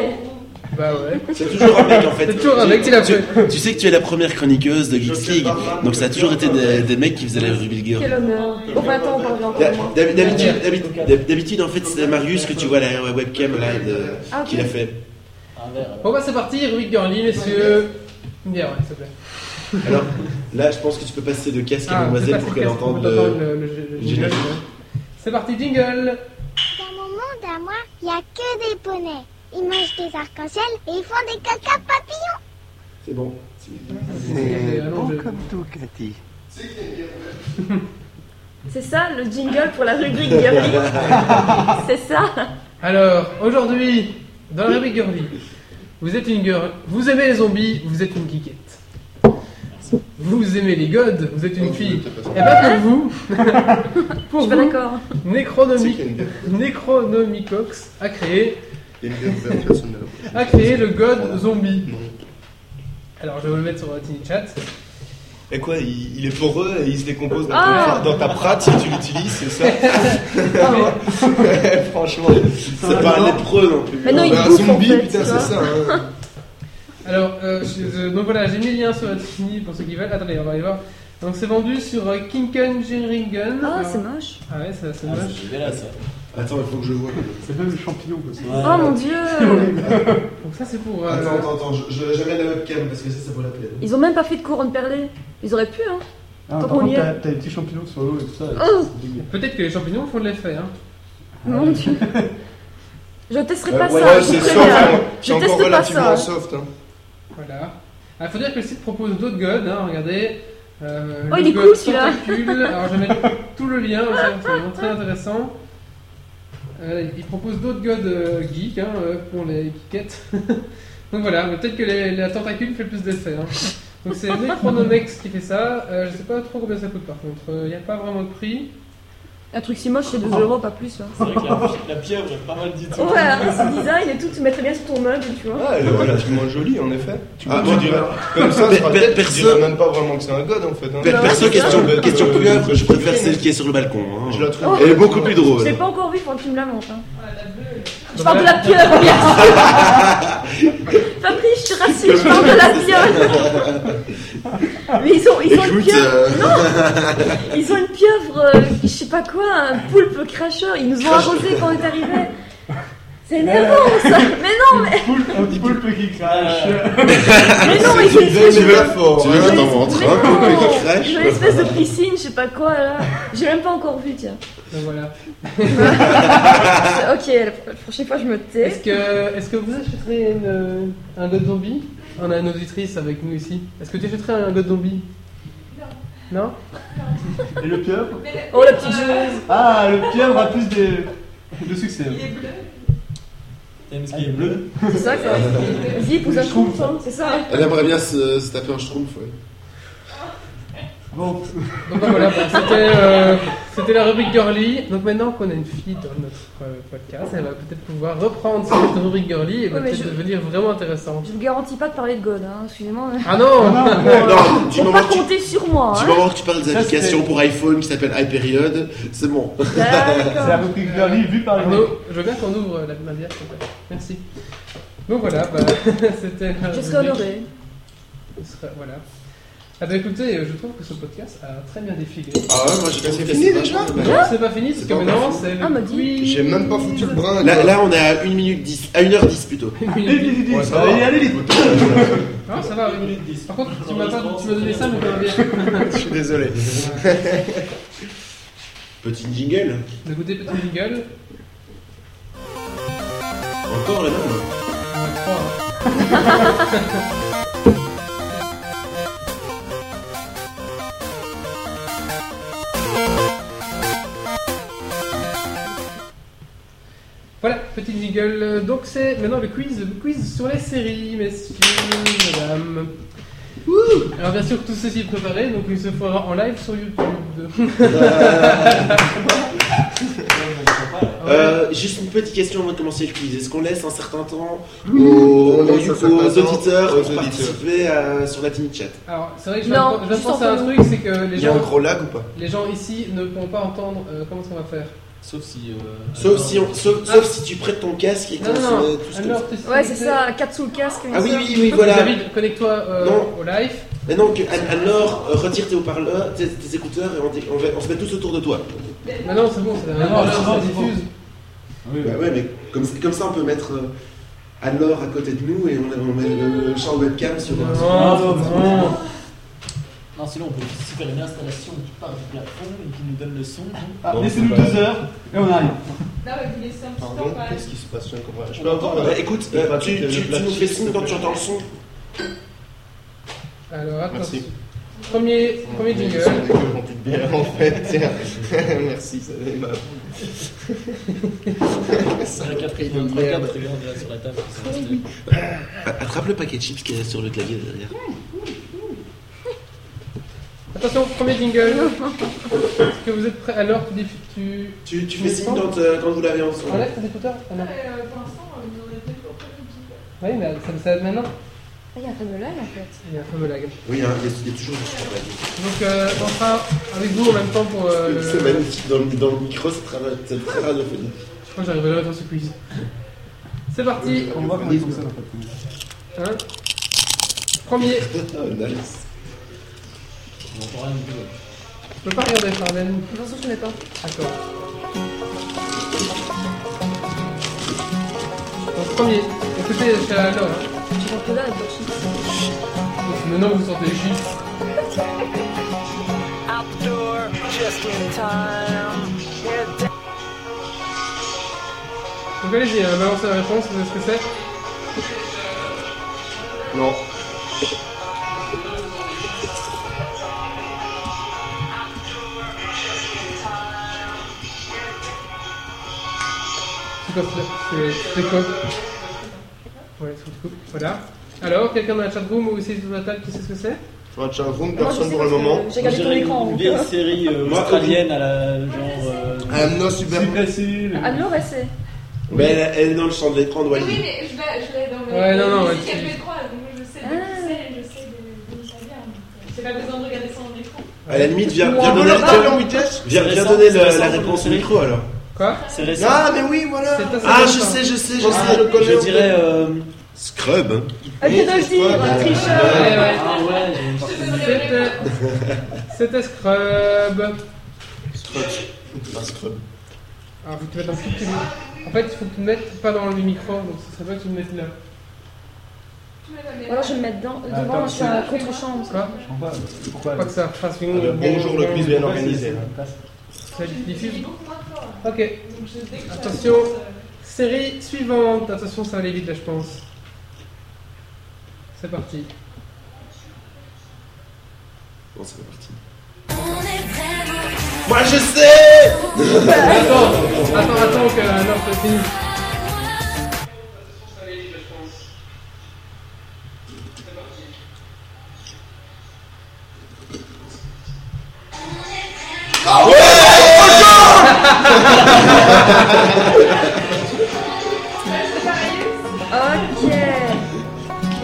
[SPEAKER 1] Bah ouais.
[SPEAKER 2] C'est toujours un mec en fait.
[SPEAKER 1] C'est toujours un mec qui l'a fait.
[SPEAKER 2] Tu sais que tu es la première chroniqueuse de Geeks
[SPEAKER 3] Je sais
[SPEAKER 2] League,
[SPEAKER 3] pas, moi,
[SPEAKER 2] donc
[SPEAKER 3] je
[SPEAKER 2] ça a
[SPEAKER 3] sais
[SPEAKER 2] toujours
[SPEAKER 3] pas.
[SPEAKER 2] été des, des mecs qui faisaient la rubrique girl.
[SPEAKER 4] Quel honneur Bon, bah attends, on parle encore de moi.
[SPEAKER 2] D'hab- D'habitude, d'habitude- d'hab- d'habitude, en fait, c'est Marius que tu vois à la webcam là, de-
[SPEAKER 4] Ah, ok.
[SPEAKER 2] qui l'a fait.
[SPEAKER 5] Un verre. alors.
[SPEAKER 1] Bon bah c'est parti, rubrique Girly, messieurs. Une bière, ouais, s'il te plaît. Ah,
[SPEAKER 2] Alors là, je pense que tu peux passer de casque à mademoiselle
[SPEAKER 1] c'est
[SPEAKER 2] pour
[SPEAKER 1] pas
[SPEAKER 2] qu'elle
[SPEAKER 1] efficace, on
[SPEAKER 2] entende euh,
[SPEAKER 1] peut entendre
[SPEAKER 2] le.
[SPEAKER 1] le, le g- le
[SPEAKER 2] le
[SPEAKER 1] jingle.
[SPEAKER 2] jingle.
[SPEAKER 1] C'est parti, jingle
[SPEAKER 8] Dans mon monde à moi, il n'y a que des poneys. Ils mangent des arcs-en-ciel et ils font des caca papillons.
[SPEAKER 2] C'est bon.
[SPEAKER 1] C'est un long jeu.
[SPEAKER 4] C'est ça le jingle pour la
[SPEAKER 3] *laughs*
[SPEAKER 4] rubrique Girly C'est ça
[SPEAKER 1] Alors, aujourd'hui, dans la rubrique Girly, vous êtes une girl, vous aimez les zombies, vous êtes une geekette. Vous aimez les godes, vous êtes une fille. Et bah pour vous,
[SPEAKER 4] Je
[SPEAKER 1] pour
[SPEAKER 4] suis
[SPEAKER 1] vous,
[SPEAKER 3] Bah,
[SPEAKER 4] pas d'accord.
[SPEAKER 1] Necronomic, Necronomicox a créé, a créé le god zombie. Alors je vais vous le mettre sur votre tiny chat.
[SPEAKER 3] Et quoi, il, il est poreux et il se décompose dans,
[SPEAKER 4] Ah
[SPEAKER 3] ton- dans ta prate si tu l'utilises, c'est ça
[SPEAKER 1] *laughs*
[SPEAKER 3] Franchement,
[SPEAKER 2] C'est pas un lépreux non plus.
[SPEAKER 4] Mais non, il
[SPEAKER 3] un
[SPEAKER 4] bouffe en
[SPEAKER 3] zombie,
[SPEAKER 4] fait, tu
[SPEAKER 3] bah, putain, c'est ça.
[SPEAKER 4] vois.
[SPEAKER 3] hein.
[SPEAKER 1] Alors, euh, je- je- donc voilà, j'ai mis le lien sur votre tiny pour ceux qui veulent. Attendez, on va aller voir. Donc c'est vendu sur euh, Kinken Jiringen.
[SPEAKER 4] Oh, c'est moche.
[SPEAKER 1] Ah ouais, ça- c'est
[SPEAKER 5] Ah,
[SPEAKER 1] moche.
[SPEAKER 5] c'est dégueulasse, ça.
[SPEAKER 2] Attends, il faut que je vois.
[SPEAKER 6] C'est même le champignon, quoi. c'est-
[SPEAKER 4] Oh mon *laughs* dieu
[SPEAKER 1] Donc ça c'est pour... euh,
[SPEAKER 2] Attends, attends, attends, je- j'amène la webcam parce que ça, ça vaut la peine.
[SPEAKER 4] Ils ont même pas fait de couronne perlée. Ils auraient pu, hein.
[SPEAKER 6] Ah,
[SPEAKER 4] Tant
[SPEAKER 6] par
[SPEAKER 4] qu'on y
[SPEAKER 6] contre,
[SPEAKER 4] est.
[SPEAKER 6] t'as t'as des petits champignons sur l'eau et tout ça.
[SPEAKER 3] Ah.
[SPEAKER 4] Oh.
[SPEAKER 6] c'est dégueu.
[SPEAKER 1] Peut-être que les champignons font de l'effet. Hein.
[SPEAKER 4] Mon dieu. Je testerai pas
[SPEAKER 3] ouais,
[SPEAKER 4] ça.
[SPEAKER 3] Euh, ouais,
[SPEAKER 4] je vous
[SPEAKER 3] c'est soft.
[SPEAKER 4] préviens.
[SPEAKER 3] hein. C'est
[SPEAKER 4] Je
[SPEAKER 3] encore
[SPEAKER 4] teste pas
[SPEAKER 3] relativement
[SPEAKER 4] ça.
[SPEAKER 3] soft. hein.
[SPEAKER 1] Voilà. Il faut dire que le site propose d'autres gods. Hein, regardez. Euh,
[SPEAKER 4] Oh,
[SPEAKER 1] le
[SPEAKER 4] il est
[SPEAKER 1] god
[SPEAKER 4] cool, celui-là.
[SPEAKER 1] tentacule. Alors je vais mettre tout le lien. ça, C'est vraiment
[SPEAKER 4] *laughs*
[SPEAKER 1] très intéressant. Euh, il propose d'autres gods euh, geeks hein, euh, pour les geekettes. *laughs* Donc voilà, mais peut-être que les, la tentacule fait plus d'effet. hein. Donc c'est Necronomex qui fait ça. Euh, je sais pas trop combien ça coûte par contre. Il n'y a pas vraiment de prix.
[SPEAKER 4] Un truc si moche, c'est 2 euros, pas plus. hein.
[SPEAKER 5] C'est vrai que la, la pieuvre est pas mal dit.
[SPEAKER 4] Ouais, alors, ce design et tout, tu mettrais bien sur ton meuble, tu vois.
[SPEAKER 3] Ah, elle est relativement jolie en effet. Tu,
[SPEAKER 2] Ah,
[SPEAKER 3] tu
[SPEAKER 2] moi,
[SPEAKER 3] dirais, comme ça,
[SPEAKER 2] per-
[SPEAKER 3] sur la
[SPEAKER 2] per-
[SPEAKER 3] tête,
[SPEAKER 2] perso-
[SPEAKER 3] tu dirais même pas vraiment que c'est un god en fait. hein.
[SPEAKER 2] Per- Perso, question,
[SPEAKER 3] Ouais,
[SPEAKER 2] question
[SPEAKER 3] euh,
[SPEAKER 2] pieuvre, je préfère
[SPEAKER 3] je
[SPEAKER 2] celle qui est sur le balcon. hein.
[SPEAKER 3] Je la trouve.
[SPEAKER 2] Elle est beaucoup plus
[SPEAKER 4] Je l'ai
[SPEAKER 2] drôle.
[SPEAKER 4] pas encore vu, faut que tu me la montres. hein. Je
[SPEAKER 1] Donc
[SPEAKER 4] parle de
[SPEAKER 1] voilà.
[SPEAKER 4] la pieuvre, bien *laughs* sûr. Fabrice, je te rassure, je parle de la pieuvre. *laughs* Mais ils ont, ils ont une
[SPEAKER 2] Écoute,
[SPEAKER 4] pieuvre,
[SPEAKER 2] euh,
[SPEAKER 4] ils ont une pieuvre, euh, je sais pas quoi, un poulpe cracheur. Euh. Ils nous ont arrosé quand on est *laughs* arrivé. C'est énervant ça. Mais non,
[SPEAKER 6] Poulpe, un poulpe qui crache.
[SPEAKER 3] Ah.
[SPEAKER 4] mais non, ils ont
[SPEAKER 2] tu
[SPEAKER 4] une
[SPEAKER 2] veux,
[SPEAKER 4] espèce
[SPEAKER 2] tu
[SPEAKER 4] de-
[SPEAKER 2] veux, tu veux que je t'en montre un
[SPEAKER 4] Mais non,
[SPEAKER 2] peu qui crache
[SPEAKER 4] Ils ont une espèce de piscine, je sais pas quoi là. J'ai même pas encore vu, tiens.
[SPEAKER 1] Donc voilà.
[SPEAKER 4] Ok, la pro- la prochaine fois je me tais.
[SPEAKER 1] Est-ce que, est que vous achèterez une- euh, un god zombie On a une auditrice avec nous ici. Est-ce que tu achèterais un god zombie Non. Non
[SPEAKER 6] Et le pieuvre
[SPEAKER 4] Oh la petite joueuse.
[SPEAKER 6] Ah, le pieuvre a plus de, de succès. Ah,
[SPEAKER 5] T'aimes ce qui est bleu
[SPEAKER 4] C'est ça quoi. Vas-y, pose un trou, hein, c'est ça.
[SPEAKER 2] Elle aimerait bien se, se taper un schtroumpf, ouais.
[SPEAKER 6] Bon,
[SPEAKER 1] Donc bah, voilà, bon, c'était euh, c'était la rubrique girly. Donc maintenant qu'on a une fille dans notre euh, podcast, elle va peut-être pouvoir reprendre cette rubrique girly et va
[SPEAKER 4] Ouais, mais
[SPEAKER 1] peut-être
[SPEAKER 4] je-
[SPEAKER 1] devenir vraiment intéressante.
[SPEAKER 4] Je vous garantis pas de parler de God, hein, excusez-moi.
[SPEAKER 1] Ah non, *laughs*
[SPEAKER 2] Non, tu
[SPEAKER 4] Faut
[SPEAKER 2] m'en
[SPEAKER 4] pas compter sur moi,
[SPEAKER 2] Tu
[SPEAKER 4] hein.
[SPEAKER 2] vas voir que tu parles des
[SPEAKER 6] Ça,
[SPEAKER 2] applications
[SPEAKER 6] c'est-
[SPEAKER 2] pour iPhone qui s'appellent iPeriod, c'est bon.
[SPEAKER 6] c'est la
[SPEAKER 4] D'accord.
[SPEAKER 6] rubrique Girly vue par les
[SPEAKER 1] Arnaud, je veux bien qu'on ouvre la bière, s'il te plaît. Merci. Donc voilà, bah, *laughs* c'était la
[SPEAKER 4] Je
[SPEAKER 1] rubrique.
[SPEAKER 4] serais honorée.
[SPEAKER 1] Ce sera- Voilà. Ah bah écoutez, euh, je trouve que ce podcast a très bien défilé.
[SPEAKER 2] Ah ouais, moi j'ai
[SPEAKER 3] C'est fini déjà
[SPEAKER 1] Non, c'est pas fini, parce
[SPEAKER 2] C'est
[SPEAKER 1] que
[SPEAKER 2] pas
[SPEAKER 1] maintenant
[SPEAKER 2] encore
[SPEAKER 1] c'est le
[SPEAKER 4] Ah, m'a dit.
[SPEAKER 1] quiz.
[SPEAKER 3] J'ai même pas foutu le brin.
[SPEAKER 2] Là,
[SPEAKER 3] quoi.
[SPEAKER 2] là, on est à 1 minute 10, à 1h10 plutôt.
[SPEAKER 6] Ouais,
[SPEAKER 3] ça va.
[SPEAKER 6] allez, allez, vite.
[SPEAKER 1] Non, ça va.
[SPEAKER 5] Une minute dix.
[SPEAKER 1] Par contre, tu m'as pas tu m'as donné ça, mais pas bien.
[SPEAKER 3] Je suis désolé.
[SPEAKER 2] *laughs* Petit jingle,
[SPEAKER 1] De côté, petit jingle.
[SPEAKER 2] encore la même.
[SPEAKER 1] *laughs* Voilà, petit jingle. Donc c'est maintenant le quiz, le quiz sur les séries, messieurs, mesdames. Alors bien sûr, tout ceci est préparé, donc il se fera en live sur YouTube. *laughs*
[SPEAKER 3] Ah,
[SPEAKER 2] Euh, juste une petite question avant de commencer le quiz. Est-ce qu'on laisse un certain temps aux,
[SPEAKER 3] Mmh. On
[SPEAKER 2] aux-
[SPEAKER 3] laisse un certain
[SPEAKER 2] aux
[SPEAKER 3] temps
[SPEAKER 2] auditeurs
[SPEAKER 3] aux
[SPEAKER 2] pour
[SPEAKER 3] auditeurs.
[SPEAKER 2] participer à- sur la team chat
[SPEAKER 1] Alors c'est vrai que je
[SPEAKER 4] Non,
[SPEAKER 1] viens de- je viens de
[SPEAKER 4] juste
[SPEAKER 1] penser à un
[SPEAKER 4] entre
[SPEAKER 1] truc, c'est que les
[SPEAKER 3] Il y a un
[SPEAKER 1] gens,
[SPEAKER 3] gros lag ou pas
[SPEAKER 1] les gens ici ne pourront pas entendre euh, comment ça va faire.
[SPEAKER 5] Sauf si. euh,
[SPEAKER 2] Sauf, si, on- sauf, sauf si tu prêtes ton casque et qu'on
[SPEAKER 1] Non, non, non.
[SPEAKER 2] se met tous comme
[SPEAKER 1] Alors,
[SPEAKER 2] ça.
[SPEAKER 1] t'es-
[SPEAKER 4] Ouais, c'est ça, 4 sous le casque.
[SPEAKER 2] Ah oui,
[SPEAKER 4] ça.
[SPEAKER 2] oui, oui, voilà.
[SPEAKER 1] David, connecte-toi euh,
[SPEAKER 2] Non.
[SPEAKER 1] au live.
[SPEAKER 2] Mais non, que Anne- Anne-Laure, euh, retire tes haut-parleurs, tes, tes écouteurs et on, dit- on va- on se met tous autour de toi.
[SPEAKER 1] Non, non, c'est bon, c'est
[SPEAKER 5] Non, non, c'est
[SPEAKER 1] ça
[SPEAKER 5] bon,
[SPEAKER 1] diffuse.
[SPEAKER 2] Bah ouais, mais comme, comme ça on peut mettre euh, Anne-Laure à côté de nous et on, on met le, le champ webcam sur.
[SPEAKER 1] Non,
[SPEAKER 6] Ah,
[SPEAKER 2] sur-
[SPEAKER 1] non, non.
[SPEAKER 5] Non, sinon on peut aussi faire une installation qui part du plafond et qui nous donne le son.
[SPEAKER 6] Ah,
[SPEAKER 2] Bon,
[SPEAKER 6] Laissez-nous
[SPEAKER 2] c'est pas-
[SPEAKER 6] deux heures et on arrive.
[SPEAKER 9] Non, mais vous laissez
[SPEAKER 4] Ah,
[SPEAKER 9] un petit temps
[SPEAKER 3] Pardon,
[SPEAKER 9] quand même.
[SPEAKER 3] qu'est-ce qui se passe Je ne comprends pas.
[SPEAKER 2] Je
[SPEAKER 3] Je peux
[SPEAKER 2] peux
[SPEAKER 3] avoir.
[SPEAKER 2] encore.
[SPEAKER 3] euh,
[SPEAKER 2] Bah, écoute,
[SPEAKER 3] le
[SPEAKER 2] euh,
[SPEAKER 3] papier,
[SPEAKER 2] tu,
[SPEAKER 3] le
[SPEAKER 2] tu- tu
[SPEAKER 3] plastique,
[SPEAKER 2] nous fais
[SPEAKER 3] s'il
[SPEAKER 2] signe
[SPEAKER 3] te
[SPEAKER 2] quand
[SPEAKER 3] plaît.
[SPEAKER 2] tu entends le son.
[SPEAKER 1] Alors, attends.
[SPEAKER 3] Merci.
[SPEAKER 1] Premier, premier
[SPEAKER 3] Mais
[SPEAKER 1] jingle.
[SPEAKER 3] ce sont des gueules remplies de bière, en fait. Tiens. Merci, ça va, Emma.
[SPEAKER 5] C'est la carte
[SPEAKER 3] prix de
[SPEAKER 5] notre
[SPEAKER 3] merde.
[SPEAKER 5] carte, regarde, là, sur la table. qui s'est installée.
[SPEAKER 2] A- Bah, Attrape le paquet de chips qui est sur le clavier derrière.
[SPEAKER 1] Attention, premier jingle. Est-ce que vous êtes prêts Alors, tu, dis- tu
[SPEAKER 2] Tu, tu
[SPEAKER 1] Mais
[SPEAKER 2] fais signe
[SPEAKER 1] sans-
[SPEAKER 2] quand, euh, quand vous l'avez ensemble.
[SPEAKER 1] enlèves tes écouteurs Ah non.
[SPEAKER 9] Ouais, euh, Pour l'instant, euh, vous aurez peut-être pas prévu de dire.
[SPEAKER 1] Oui, mais ça me sert maintenant.
[SPEAKER 4] Ah, Il y a un peu de lag en fait.
[SPEAKER 1] Il y a un fameux lag.
[SPEAKER 2] Oui, hein, il y a- il y, a toujours des chips. en fait.
[SPEAKER 1] Donc, euh, on sera avec vous en même temps pour. euh, le-
[SPEAKER 2] C'est magnifique, dans, le- dans le micro, c'est très, c'est très radiophonique.
[SPEAKER 1] Je crois que j'arriverai à faire ce quiz. C'est parti.
[SPEAKER 6] On voit comment ils fonctionnent en fait.
[SPEAKER 1] Hein premier.
[SPEAKER 2] Ah, nice.
[SPEAKER 5] On entend rien du tout.
[SPEAKER 1] Je peux pas regarder Charlène.
[SPEAKER 4] De toute façon, je n'ai pas.
[SPEAKER 1] D'accord. Donc, premier. Écoutez, c'est à l'heure. hein.
[SPEAKER 4] J'ai un peu là, avec
[SPEAKER 1] Donc, Maintenant, vous sentez les chiffres. Donc, allez-y, euh, balancez la réponse. Vous savez ce que c'est
[SPEAKER 3] Non.
[SPEAKER 1] C'est quoi c'est- C'est c'est quoi Ouais, sous le coupe. Voilà. Alors, quelqu'un dans la chatroom ou ici sur la table qui sait ce que c'est
[SPEAKER 3] Sur la chatroom, personne pour le moment.
[SPEAKER 4] J'ai regardé ton écran.
[SPEAKER 5] Une
[SPEAKER 4] donc.
[SPEAKER 5] vieille série euh,
[SPEAKER 2] Moi, Ah.
[SPEAKER 5] australienne à la genre. euh,
[SPEAKER 3] I'm no super.
[SPEAKER 6] Si facile.
[SPEAKER 4] Anne-Laure, elle sait.
[SPEAKER 2] Mais Ben, elle, elle est dans le champ de l'écran de
[SPEAKER 9] Oui,
[SPEAKER 2] Wally.
[SPEAKER 9] oui, mais je l'ai je l'ai dans
[SPEAKER 7] Euh,
[SPEAKER 9] le.
[SPEAKER 1] Ouais, non, non,
[SPEAKER 9] le
[SPEAKER 1] ouais,
[SPEAKER 9] site
[SPEAKER 1] tu-
[SPEAKER 9] LV3, donc je sais de
[SPEAKER 4] Ah.
[SPEAKER 9] qui c'est et je sais de- d'où ça vient. donc, euh, J'ai pas besoin de regarder ça en écran.
[SPEAKER 2] À la limite, viens,
[SPEAKER 3] On
[SPEAKER 2] viens
[SPEAKER 3] peut
[SPEAKER 2] donner,
[SPEAKER 3] leur parler en
[SPEAKER 2] viens,
[SPEAKER 3] vitesse
[SPEAKER 2] viens- viens
[SPEAKER 5] C'est
[SPEAKER 2] donner
[SPEAKER 5] récent,
[SPEAKER 2] le-
[SPEAKER 5] c'est
[SPEAKER 2] la
[SPEAKER 5] récent,
[SPEAKER 2] réponse au
[SPEAKER 5] c'est
[SPEAKER 2] micro alors.
[SPEAKER 1] Quoi
[SPEAKER 5] C'est récent.
[SPEAKER 3] Ah, mais oui, voilà
[SPEAKER 1] C'est assez
[SPEAKER 2] Ah, je
[SPEAKER 1] récent.
[SPEAKER 2] sais, je sais, je
[SPEAKER 3] Moi,
[SPEAKER 5] Ah,
[SPEAKER 2] sais.
[SPEAKER 3] le connais,
[SPEAKER 5] je
[SPEAKER 3] on
[SPEAKER 5] dirais. euh,
[SPEAKER 2] Scrub. hein.
[SPEAKER 3] Oui,
[SPEAKER 4] Ok, de le
[SPEAKER 3] c'est toi,
[SPEAKER 4] dire,
[SPEAKER 3] bah,
[SPEAKER 4] tricheur.
[SPEAKER 1] Ouais, ouais.
[SPEAKER 5] Ah ouais, j'ai une
[SPEAKER 9] Je
[SPEAKER 5] partie.
[SPEAKER 9] te donnerai le
[SPEAKER 1] C'était. C'était Scrub.
[SPEAKER 3] Scrub. Pas Scrub.
[SPEAKER 1] Alors, faut que tu mettes un tout petit peu. En fait, il faut que tu ne mettes pas dans le micro, donc ce serait bien que tu le mettes là.
[SPEAKER 9] Tu mets la
[SPEAKER 4] Ou
[SPEAKER 9] merde.
[SPEAKER 4] alors je vais me mettre dedans, devant,
[SPEAKER 6] Attends,
[SPEAKER 4] je suis à contre-chambre.
[SPEAKER 1] Quoi
[SPEAKER 6] Je comprends pas pourquoi.
[SPEAKER 1] Pas que ça fasse une.
[SPEAKER 3] Le Euh, bonjour, le quiz bien organisé.
[SPEAKER 9] Je
[SPEAKER 1] Ça
[SPEAKER 9] dis
[SPEAKER 1] diffuse.
[SPEAKER 9] beaucoup moins fort. hein.
[SPEAKER 1] Ok.
[SPEAKER 9] Donc je dès que ça
[SPEAKER 1] Attention.
[SPEAKER 9] avance, euh,
[SPEAKER 1] Série suivante. Attention, ça va aller vite là, je pense. C'est parti.
[SPEAKER 2] Bon, c'est parti. Moi, je sais
[SPEAKER 1] Attends, attends, attends que l'heure se finisse. Euh,
[SPEAKER 4] Ok.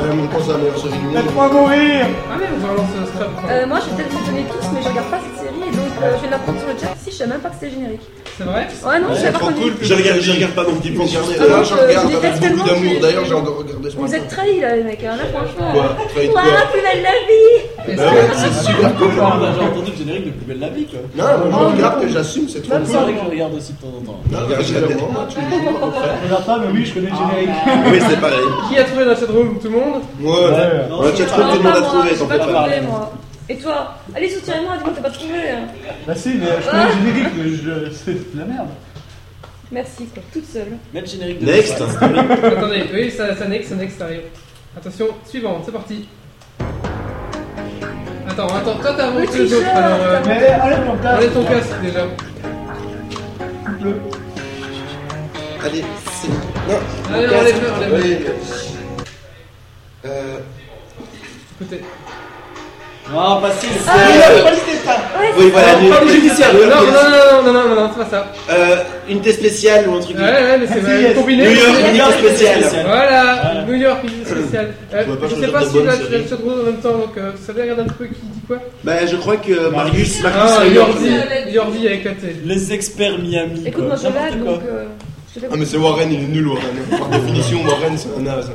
[SPEAKER 3] Euh, Mon pense à la meilleure série du monde.
[SPEAKER 6] Faites-moi mourir
[SPEAKER 1] Ah mais on va relancer le scrap.
[SPEAKER 4] Euh, moi, je vais peut-être vous donner tous, mais je regarde pas cette série, et donc euh, je vais la prendre sur le chat. Si, je sais même pas que c'est générique.
[SPEAKER 1] C'est vrai
[SPEAKER 4] Ouais, non, je savais pas
[SPEAKER 3] Trop
[SPEAKER 4] connu.
[SPEAKER 3] cool.
[SPEAKER 2] je regarde, je regarde pas mon petit
[SPEAKER 3] J'en
[SPEAKER 2] plan.
[SPEAKER 3] ai-
[SPEAKER 4] Ah,
[SPEAKER 3] Là, je
[SPEAKER 4] euh,
[SPEAKER 3] regarde
[SPEAKER 4] je
[SPEAKER 3] avec beaucoup
[SPEAKER 4] déteste tellement que-
[SPEAKER 3] d'amour. D'ailleurs, j'ai encore regardé ce
[SPEAKER 4] Vous
[SPEAKER 3] matin.
[SPEAKER 4] êtes trahis là, les mecs, hein, là, franchement.
[SPEAKER 3] Quoi Trahis de
[SPEAKER 4] Ouah,
[SPEAKER 3] quoi
[SPEAKER 4] plus belle la vie
[SPEAKER 1] Est-ce
[SPEAKER 3] Bah
[SPEAKER 1] que-
[SPEAKER 3] ouais, c'est super cool.
[SPEAKER 5] Ah, bah, J'ai entendu le générique de Plus belle la vie quoi.
[SPEAKER 3] Non, moi, je
[SPEAKER 4] Oh,
[SPEAKER 3] regarde
[SPEAKER 4] non.
[SPEAKER 3] que j'assume, c'est trop
[SPEAKER 5] C'est
[SPEAKER 3] cool.
[SPEAKER 5] pour ça que je regarde aussi de temps en temps.
[SPEAKER 3] Non, regarde, j'ai l'amour, moi, tu me dis, au contraire.
[SPEAKER 6] Je regarde pas, mais Ah, oui, je connais le générique.
[SPEAKER 2] Oui, c'est pareil.
[SPEAKER 1] Qui a trouvé dans cette room Tout le monde
[SPEAKER 3] Moi,
[SPEAKER 6] Ouais.
[SPEAKER 5] Non,
[SPEAKER 2] Ouais, tu as trouvé, tout le monde a trouvé,
[SPEAKER 4] j'ai
[SPEAKER 2] t'en
[SPEAKER 4] pas
[SPEAKER 2] fais pas.
[SPEAKER 4] trouvé, moi. Et toi Allez, soutiens-moi, dis-moi, t'as pas trouvé. hein.
[SPEAKER 6] Bah si, mais je connais le générique, mais je... c'est de la merde.
[SPEAKER 4] Merci, quoi, toute seule.
[SPEAKER 5] Mets le générique de
[SPEAKER 2] Next
[SPEAKER 1] Attendez, oui, ça, ça next, ça next, ça arrive. Attention, suivante, c'est parti. Attends, attends, toi t'as
[SPEAKER 4] Le
[SPEAKER 1] avancé les autres,
[SPEAKER 4] tricheur,
[SPEAKER 1] alors euh,
[SPEAKER 6] Mais allez, plante
[SPEAKER 1] enlève ton casque déjà.
[SPEAKER 2] Allez, c'est. Non
[SPEAKER 1] Allez,
[SPEAKER 2] Casque.
[SPEAKER 1] enlève-le, enlève-le.
[SPEAKER 2] Oui. Euh,
[SPEAKER 1] Écoutez.
[SPEAKER 5] Non, pas si.
[SPEAKER 2] Oui, voilà, nul.
[SPEAKER 1] Ah, Non, non, non, non, non, non, non, non, c'est pas ça.
[SPEAKER 2] Euh, Une thé spéciale ou un truc
[SPEAKER 1] Ouais, ouais, mais c'est mal combiné.
[SPEAKER 2] Ah, New York,
[SPEAKER 1] c'est-
[SPEAKER 2] une thé spéciale.
[SPEAKER 5] spéciale.
[SPEAKER 1] Voilà,
[SPEAKER 5] Voilà.
[SPEAKER 1] New York, une spéciale. Euh,
[SPEAKER 2] pourrais pas
[SPEAKER 1] je sais
[SPEAKER 2] choisir
[SPEAKER 1] pas
[SPEAKER 2] de
[SPEAKER 1] si
[SPEAKER 2] bonne
[SPEAKER 1] là tu
[SPEAKER 2] série.
[SPEAKER 1] vas te retrouver en même temps, donc euh, vous savez regarder un peu qui dit quoi
[SPEAKER 2] Bah, je crois que Marius, Marcus
[SPEAKER 1] Ah,
[SPEAKER 2] Rayon-
[SPEAKER 1] Yordi, Yordi a éclaté.
[SPEAKER 5] Les experts Miami.
[SPEAKER 4] Ah, Écoute, moi
[SPEAKER 5] quoi.
[SPEAKER 4] je lag,
[SPEAKER 5] N'importe
[SPEAKER 4] donc.
[SPEAKER 5] quoi.
[SPEAKER 4] euh, je te
[SPEAKER 3] Ah, mais c'est Warren, il est nul, Warren. Par définition, Warren, c'est un naze.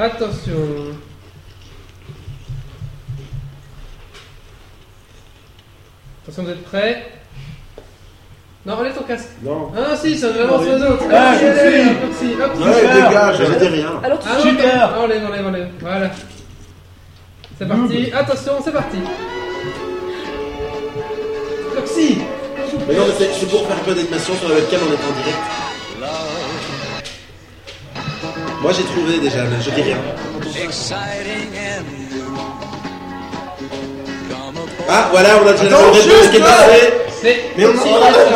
[SPEAKER 1] Attention. Attention, vous êtes prêts Non, enlève ton casque.
[SPEAKER 2] Non.
[SPEAKER 1] Ah, si, ça nous avance les autres.
[SPEAKER 5] Ah,
[SPEAKER 1] Allez,
[SPEAKER 5] je
[SPEAKER 1] allez,
[SPEAKER 5] suis.
[SPEAKER 1] un raccourci, hop,
[SPEAKER 2] Ouais,
[SPEAKER 1] super.
[SPEAKER 2] dégage, j'ai dit rien.
[SPEAKER 4] Alors tu
[SPEAKER 1] Ah, non,
[SPEAKER 5] Super.
[SPEAKER 1] non, Enlève, enlève, enlève. Voilà. C'est parti. Attention, c'est parti. Roxy
[SPEAKER 2] Mais non, mais c'est- c'est pour faire un peu d'animation sur la webcam en étant en direct. Moi j'ai trouvé déjà, mais je dis rien. Ah voilà, on a déjà la bonne réponse qui est passée.
[SPEAKER 1] Mais
[SPEAKER 2] Mais on
[SPEAKER 1] si,
[SPEAKER 2] en
[SPEAKER 1] voilà,
[SPEAKER 2] parle.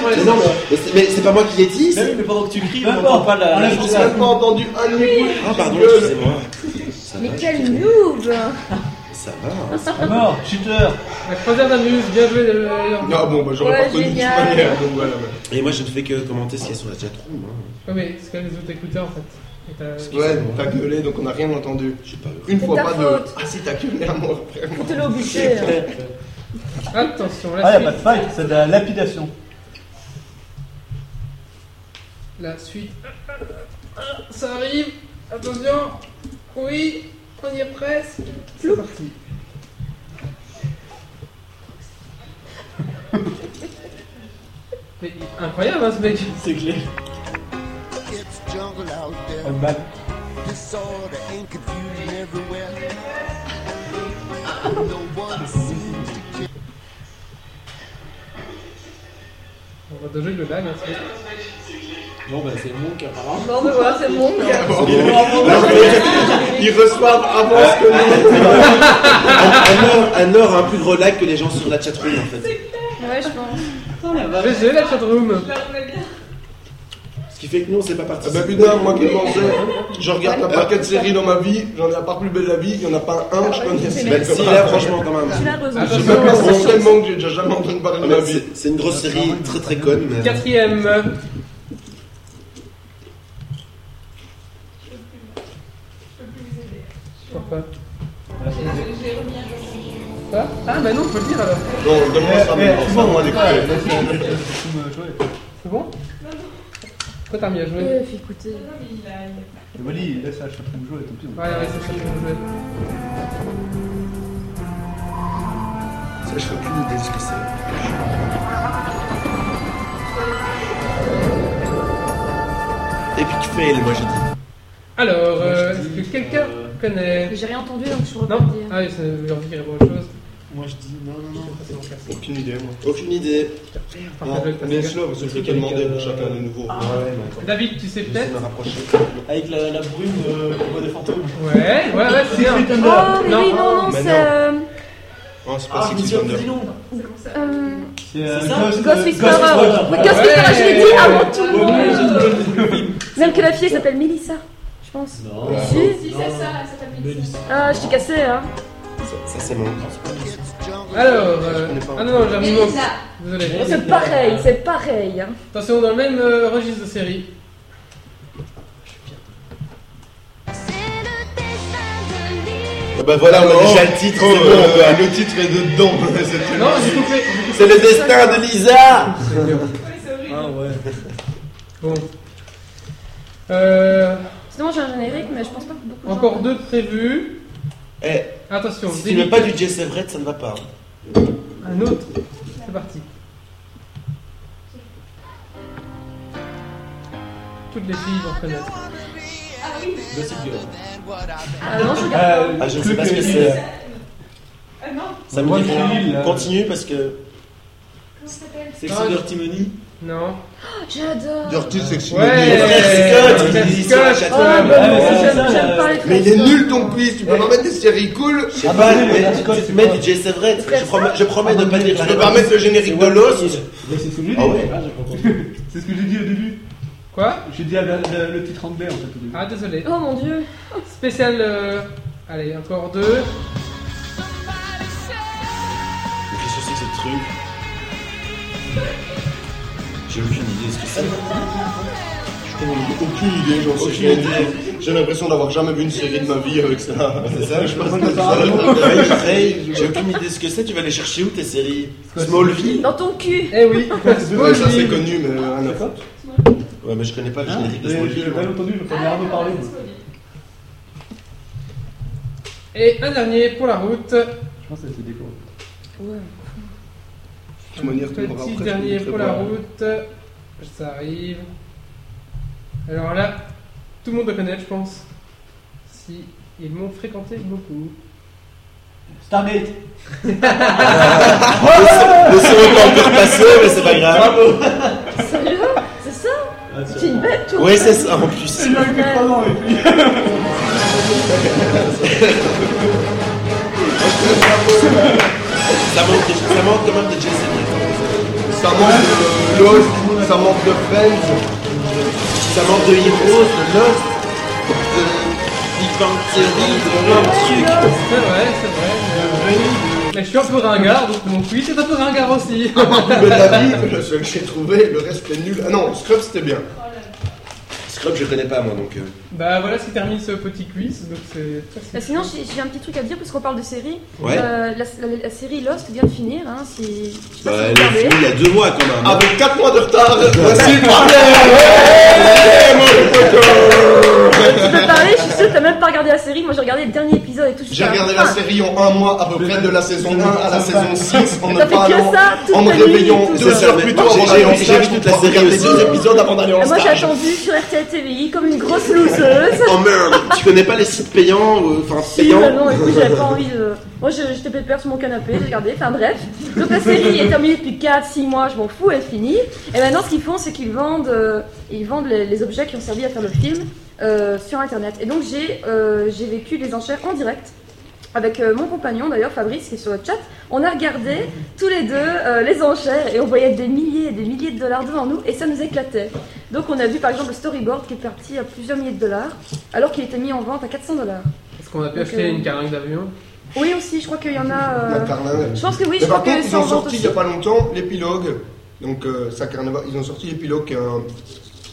[SPEAKER 1] voilà,
[SPEAKER 2] Mais non, mais c'est- mais c'est pas moi qui l'ai dit.
[SPEAKER 5] Même
[SPEAKER 2] c'est-
[SPEAKER 5] mais pendant que tu cries,
[SPEAKER 6] Peu
[SPEAKER 5] on n'entend pas la.
[SPEAKER 6] importe. On
[SPEAKER 5] la-
[SPEAKER 6] a
[SPEAKER 3] J'ai même pas entendu un de mes bruits.
[SPEAKER 2] Ah pardon, excusez-moi. Ça
[SPEAKER 4] Mais
[SPEAKER 2] va,
[SPEAKER 4] quel noob
[SPEAKER 2] ça va. hein.
[SPEAKER 6] À mort, cheater
[SPEAKER 1] La croisière d'amuse, bien joué. euh, le- le-
[SPEAKER 3] Non, bon, bah, j'aurais
[SPEAKER 4] Ouais,
[SPEAKER 3] pas connu de toute
[SPEAKER 4] génial.
[SPEAKER 3] manière. Donc voilà. bah.
[SPEAKER 2] Et moi je ne fais que commenter ce qu'il y a sur la chatroom. hein.
[SPEAKER 1] Ouais, mais c'est quand même les autres écouteurs en fait. Et t'as-
[SPEAKER 3] Ouais, t'as gueulé, donc on a rien entendu.
[SPEAKER 2] J'ai pas eu.
[SPEAKER 3] Une
[SPEAKER 4] C'est
[SPEAKER 3] fois,
[SPEAKER 4] ta
[SPEAKER 3] pas
[SPEAKER 4] faute.
[SPEAKER 3] deux. Ah, si, t'as gueulé à mort, vraiment.
[SPEAKER 4] Tu l'as obligé. hein.
[SPEAKER 1] Attention, la
[SPEAKER 6] Ah, y'a
[SPEAKER 1] suite.
[SPEAKER 6] pas de fight, c'est de la lapidation.
[SPEAKER 1] La suite. Ça arrive. Attention. Oui. On y est presque. C'est parti. Mais incroyable hein, ce mec.
[SPEAKER 5] C'est clair.
[SPEAKER 6] Oh, le mal.
[SPEAKER 1] On va déjà le lag. hein, ce mec.
[SPEAKER 5] Bon, bah, c'est mon cas, apparemment.
[SPEAKER 4] Bon, ben voilà, c'est bon.
[SPEAKER 3] Ils reçoivent avant ce que nous.
[SPEAKER 2] Un or- Un or a un plus gros like que les gens sur la chatroom en fait.
[SPEAKER 4] Ouais, je pense.
[SPEAKER 1] GG la chatroom.
[SPEAKER 2] Ce qui fait que nous on sait pas
[SPEAKER 3] Ah bah
[SPEAKER 2] participer.
[SPEAKER 3] putain, moi qui pensais, je regarde un paquet de séries dans ma vie, j'en ai à part plus belle la vie, il n'y en a pas un que je connaisse.
[SPEAKER 2] Bah, si là franchement quand même.
[SPEAKER 4] Tu l'as raison.
[SPEAKER 1] Attends,
[SPEAKER 3] Je
[SPEAKER 1] je me
[SPEAKER 3] me pense tellement que j'ai déjà jamais entendu parler de ma vie.
[SPEAKER 2] C'est- C'est une grosse série très très conne.
[SPEAKER 3] Eh,
[SPEAKER 2] mais-
[SPEAKER 1] Quatrième. Pourquoi
[SPEAKER 9] J'ai remis un jour.
[SPEAKER 1] Quoi Ah bah non, faut le dire alors.
[SPEAKER 3] Non, donne-moi ça,
[SPEAKER 6] Eh,
[SPEAKER 3] mais
[SPEAKER 6] tu
[SPEAKER 3] ça,
[SPEAKER 6] vois,
[SPEAKER 3] moi,
[SPEAKER 6] ouais,
[SPEAKER 3] d'écouter.
[SPEAKER 6] là, c'est- c'est- c'est- c'est-
[SPEAKER 1] C'est bon Pourquoi t'as mis à jouer Ouais,
[SPEAKER 4] Ouais, fais écouter.
[SPEAKER 9] Non, mais il a. il
[SPEAKER 6] Et Wally, laisse la chatroom jouer, tant pis.
[SPEAKER 1] ouais, c'est ça que je veux jouer.
[SPEAKER 2] Ça, je n'ai aucune idée de ce que c'est. Epic fail, moi je dis.
[SPEAKER 1] Alors, euh,
[SPEAKER 5] je
[SPEAKER 1] est-ce
[SPEAKER 5] dis,
[SPEAKER 1] que quelqu'un
[SPEAKER 5] euh,
[SPEAKER 1] connaît
[SPEAKER 4] J'ai rien entendu donc je pourrais
[SPEAKER 1] Non
[SPEAKER 4] pas te dire.
[SPEAKER 1] Ah oui, c'est Jordi qui répond à autre chose.
[SPEAKER 5] Moi, je dis non, non, non.
[SPEAKER 1] Ça, c'est mon casque.
[SPEAKER 3] Aucune idée, moi.
[SPEAKER 2] Aucune idée.
[SPEAKER 3] Non,
[SPEAKER 1] Partage-le avec ta
[SPEAKER 3] bien
[SPEAKER 1] sœur.
[SPEAKER 3] sûr, c'est ce qui a demandé pour chacun de nouveau.
[SPEAKER 2] ouais, mais attends.
[SPEAKER 1] David, tu sais peut-être
[SPEAKER 5] Avec la, la brume, euh, on voit des fantômes.
[SPEAKER 1] Ouais, ouais, ouais, c'est un.
[SPEAKER 4] Oh, mais
[SPEAKER 1] Non.
[SPEAKER 4] oui, non, non,
[SPEAKER 3] Mais
[SPEAKER 4] c'est. euh,
[SPEAKER 3] Non, c'est pas
[SPEAKER 5] Ah,
[SPEAKER 3] Six Feet
[SPEAKER 5] Mission
[SPEAKER 3] Under.
[SPEAKER 5] Prison.
[SPEAKER 4] euh,
[SPEAKER 6] C'est euh,
[SPEAKER 5] C'est ça
[SPEAKER 6] Ghost-
[SPEAKER 4] Ghost
[SPEAKER 6] euh,
[SPEAKER 4] Whisperer. Oui, Ghost
[SPEAKER 1] Ouais.
[SPEAKER 4] Whisperer, je l'ai dit avant tout
[SPEAKER 5] Oh, mais
[SPEAKER 4] le
[SPEAKER 5] j'ai
[SPEAKER 4] monde.
[SPEAKER 5] trouvé le film.
[SPEAKER 4] Même que la fille elle s'appelle Melissa, je pense.
[SPEAKER 5] Non.
[SPEAKER 4] Si
[SPEAKER 9] Si, c'est ça, ça t'appelle
[SPEAKER 5] Mélissa.
[SPEAKER 4] Ah, je t'ai cassé, hein.
[SPEAKER 2] Ça, c'est mon.
[SPEAKER 1] Alors, euh, ah non, non, j'ai remis mon. Désolé.
[SPEAKER 5] Ouais.
[SPEAKER 4] C'est pareil, c'est pareil. hein.
[SPEAKER 1] Attention, dans le même euh, registre de série.
[SPEAKER 3] Ah Bah voilà, on a déjà le
[SPEAKER 2] titre,
[SPEAKER 3] titre, c'est bon, bah, le titre est dedans. c'est très
[SPEAKER 1] Non,
[SPEAKER 3] bien.
[SPEAKER 1] j'ai coupé.
[SPEAKER 2] C'est le destin de Lisa
[SPEAKER 5] Ah, ouais.
[SPEAKER 1] Bon. Euh,
[SPEAKER 4] Sinon, j'ai un générique, mais je pense pas que beaucoup de gens-
[SPEAKER 1] encore deux de prévus.
[SPEAKER 2] Eh,
[SPEAKER 1] Attention,
[SPEAKER 2] si tu
[SPEAKER 1] David,
[SPEAKER 2] mets pas du Jess Everett, ça ne va pas. hein.
[SPEAKER 1] un autre. C'est parti. Toutes les filles vont connaître.
[SPEAKER 5] Gossip Girl.
[SPEAKER 4] Ah non, je regarde
[SPEAKER 6] Euh,
[SPEAKER 2] Ah, je ne sais
[SPEAKER 6] Cluck
[SPEAKER 2] pas ce que
[SPEAKER 6] et
[SPEAKER 2] c'est.
[SPEAKER 9] Ah non,
[SPEAKER 2] Ça me
[SPEAKER 6] Moi, euh,
[SPEAKER 2] dit
[SPEAKER 6] je
[SPEAKER 2] rien.
[SPEAKER 6] suis nul, là.
[SPEAKER 2] Continue parce que.
[SPEAKER 9] comment ça s'appelle
[SPEAKER 5] Sexy
[SPEAKER 1] Ah,
[SPEAKER 5] Dirty Money.
[SPEAKER 1] Non.
[SPEAKER 4] pas. J'adore.
[SPEAKER 3] Dirty Sexy
[SPEAKER 1] Ouais.
[SPEAKER 3] Money.
[SPEAKER 2] Frère Scott,
[SPEAKER 1] Frère
[SPEAKER 2] il dit sur la
[SPEAKER 1] Scott.
[SPEAKER 4] Oh, bah,
[SPEAKER 2] chatroom.
[SPEAKER 6] Ah,
[SPEAKER 4] non,
[SPEAKER 6] ouais,
[SPEAKER 4] j'aime-
[SPEAKER 6] ça,
[SPEAKER 4] J'aime
[SPEAKER 6] euh,
[SPEAKER 4] pas les frères.
[SPEAKER 3] Mais il est nul ton quiz, tu peux pas mettre des séries cool.
[SPEAKER 2] Je sais
[SPEAKER 6] Ah,
[SPEAKER 2] pas,
[SPEAKER 6] bah,
[SPEAKER 2] mais
[SPEAKER 6] Frère Scott,
[SPEAKER 2] tu
[SPEAKER 6] c'est
[SPEAKER 2] mets
[SPEAKER 6] quoi Ah,
[SPEAKER 2] du Jess Everett. Je promets- Je promets de ne pas dire
[SPEAKER 3] Tu peux pas mettre le générique de Lost.
[SPEAKER 6] Mais c'est ce que j'ai dit.
[SPEAKER 2] Ah ouais
[SPEAKER 6] C'est ce que j'ai dit au début.
[SPEAKER 1] Quoi
[SPEAKER 6] J'ai dit avec le, le titre anglais en fait au début.
[SPEAKER 1] Ah, désolé.
[SPEAKER 4] Oh mon dieu
[SPEAKER 1] Spécial. euh, Allez, encore deux.
[SPEAKER 2] Mais qu'est-ce que c'est que ce truc J'ai aucune idée de ce que c'est.
[SPEAKER 3] Aucune idée, j'en sais
[SPEAKER 2] Aucune
[SPEAKER 3] rien dire. J'ai l'impression d'avoir jamais vu une série de ma vie avec ça.
[SPEAKER 2] C'est ça, je pense
[SPEAKER 6] Moi, je me parle.
[SPEAKER 2] que pareil, j'ai aucune idée de ce que c'est, tu vas aller chercher où tes séries Smallville
[SPEAKER 4] Dans ton cul
[SPEAKER 1] Eh
[SPEAKER 2] *laughs*
[SPEAKER 1] oui
[SPEAKER 3] Ouais, ça c'est
[SPEAKER 1] Smallville.
[SPEAKER 3] connu, mais rien à foutre.
[SPEAKER 2] Ouais, mais je connais pas le
[SPEAKER 6] Ah,
[SPEAKER 2] générique de
[SPEAKER 6] mais J'ai
[SPEAKER 2] Smallville.
[SPEAKER 6] mal entendu, je connais rien de parler. moi.
[SPEAKER 9] C'est
[SPEAKER 1] Et un dernier pour la route.
[SPEAKER 6] Je pense que c'est déco.
[SPEAKER 4] Ouais.
[SPEAKER 3] De toute manière, tu m'auras
[SPEAKER 1] Petit
[SPEAKER 3] presque
[SPEAKER 1] dernier
[SPEAKER 3] montré
[SPEAKER 1] pour la
[SPEAKER 3] pas.
[SPEAKER 1] route. Ça arrive. Alors là, tout le monde le connaît, je pense. Si ils m'ont fréquenté beaucoup.
[SPEAKER 5] Stargate
[SPEAKER 2] Le son est pas encore passé, mais c'est pas grave.
[SPEAKER 4] Sérieux C'est ça
[SPEAKER 5] Ah, tiens.
[SPEAKER 4] C'est une bête toi
[SPEAKER 2] Ouais, c'est ça en plus.
[SPEAKER 6] Il a eu que 3 ans et puis.
[SPEAKER 2] Ça manque, ça manque quand même de Jason.
[SPEAKER 3] Ça manque de Lost, ça manque de Friends,
[SPEAKER 2] Ça manque de Heroes, de Lost,
[SPEAKER 3] Euh,
[SPEAKER 2] de Big Bang Theory, de plein de *laughs* trucs.
[SPEAKER 1] C'est vrai, c'est vrai. mais- Mais je suis un peu ringard, donc mon tweet est un peu ringard aussi. *laughs*
[SPEAKER 3] de la vie, le seul que j'ai trouvé, le reste c'était nul. Ah non, Scrub c'était bien.
[SPEAKER 2] Scrub, je connais pas moi donc. euh,
[SPEAKER 1] bah voilà, c'est terminé ce petit quiz. Donc c'est.
[SPEAKER 4] Bah, sinon, j'ai j'ai un petit truc à dire parce qu'on parle de série.
[SPEAKER 2] Ouais.
[SPEAKER 4] Euh, la, la- la série Lost vient de finir. Hein, si... je
[SPEAKER 2] Bah,
[SPEAKER 4] sais pas si vous
[SPEAKER 2] elle a
[SPEAKER 4] regardez.
[SPEAKER 2] fini il y a deux mois quand même.
[SPEAKER 3] Avec 4 mois de
[SPEAKER 2] *laughs*
[SPEAKER 3] retard, voici le
[SPEAKER 4] Tu peux parler, je suis sûre que t'as même pas regardé la série. Moi, j'ai regardé le dernier épisode et tout.
[SPEAKER 3] J'ai
[SPEAKER 4] jusqu'à
[SPEAKER 3] regardé
[SPEAKER 4] fin.
[SPEAKER 3] la série en un mois à peu près de la saison 1 à la saison 6 en
[SPEAKER 4] T'as
[SPEAKER 3] ne
[SPEAKER 4] fait que
[SPEAKER 3] parlant,
[SPEAKER 4] ça toute
[SPEAKER 3] en me
[SPEAKER 4] ta nuit,
[SPEAKER 3] réveillant
[SPEAKER 4] tout
[SPEAKER 2] ça.
[SPEAKER 3] deux heures plus tôt
[SPEAKER 2] J'ai-
[SPEAKER 3] avant
[SPEAKER 2] j'ai-
[SPEAKER 3] d'aller en
[SPEAKER 2] j'ai
[SPEAKER 3] stage
[SPEAKER 2] vu toute
[SPEAKER 3] pour
[SPEAKER 2] la
[SPEAKER 3] pouvoir
[SPEAKER 2] série
[SPEAKER 3] regarder
[SPEAKER 2] aussi.
[SPEAKER 3] deux épisodes avant d'aller en
[SPEAKER 4] Et moi, j'ai
[SPEAKER 3] stage.
[SPEAKER 4] attendu sur RTL TVI comme une grosse loseuse.
[SPEAKER 2] Oh merde, tu connais pas les sites payants, euh, enfin
[SPEAKER 4] Si,
[SPEAKER 2] payants
[SPEAKER 4] bah non, écoute, j'avais pas envie de. Moi, je- j'étais pépère sur mon canapé, j'ai regardé, enfin bref. Donc la série est terminée depuis 4-6 mois, je m'en fous, elle est finie. Et maintenant, ce qu'ils font, c'est qu'ils vendent, euh, ils vendent les, les objets qui ont servi à faire le film euh, sur internet. Et donc, j'ai euh, j'ai vécu les enchères en direct. Avec euh, mon compagnon d'ailleurs, Fabrice, qui est sur le chat, on a regardé tous les deux euh, les enchères et on voyait des milliers et des milliers de dollars devant nous et ça nous éclatait. Donc on a vu par exemple le storyboard qui est parti à plusieurs milliers de dollars alors qu'il était mis en vente à 400 dollars.
[SPEAKER 1] Est-ce qu'on a pu
[SPEAKER 4] Donc,
[SPEAKER 1] acheter
[SPEAKER 4] euh,
[SPEAKER 1] une carlingue d'avion
[SPEAKER 4] Oui, aussi, je crois qu'il y en a. euh,
[SPEAKER 3] La carlingue.
[SPEAKER 4] Je pense que oui, je
[SPEAKER 3] Mais par
[SPEAKER 4] crois que
[SPEAKER 3] contre, ils
[SPEAKER 4] c'est en
[SPEAKER 3] ont
[SPEAKER 4] vente
[SPEAKER 3] sorti il n'y a
[SPEAKER 4] aussi.
[SPEAKER 3] pas longtemps l'épilogue. Donc, euh, ça carnaval. Ils ont sorti l'épilogue euh,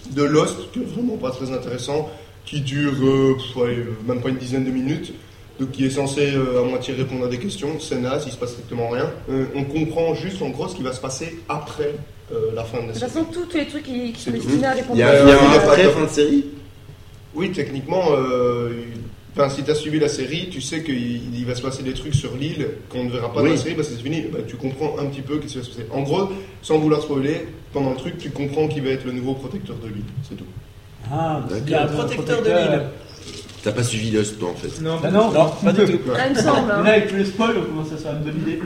[SPEAKER 3] de Lost, qui est vraiment pas très intéressant, qui dure euh, pff, ouais, euh, même pas une dizaine de minutes. Donc, qui est censé euh, à moitié répondre à des questions. C'est naze, il se passe strictement rien. Euh, on comprend juste en gros ce qui va se passer après euh, la fin de la
[SPEAKER 4] De toute
[SPEAKER 3] série.
[SPEAKER 4] façon, tous tous les trucs qui, qui sont
[SPEAKER 3] C'est
[SPEAKER 4] destinés à
[SPEAKER 2] Il
[SPEAKER 4] répondre
[SPEAKER 2] y
[SPEAKER 4] à
[SPEAKER 2] a, il y a un
[SPEAKER 3] Euh,
[SPEAKER 2] après
[SPEAKER 3] euh,
[SPEAKER 2] fin de série
[SPEAKER 3] Oui, techniquement, euh, ben, si tu as suivi la série, tu sais qu'il il va se passer des trucs sur l'île qu'on ne verra pas dans
[SPEAKER 2] Oui.
[SPEAKER 3] la série parce que c'est fini. Ben, tu comprends un petit peu qu'est-ce qui va se passer. En gros, sans vouloir spoiler, pendant le truc, tu comprends qui va être le nouveau protecteur de l'île. C'est tout.
[SPEAKER 6] Ah,
[SPEAKER 2] D'accord.
[SPEAKER 6] c'est
[SPEAKER 5] Il y a un
[SPEAKER 6] le
[SPEAKER 5] protecteur de l'île.
[SPEAKER 2] T'as pas suivi Lost toi en fait.
[SPEAKER 1] Non.
[SPEAKER 6] Bah non,
[SPEAKER 5] Non, pas du tout.
[SPEAKER 4] Ah, il me semble.
[SPEAKER 6] Mais
[SPEAKER 4] hein.
[SPEAKER 6] là, avec tous les spoils, on commence à se faire une bonne idée.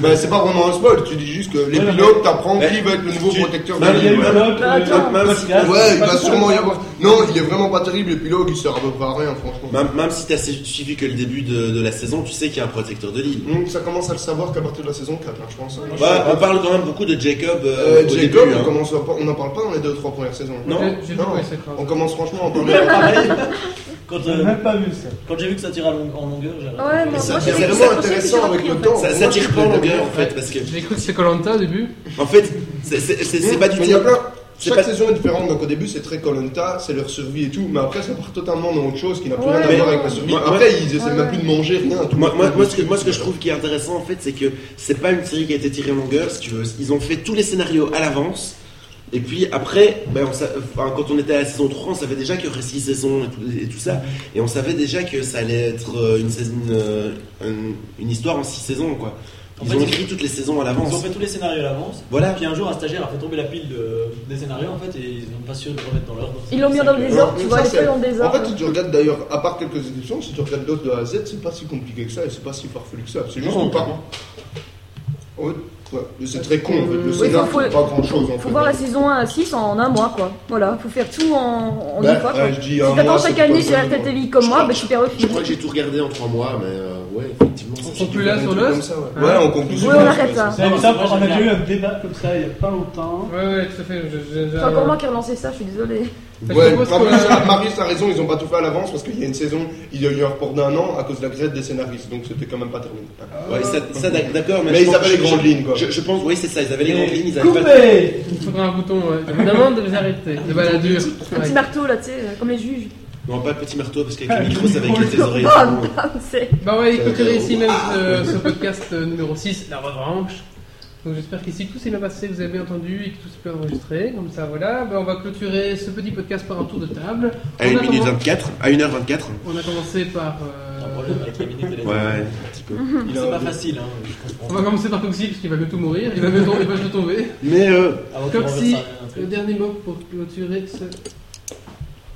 [SPEAKER 3] Ben, c'est pas vraiment un spoil, tu dis juste que l'épilogue t'apprend qui va être le nouveau
[SPEAKER 2] tu-
[SPEAKER 3] protecteur de
[SPEAKER 2] Ben,
[SPEAKER 6] Il y a
[SPEAKER 3] l'île.
[SPEAKER 6] eu
[SPEAKER 3] ouais.
[SPEAKER 6] un autre,
[SPEAKER 4] Bah,
[SPEAKER 6] euh,
[SPEAKER 4] attends.
[SPEAKER 6] un podcast,
[SPEAKER 3] Ouais, il
[SPEAKER 6] pas
[SPEAKER 3] va
[SPEAKER 6] tout
[SPEAKER 3] sûrement
[SPEAKER 6] ça.
[SPEAKER 3] y avoir. Non, il est vraiment pas terrible, l'épilogue, il sert à peu près à rien, franchement.
[SPEAKER 2] Même, même si t'as suivi que le début de, de la saison, tu sais qu'il y a un protecteur de l'île.
[SPEAKER 3] Donc, ça commence à le savoir qu'à partir de la saison 4, hein, je pense.
[SPEAKER 2] Ouais, on parle quand même beaucoup de Jacob euh,
[SPEAKER 3] Euh,
[SPEAKER 2] au
[SPEAKER 3] Jacob,
[SPEAKER 2] début.
[SPEAKER 3] on
[SPEAKER 2] hein.
[SPEAKER 3] commence à pas- on n'en parle pas dans les deux trois premières saisons. hein.
[SPEAKER 2] Non.
[SPEAKER 1] J'ai- J'ai vu
[SPEAKER 3] Non.
[SPEAKER 1] comment il s'écrase.
[SPEAKER 3] On commence franchement à en parler. *laughs*
[SPEAKER 5] Pareil, *laughs* quand,
[SPEAKER 6] J'ai
[SPEAKER 5] euh,
[SPEAKER 6] même pas vu ça.
[SPEAKER 5] quand j'ai vu que ça tirait à long- en longueur, j'ai
[SPEAKER 4] Ouais,
[SPEAKER 5] Mais
[SPEAKER 4] non,
[SPEAKER 2] ça-
[SPEAKER 4] moi, j'ai
[SPEAKER 2] c'est
[SPEAKER 4] vécu
[SPEAKER 2] vraiment
[SPEAKER 4] ça pour ça que
[SPEAKER 3] intéressant
[SPEAKER 4] j'ai
[SPEAKER 3] avec
[SPEAKER 4] repris,
[SPEAKER 3] le
[SPEAKER 4] en fait.
[SPEAKER 3] temps.
[SPEAKER 2] Ça, ça
[SPEAKER 3] Moi,
[SPEAKER 2] tire
[SPEAKER 3] je-
[SPEAKER 2] pas en longueur en fait parce que
[SPEAKER 1] J'ai cru que c'était Colanta au début.
[SPEAKER 2] en fait c'est- c'est c'est- c'est pas du
[SPEAKER 3] Mais il y a
[SPEAKER 2] tout.
[SPEAKER 3] plein.
[SPEAKER 2] c'est
[SPEAKER 3] Chaque
[SPEAKER 2] pas-
[SPEAKER 3] saison est différente, donc au début c'est très Colanta, c'est leur survie et tout, mais après ça part totalement dans autre chose qui n'a plus
[SPEAKER 4] Ouais,
[SPEAKER 3] rien à
[SPEAKER 4] mais-
[SPEAKER 3] voir avec la survie.
[SPEAKER 2] Moi-
[SPEAKER 3] Après ils essaient
[SPEAKER 4] Ouais,
[SPEAKER 3] même
[SPEAKER 4] ouais.
[SPEAKER 3] plus de manger, rien. Tout
[SPEAKER 2] Moi, moi, moi, ce que, moi, ce que je trouve qui est intéressant, en fait, c'est que c'est pas une série qui a été tirée en longueur, si tu veux. Ils ont fait tous les scénarios à l'avance. Et puis après, ben, on sa- enfin, quand on était à la saison 3, on savait déjà qu'il y aurait 6 saisons et tout, et tout ça. Et on savait déjà que ça allait être euh, une, saison, euh, une, une histoire en 6 saisons, quoi.
[SPEAKER 5] En
[SPEAKER 2] Ils
[SPEAKER 5] fait,
[SPEAKER 2] ont
[SPEAKER 5] ils-
[SPEAKER 2] écrit toutes les saisons à
[SPEAKER 5] Ils ont
[SPEAKER 2] l'avance.
[SPEAKER 5] fait tous les scénarios à l'avance.
[SPEAKER 2] Voilà.
[SPEAKER 5] Puis un jour, un stagiaire a fait tomber la pile de- des scénarios en fait et ils n'ont pas su le remettre dans l'ordre.
[SPEAKER 4] Ils l'ont mis dans le
[SPEAKER 5] les
[SPEAKER 4] désordre. tu vois, les feuilles dans le
[SPEAKER 3] En
[SPEAKER 4] désordre.
[SPEAKER 3] fait, si tu regardes d'ailleurs, à part quelques exceptions, si tu regardes d'autres de A à Z, c'est pas si compliqué que ça et c'est pas si farfelu que ça. C'est juste
[SPEAKER 2] Non,
[SPEAKER 3] qu'on part. En fait, ouais, mais c'est très con en fait. Le scénar,
[SPEAKER 4] faut-
[SPEAKER 3] c'est pas grand chose en
[SPEAKER 4] Faut
[SPEAKER 3] fait.
[SPEAKER 4] voir la saison 1 à 6 en un mois, quoi. Voilà, faut faire tout en, en
[SPEAKER 3] Bah,
[SPEAKER 4] une fois, quoi.
[SPEAKER 3] ouais, je dis
[SPEAKER 4] Si
[SPEAKER 3] un
[SPEAKER 4] t'attends
[SPEAKER 3] mois,
[SPEAKER 4] chaque
[SPEAKER 3] c'est
[SPEAKER 4] année
[SPEAKER 3] pas
[SPEAKER 4] sur
[SPEAKER 3] vraiment-
[SPEAKER 4] RTL TV comme moi,
[SPEAKER 2] Je
[SPEAKER 4] bah,
[SPEAKER 2] crois-
[SPEAKER 4] tu perds le
[SPEAKER 2] Je
[SPEAKER 4] film.
[SPEAKER 2] crois que j'ai tout regardé en 3 mois, mais euh, ouais, effectivement.
[SPEAKER 1] Ils
[SPEAKER 2] ça,
[SPEAKER 1] sont
[SPEAKER 2] c'est
[SPEAKER 1] plus
[SPEAKER 2] du-
[SPEAKER 1] là sur l'os
[SPEAKER 3] Comme ça, ouais. Ouais, on compte plus
[SPEAKER 4] Oui,
[SPEAKER 3] ou
[SPEAKER 4] on
[SPEAKER 3] moins.
[SPEAKER 4] arrête ça.
[SPEAKER 6] Ça, il me semble,
[SPEAKER 5] moi,
[SPEAKER 6] on a
[SPEAKER 5] j'aime
[SPEAKER 6] déjà eu un débat comme ça il n'y a pas longtemps.
[SPEAKER 1] Ouais, ouais, tout à fait. je- je- j'ai
[SPEAKER 4] C'est
[SPEAKER 1] un-
[SPEAKER 4] encore moi qui ai relancé ça, je suis désolée.
[SPEAKER 1] Enfin, je
[SPEAKER 3] Ouais,
[SPEAKER 1] propose
[SPEAKER 3] en
[SPEAKER 1] qu'on-
[SPEAKER 3] plus, Marius a raison, ils ont pas tout fait à l'avance parce qu'il y a une saison, il y a eu un report d'un an à cause de la grève des scénaristes, donc c'était quand même pas terminé.
[SPEAKER 2] Ouais, ça, ça, d'ac- d'accord,
[SPEAKER 3] Mais
[SPEAKER 2] je
[SPEAKER 3] ils
[SPEAKER 2] pense-
[SPEAKER 3] avaient les
[SPEAKER 2] je-
[SPEAKER 3] grandes
[SPEAKER 2] je-
[SPEAKER 3] lignes, quoi.
[SPEAKER 2] Je, je pense, oui, c'est ça, ils avaient les grandes lignes, ils avaient pas.
[SPEAKER 6] Coupé
[SPEAKER 1] Il faudrait un bouton, ouais. Je vous demande de les arrêter. De baladur.
[SPEAKER 4] Un petit marteau là, tu sais, comme les juges.
[SPEAKER 2] Non, pas le petit marteau,
[SPEAKER 1] *laughs*
[SPEAKER 2] parce qu'avec le micro, ça va éclater tes oreilles.
[SPEAKER 4] Bam, bam, c'est.
[SPEAKER 1] Bah ouais,
[SPEAKER 2] Ça
[SPEAKER 1] écouterez
[SPEAKER 2] veut dire-
[SPEAKER 1] ici même ce, ce podcast euh, numéro 6, La Revanche. Donc j'espère qu'ici tout s'est bien passé, vous avez bien entendu et que tout s'est bien enregistré. Comme ça, voilà. Bah, on va clôturer ce petit podcast par un tour de table.
[SPEAKER 2] À
[SPEAKER 1] On
[SPEAKER 2] 1
[SPEAKER 1] a
[SPEAKER 2] minute
[SPEAKER 1] commen-
[SPEAKER 2] 24, à 1h24.
[SPEAKER 1] On a commencé par. euh,
[SPEAKER 5] C'est un problème avec les minutes et les
[SPEAKER 2] Ouais,
[SPEAKER 5] heures.
[SPEAKER 2] un petit peu.
[SPEAKER 5] C'est pas facile, hein, je
[SPEAKER 1] on va
[SPEAKER 5] comprends.
[SPEAKER 1] commencer par Coxy, parce qu'il va bientôt mourir, il va bientôt, il va bientôt tomber.
[SPEAKER 2] Mais euh,
[SPEAKER 5] Avant qu'il
[SPEAKER 1] Coxy,
[SPEAKER 5] renverse un- un
[SPEAKER 1] *laughs*
[SPEAKER 5] truc.
[SPEAKER 1] le dernier mot pour clôturer ce.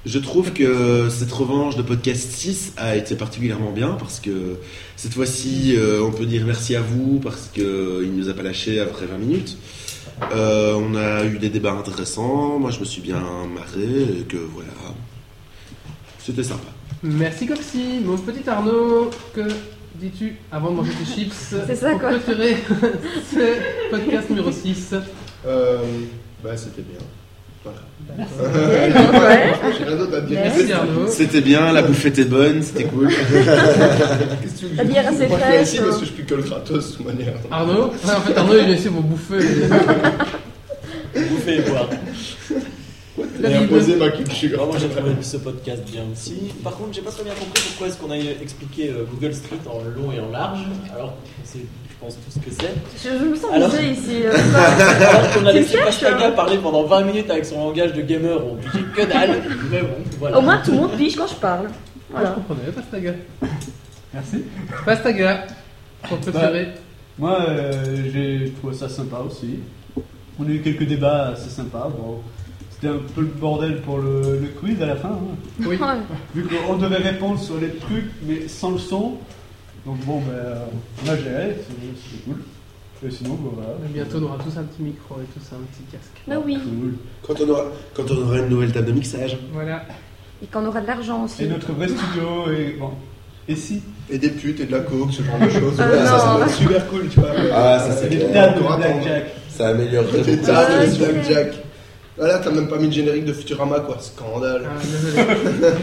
[SPEAKER 2] Je trouve que cette revanche de podcast 6 a été particulièrement bien parce que cette fois-ci, euh, on peut dire merci à vous parce qu'il ne nous a pas lâchés après 20 minutes. Euh, on a eu des débats intéressants, moi je me suis bien marré et que voilà, c'était sympa.
[SPEAKER 1] Merci Coxy, mon petit Arnaud, que dis-tu avant de manger tes chips
[SPEAKER 4] C'est ça,
[SPEAKER 1] pour
[SPEAKER 4] quoi.
[SPEAKER 1] clôturer *laughs* ce podcast numéro 6
[SPEAKER 3] Euh, bah c'était bien.
[SPEAKER 4] Ouais.
[SPEAKER 3] *laughs* J'ai rien d'autre à dire.
[SPEAKER 1] Merci Arnaud.
[SPEAKER 2] C'était bien, la bouffe était bonne, c'était cool.
[SPEAKER 3] Qu'est-ce que tu
[SPEAKER 4] La bière assez
[SPEAKER 3] Moi, je
[SPEAKER 4] fraîche,
[SPEAKER 3] viens ici
[SPEAKER 4] hein.
[SPEAKER 3] parce que je pue que le gratos de toute
[SPEAKER 4] *laughs*
[SPEAKER 3] manière.
[SPEAKER 1] Arnaud Ouais, En fait, Arnaud est venu ici pour bouffer.
[SPEAKER 5] Bouffer et boire.
[SPEAKER 1] La
[SPEAKER 3] Et
[SPEAKER 1] Bible.
[SPEAKER 3] imposer ma culture.
[SPEAKER 5] Vraiment, j'ai trouvé ce podcast bien aussi. Par contre, j'ai pas très bien compris pourquoi est-ce qu'on a expliqué euh, Google Street en long et en large, alors qu'on sait, je pense, tout ce que c'est.
[SPEAKER 4] Je, je me sens
[SPEAKER 5] Alors-
[SPEAKER 4] visée ici. euh, ça. *laughs*
[SPEAKER 5] Alors qu'on a
[SPEAKER 4] Tu
[SPEAKER 5] laissé
[SPEAKER 4] cherches,
[SPEAKER 5] Pastaga
[SPEAKER 4] hein.
[SPEAKER 5] parler pendant 20 minutes avec son langage de gamer, on pigeait que dalle. Mais bon, voilà.
[SPEAKER 4] Au moins, tout le monde pige quand je parle.
[SPEAKER 1] Ah, Je
[SPEAKER 4] Voilà.
[SPEAKER 1] comprenais, Pastaga.
[SPEAKER 6] Merci.
[SPEAKER 1] Pastaga, pour
[SPEAKER 3] Bah.
[SPEAKER 1] clôturer.
[SPEAKER 6] Moi, euh, j'ai trouvé ça sympa aussi. On a eu quelques débats assez sympas. Bon, c'était un peu le bordel pour le, le quiz à la fin. hein.
[SPEAKER 4] *laughs*
[SPEAKER 1] Oui.
[SPEAKER 4] Ouais.
[SPEAKER 6] Vu qu'on devait répondre sur les trucs, mais sans le son. Donc bon, ben, euh, on a géré, c'est- c'était cool. Et sinon, bon, voilà.
[SPEAKER 1] Bientôt, on aura tous un petit micro et tout ça, un petit casque.
[SPEAKER 4] Bah oui.
[SPEAKER 6] Cool.
[SPEAKER 2] Quand on aura, quand on aura une nouvelle table de mixage.
[SPEAKER 1] Voilà.
[SPEAKER 4] Et qu'on aura de l'argent aussi.
[SPEAKER 6] Et notre vrai studio, et bon. Et si
[SPEAKER 3] Et des putes et de la coke, ce genre de choses.
[SPEAKER 4] Ah,
[SPEAKER 3] Ouais, ça, ça
[SPEAKER 4] non.
[SPEAKER 3] doit être super cool, tu vois.
[SPEAKER 2] Ah, ça, c'est
[SPEAKER 6] Des
[SPEAKER 2] clair.
[SPEAKER 6] tables de
[SPEAKER 3] Encore attendre.
[SPEAKER 6] blackjack.
[SPEAKER 2] Ça améliorerait
[SPEAKER 3] Des
[SPEAKER 2] beaucoup.
[SPEAKER 3] tables,
[SPEAKER 4] Ouais,
[SPEAKER 3] des
[SPEAKER 4] c'est-
[SPEAKER 3] blackjack. Voilà, t'as même pas mis le générique de Futurama, quoi.
[SPEAKER 1] Ah,
[SPEAKER 4] *laughs*
[SPEAKER 3] Scandale. *laughs*
[SPEAKER 1] désolé.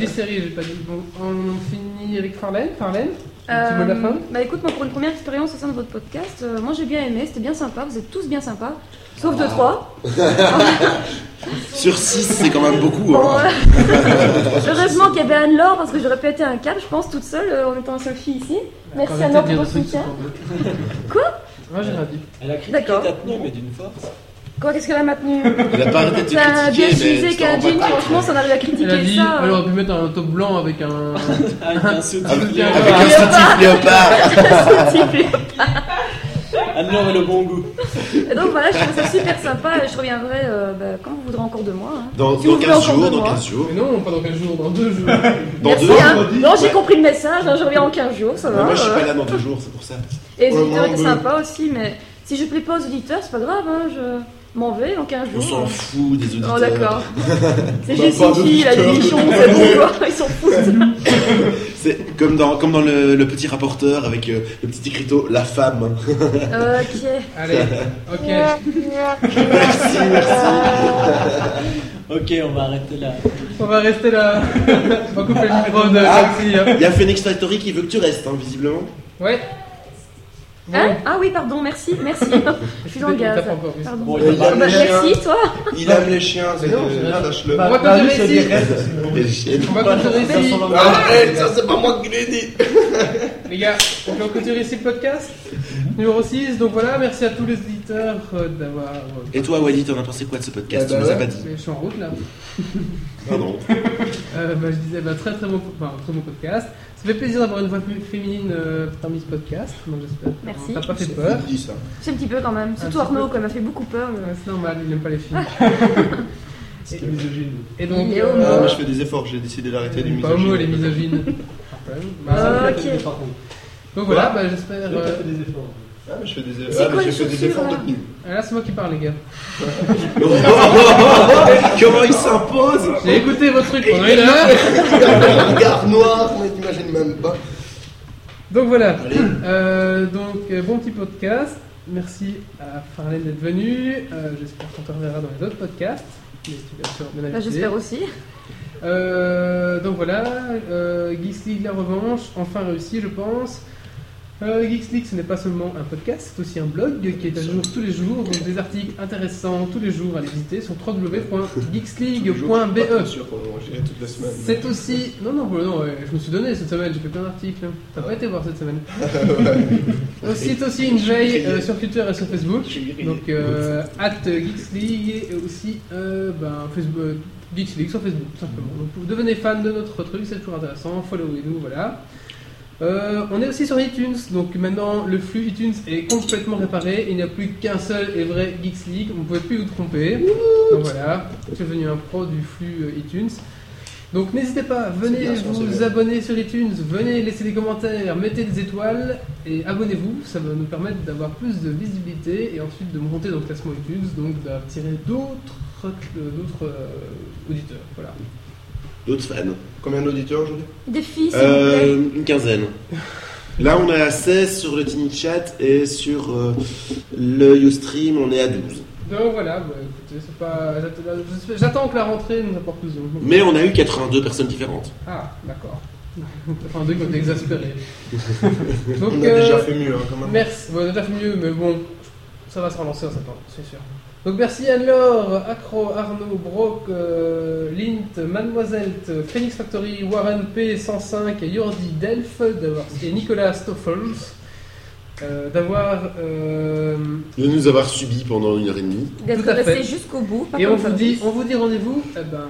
[SPEAKER 1] Les séries, j'ai pas dit. Bon, on finit avec Farlène. Farlène, un petit mot de la fin.
[SPEAKER 4] Euh, bah écoute, moi pour une première expérience au sein de votre podcast, euh, moi j'ai bien aimé, c'était bien sympa, vous êtes tous bien sympas, sauf deux
[SPEAKER 1] Ah.
[SPEAKER 4] trois.
[SPEAKER 2] Sur 6, c'est quand même beaucoup.
[SPEAKER 4] Bon,
[SPEAKER 2] Hein.
[SPEAKER 4] euh, *laughs* heureusement qu'il y avait Anne-Laure parce que j'aurais pu être un câble, je pense, toute seule euh, en étant seule fille ici. Merci
[SPEAKER 1] Arrêtez de
[SPEAKER 4] Anne-Laure
[SPEAKER 1] dire
[SPEAKER 4] pour
[SPEAKER 1] des
[SPEAKER 4] votre
[SPEAKER 1] trucs
[SPEAKER 4] soutien. *laughs*
[SPEAKER 1] sur-
[SPEAKER 4] Quoi
[SPEAKER 1] Moi, Ah, j'ai rien dit.
[SPEAKER 5] Elle a critiqué
[SPEAKER 4] D'accord.
[SPEAKER 5] ta tenue, mais d'une force.
[SPEAKER 4] Quoi, qu'est-ce qu'elle
[SPEAKER 1] *laughs*
[SPEAKER 4] a maintenu
[SPEAKER 2] Il a pas arrêté de te
[SPEAKER 4] Tu as bien
[SPEAKER 2] critiquer, mais
[SPEAKER 4] utilisé
[SPEAKER 2] tu t'en
[SPEAKER 4] qu'un
[SPEAKER 2] rends
[SPEAKER 4] jean,
[SPEAKER 2] pas compte.
[SPEAKER 4] franchement, ça on arrive à
[SPEAKER 1] Elle a dit,
[SPEAKER 4] critiquer ça.
[SPEAKER 1] elle
[SPEAKER 4] euh,
[SPEAKER 1] aurait pu mettre un top blanc avec
[SPEAKER 3] *laughs*
[SPEAKER 1] un.
[SPEAKER 5] Avec un saut
[SPEAKER 1] Avec
[SPEAKER 5] de
[SPEAKER 1] un-
[SPEAKER 5] lien.
[SPEAKER 2] Avec un soutif léopard.
[SPEAKER 4] *laughs*
[SPEAKER 1] bah.
[SPEAKER 4] s'il te plaît.
[SPEAKER 5] Anne-Laure et Ah le bon goût.
[SPEAKER 4] Et donc voilà, je trouve ça super sympa et je reviendrai euh, bah, quand vous voudrez encore de moi. hein.
[SPEAKER 2] Dans,
[SPEAKER 4] Si
[SPEAKER 2] dans
[SPEAKER 4] vous voulez
[SPEAKER 2] 15
[SPEAKER 4] encore
[SPEAKER 2] jours,
[SPEAKER 4] de
[SPEAKER 2] dans
[SPEAKER 4] moi.
[SPEAKER 2] 15 jours.
[SPEAKER 1] Mais non, pas dans quel jour, dans deux
[SPEAKER 3] *laughs*
[SPEAKER 1] jours.
[SPEAKER 2] Dans
[SPEAKER 4] Merci,
[SPEAKER 2] deux
[SPEAKER 4] hein.
[SPEAKER 2] jours.
[SPEAKER 4] Non, j'ai compris le message, hein, je reviens en 15 jours, ça
[SPEAKER 1] bah,
[SPEAKER 4] va.
[SPEAKER 2] moi, je suis
[SPEAKER 4] euh.
[SPEAKER 2] pas là dans deux jours, c'est pour ça.
[SPEAKER 4] Et les
[SPEAKER 3] Pour le
[SPEAKER 4] auditeurs
[SPEAKER 3] moment,
[SPEAKER 4] étaient
[SPEAKER 3] on veut.
[SPEAKER 4] sympas aussi, mais si je plais pas aux auditeurs, c'est pas grave, hein, je m'en vais dans 15
[SPEAKER 2] On
[SPEAKER 4] jours.
[SPEAKER 2] s'en fout des auditeurs.
[SPEAKER 4] Oh d'accord. *laughs* C'est
[SPEAKER 3] Bah,
[SPEAKER 4] juste
[SPEAKER 3] pas
[SPEAKER 4] une fille, la
[SPEAKER 3] d'auditeurs.
[SPEAKER 4] Dijon, c'est bon quoi, *laughs* ils s'en foutent.
[SPEAKER 2] C'est comme dans, comme dans le, le petit rapporteur avec euh, le petit écriteau La femme.
[SPEAKER 4] ok.
[SPEAKER 1] Allez, ok.
[SPEAKER 2] Merci, merci.
[SPEAKER 5] Ok, on va arrêter là.
[SPEAKER 1] On va rester là. *laughs* on va couper le micro de
[SPEAKER 3] Ah.
[SPEAKER 1] Coxy. hein.
[SPEAKER 2] Il y a Phoenix Factory qui veut que tu restes, hein, visiblement.
[SPEAKER 1] Ouais. Bon.
[SPEAKER 4] Hein ah oui, pardon, merci, merci. je suis dans le
[SPEAKER 1] Il tape
[SPEAKER 4] gaz. là.
[SPEAKER 1] encore, oui.
[SPEAKER 4] Pardon.
[SPEAKER 5] Bon,
[SPEAKER 4] Bon,
[SPEAKER 5] il y a
[SPEAKER 3] pas
[SPEAKER 4] bah,
[SPEAKER 3] de lien.
[SPEAKER 4] merci toi.
[SPEAKER 3] Il aime les chiens, c'est
[SPEAKER 1] non, c'est-
[SPEAKER 3] sache-le.
[SPEAKER 1] Bah,
[SPEAKER 6] Bah,
[SPEAKER 1] Marius
[SPEAKER 6] c'est
[SPEAKER 1] a dit
[SPEAKER 6] des restes, sinon.
[SPEAKER 2] Les chiennes.
[SPEAKER 1] On va clôturer
[SPEAKER 6] Dans
[SPEAKER 1] ici.
[SPEAKER 6] son langage.
[SPEAKER 3] Arrête, ça c'est pas moi qui l'ai dit.
[SPEAKER 1] Les gars, on peut clôturer ici le podcast numéro 6. Donc voilà, merci à tous les auditeurs euh, d'avoir. euh,
[SPEAKER 2] Et toi, Wally, t'en as pensé quoi de ce podcast
[SPEAKER 3] Ah bah
[SPEAKER 2] Tu nous as
[SPEAKER 3] ouais.
[SPEAKER 2] pas dit.
[SPEAKER 1] mais je suis en route là.
[SPEAKER 2] Pardon.
[SPEAKER 1] Euh, bah, je disais bah, très très bon, enfin, très bon podcast. Ça fait plaisir d'avoir une voix plus féminine euh, parmi ce podcast. Donc, j'espère. que
[SPEAKER 4] Merci.
[SPEAKER 1] T'as pas fait peur.
[SPEAKER 3] Il dit ça.
[SPEAKER 4] C'est un petit peu quand même, surtout
[SPEAKER 1] Un petit
[SPEAKER 4] Arnaud
[SPEAKER 1] peu. Ah,
[SPEAKER 4] quoi, il m'a fait beaucoup peur. euh. mais-
[SPEAKER 1] Ouais, C'est normal, il n'aime pas les filles.
[SPEAKER 6] C'était misogyne.
[SPEAKER 1] Et donc,
[SPEAKER 4] Il est
[SPEAKER 1] euh,
[SPEAKER 4] homo.
[SPEAKER 3] Ah, mais je fais des efforts, j'ai décidé d'arrêter les
[SPEAKER 1] pas homo,
[SPEAKER 3] misogynes.
[SPEAKER 1] les misogynes.
[SPEAKER 4] Ah,
[SPEAKER 1] Bah,
[SPEAKER 4] ok.
[SPEAKER 6] Par contre,
[SPEAKER 1] donc voilà, bah, j'espère.
[SPEAKER 6] j'ai pas
[SPEAKER 1] euh,
[SPEAKER 6] fait des efforts.
[SPEAKER 3] Ah, mais je fais des
[SPEAKER 4] C'est
[SPEAKER 3] efforts. Ah,
[SPEAKER 4] quoi
[SPEAKER 3] mais j'ai
[SPEAKER 4] les
[SPEAKER 3] fait des
[SPEAKER 4] chaussures,
[SPEAKER 3] efforts
[SPEAKER 4] là
[SPEAKER 3] de tenue.
[SPEAKER 1] ah, Là, c'est moi qui parle, les gars.
[SPEAKER 2] *laughs* Comment il s'impose
[SPEAKER 1] J'ai écouté votre truc pendant une heure.
[SPEAKER 3] Le regard noir, mais t'imagines même pas.
[SPEAKER 1] Donc voilà.
[SPEAKER 2] Allez.
[SPEAKER 1] Euh, donc euh, bon petit podcast. Merci à Farlène d'être venue. Euh, j'espère qu'on te reverra dans les autres podcasts. Mais tu l'as sûrement bien
[SPEAKER 4] Bah,
[SPEAKER 1] invité.
[SPEAKER 4] J'espère aussi.
[SPEAKER 1] Euh, donc voilà, euh, Geeks League la revanche, enfin réussi je pense. Euh, Geeks League ce n'est pas seulement un podcast, c'est aussi un blog qui est à jour tous les jours, donc des articles intéressants tous les jours à les visiter sur www.geeksleague.be.
[SPEAKER 3] sûr qu'on mangeait toute la semaine.
[SPEAKER 1] E? C'est aussi... Non, non, non, ouais, je me suis donné cette semaine, j'ai fait plein d'articles. hein. T'as pas été voir cette semaine. Donc, C'est aussi une veille euh, sur Twitter et sur Facebook. Donc, euh, at Geeks League et aussi euh, ben, Facebook, Geeks League sur Facebook, tout simplement. Donc, vous devenez fan de notre truc, c'est toujours intéressant. Followez-nous, voilà. Euh, on est aussi sur iTunes, donc maintenant le flux iTunes est complètement réparé. Il n'y a plus qu'un seul et vrai Geeks League, vous ne pouvez plus vous tromper. Donc voilà, je suis devenu un pro du flux euh, iTunes. Donc n'hésitez pas, venez
[SPEAKER 3] bien, je pense que c'est
[SPEAKER 1] vous
[SPEAKER 3] bien.
[SPEAKER 1] abonner sur iTunes, venez laisser des commentaires, mettez des étoiles et abonnez-vous, ça va nous permettre d'avoir plus de visibilité et ensuite de monter dans le classement iTunes, donc d'attirer d'autres euh, d'autres, euh, auditeurs. Voilà.
[SPEAKER 2] D'autres fans.
[SPEAKER 3] Combien d'auditeurs aujourd'hui
[SPEAKER 4] Des filles, s'il vous plaît.
[SPEAKER 2] Euh, une quinzaine. Là, on est à 16 sur le Tiny Chat et sur euh, le Ustream, on est à 12.
[SPEAKER 1] Donc voilà, bah, écoutez, c'est pas... j'attends- bah, j'attends que la rentrée nous apporte plus de monde.
[SPEAKER 2] Mais on a eu 82 personnes différentes.
[SPEAKER 1] Ah, d'accord. *laughs* Enfin, deux côtés
[SPEAKER 3] *laughs*
[SPEAKER 1] exaspérés. Donc,
[SPEAKER 3] On a
[SPEAKER 1] euh,
[SPEAKER 3] déjà fait mieux hein, quand même.
[SPEAKER 1] merci. Bon, on a déjà fait mieux, mais bon, ça va se relancer en septembre, c'est sûr. Donc, merci Anne-Laure, Acro, Arnaud, Brock, euh, Lint, Mademoiselle, euh, Phoenix Factory, Warren P105, et Jordi Delph d'avoir- et Nicolas Stoffels euh, d'avoir. euh,
[SPEAKER 2] De nous avoir subis pendant une heure et demie.
[SPEAKER 1] Tout à
[SPEAKER 4] D'être
[SPEAKER 1] fait.
[SPEAKER 4] resté jusqu'au bout. pas
[SPEAKER 1] et on
[SPEAKER 4] comme
[SPEAKER 1] vous,
[SPEAKER 4] ça.
[SPEAKER 1] dit, on vous dit rendez-vous. eh ben,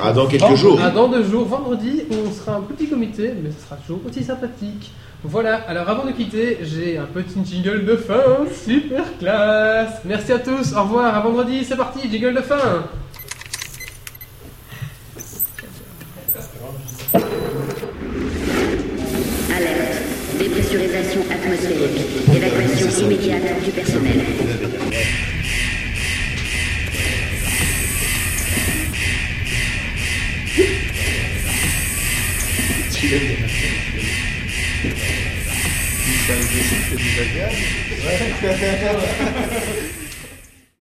[SPEAKER 2] Ah, dans quelques jours.
[SPEAKER 1] Ah, dans deux jours, vendredi, où on sera un petit comité, mais ce sera toujours aussi sympathique. Voilà, alors avant de quitter, j'ai un petit jingle de fin, super classe Merci à tous, au revoir, à vendredi, c'est parti, jingle de fin
[SPEAKER 10] Alerte. Dépressurisation atmosphérique. Évacuation immédiate du personnel.